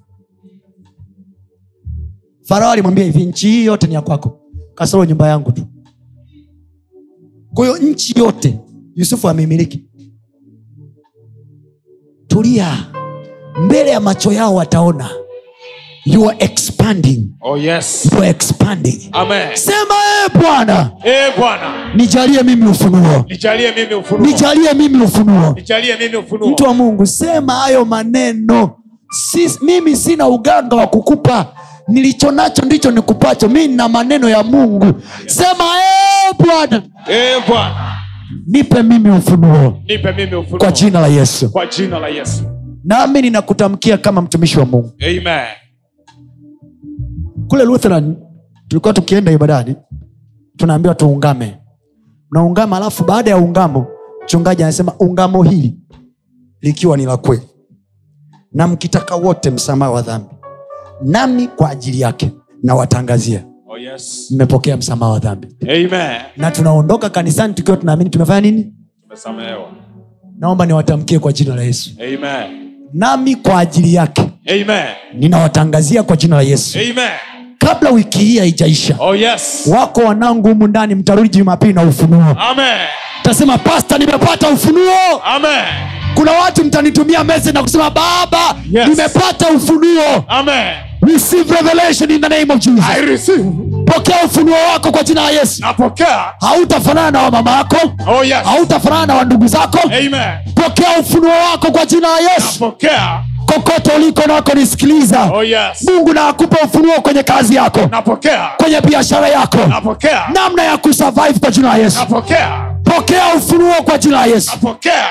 farao alimwambia hivi nchi hii yote ni ya kwako kasoro nyumba yangu tu kwa hiyo nchi yote yusufu ameimiliki tulia mbele ya macho yao wataona you are expanding oh yes you are expanding amen sema e bwana eh bwana nijalie mimi ufunuo nijalie mimi ufunuo nijalie mimi ufunuo nijalie mimi ufunuo mtu wa mungu sema hayo maneno si, mimi sina uganga wa kukupa nilicho nacho ndicho nikupacho mi na maneno ya mungu sema "Eh, bwana eh bwana nipe mimi ufunuo nipe mimi ufunuo kwa jina la yesu kwa jina la yesu nami ninakutamkia kama mtumishi wa mungu amen kule lutheran tulikuwa tukienda ibadani tunaambiwa tuungame naungama alafu baada ya ungamo mchungaji anasema ungamo hili likiwa ni la kweli na mkitaka wote msamaha wa dhambi nami kwa ajili yake nawatangazia oh yes mmepokea msamaha wa dhambi amen na tunaondoka kanisani tukiwa tunaamini tumefanya nini tumesamehewa naomba niwatamkie kwa jina la yesu amen nami kwa ajili yake amen ninawatangazia kwa jina la yesu amen kabla wiki hii haijaisha oh yes wako wanangu humu ndani mtarudi jumapili na ufunuo amen tasema pasta nimepata ufunuo amen kuna watu mtanitumia message na kusema baba Yes. nimepata ufunuo amen receive revelation in the name of jesus i receive pokea ufunuo wako kwa jina la yesu napokea hautafanana na wamama yako oh yes hautafanana na wandugu zako amen pokea ufunuo wako kwa jina la yesu napokea kokote uliko nako nisikiliza oh yes mungu na akupa ufunuo kwenye kazi yako napokea kwenye biashara yako napokea namna ya kusurvive kwa jina la yesu napokea pokea ufunuo kwa jina la yesu napokea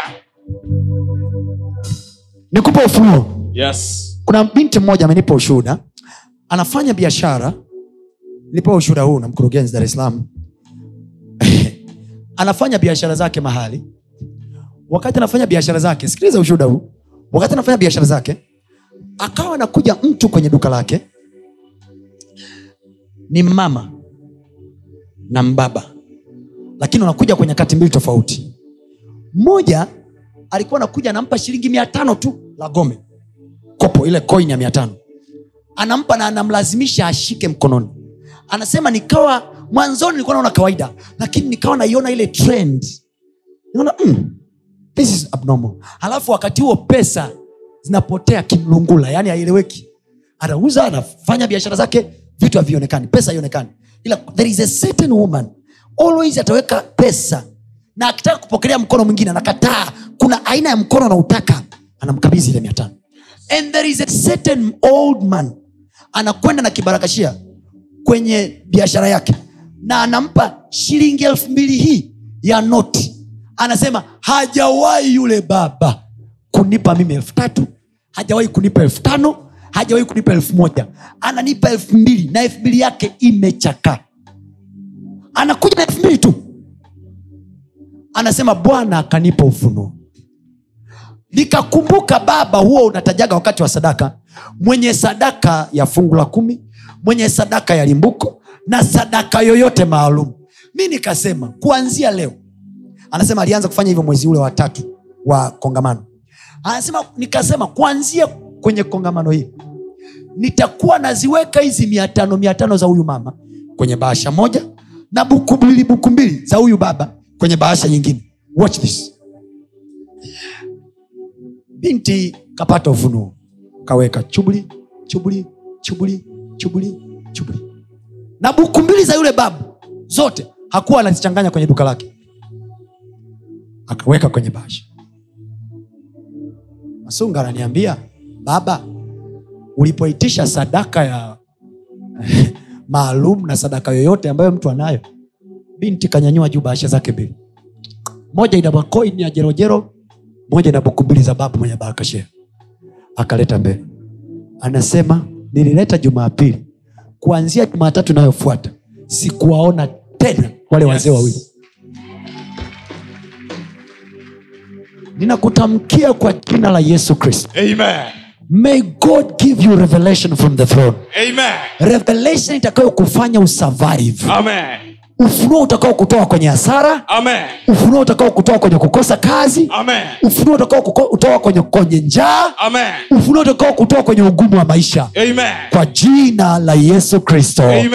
nikupe ufunuo yes kuna binti mmoja amenipa ushuhuda anafanya biashara nilipewa ushuhuda huu na mkurugenzi dar es salaam anafanya biashara zake mahali wakati anafanya biashara zake sikiliza ushuhuda huu wakati anafanya biashara zake akawa anakuja mtu kwenye duka lake ni mama na mbaba lakini wanakuja kwa nyakati mbili tofauti mmoja alikuwa anakuja anampa shilingi mia tano tu la gome kopo ile coin ya mia tano anampa na anamlazimisha ashike mkononi anasema nikawa mwanzoni nilikuwa naona kawaida lakini nikawa naiona ile trend naona mm, this is abnormal alafu wakati huo pesa zinapotea kimlungula yani haieleweki anauza anafanya biashara zake vitu havionekani pesa haionekani ila there is a certain woman always ataweka pesa na akitaka kupokelea mkono mwingine anakataa kuna aina ya mkono anautaka anamkabidhi ile mia tano and there is a certain old man anakwenda na kibarakashia kwenye biashara yake na anampa shilingi elfu mbili hii ya noti anasema hajawahi yule baba kunipa mimi elfu tatu hajawahi kunipa elfu tano hajawahi kunipa elfu moja ananipa elfu mbili na elfu mbili yake imechakaa anakuja na elfu mbili tu anasema bwana akanipa ufunuo nikakumbuka baba huo unatajaga wakati wa sadaka mwenye sadaka ya fungu la kumi mwenye sadaka ya limbuko na sadaka yoyote maalum mi nikasema kuanzia leo anasema alianza kufanya hivyo mwezi ule wa tatu wa kongamano anasema nikasema kuanzia kwenye kongamano hii nitakuwa naziweka hizi mia tano mia tano za huyu mama kwenye bahasha moja na buku mbili buku mbili za huyu baba kwenye bahasha nyingine watch this binti kapata ufunuo kaweka chubuli chubuli chubuli chubuli chubuli na buku mbili za yule babu zote hakuwa anazichanganya kwenye duka lake akaweka kwenye bahasha masunga ananiambia baba ulipoitisha sadaka ya maalum na sadaka yoyote ambayo mtu anayo binti kanyanyua juu bahasha zake mbili moja ina makoini ya jerojero moja ina buku mbili za babu mwenye barakashea akaleta mbele anasema nilileta jumapili kuanzia jumatatu inayofuata sikuwaona tena wale Yes. wazee wawili ninakutamkia kwa jina la yesu kristo Amen. may god give you revelation from the throne Amen. revelation itakayo kufanya usurvive Amen. ufunuo utakao kutoa kwenye hasara Amen. ufunuo utakao kutoa kwenye kukosa kazi Amen. ufunuo utakao kuko- kutoa kwenye, kwenye njaa Amen. ufunuo utakao kutoa kwenye ugumu wa maisha Amen. kwa jina la yesu kristo Amen.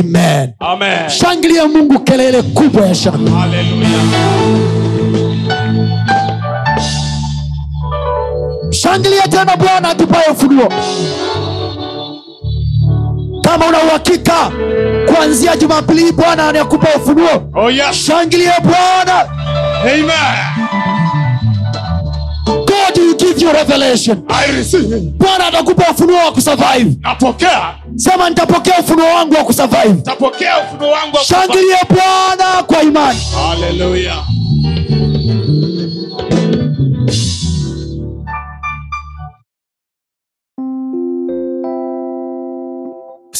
amen Amen. shangilia mungu kelele kubwa ya shangwe Hallelujah. shangilia tena bwana atupaye ufunuo kama una uhakika kuanzia jumapili hii bwana anakupa ufunuo Oh yes. shangilia bwana Amen. god will give you revelation I receive. bwana atakupa ufunuo wa kusurvive Napokea. sema nitapokea ufunuo wangu wa kusurvive Tapokea ufunuo wangu. wa kufa. shangilie bwana kwa imani Hallelujah.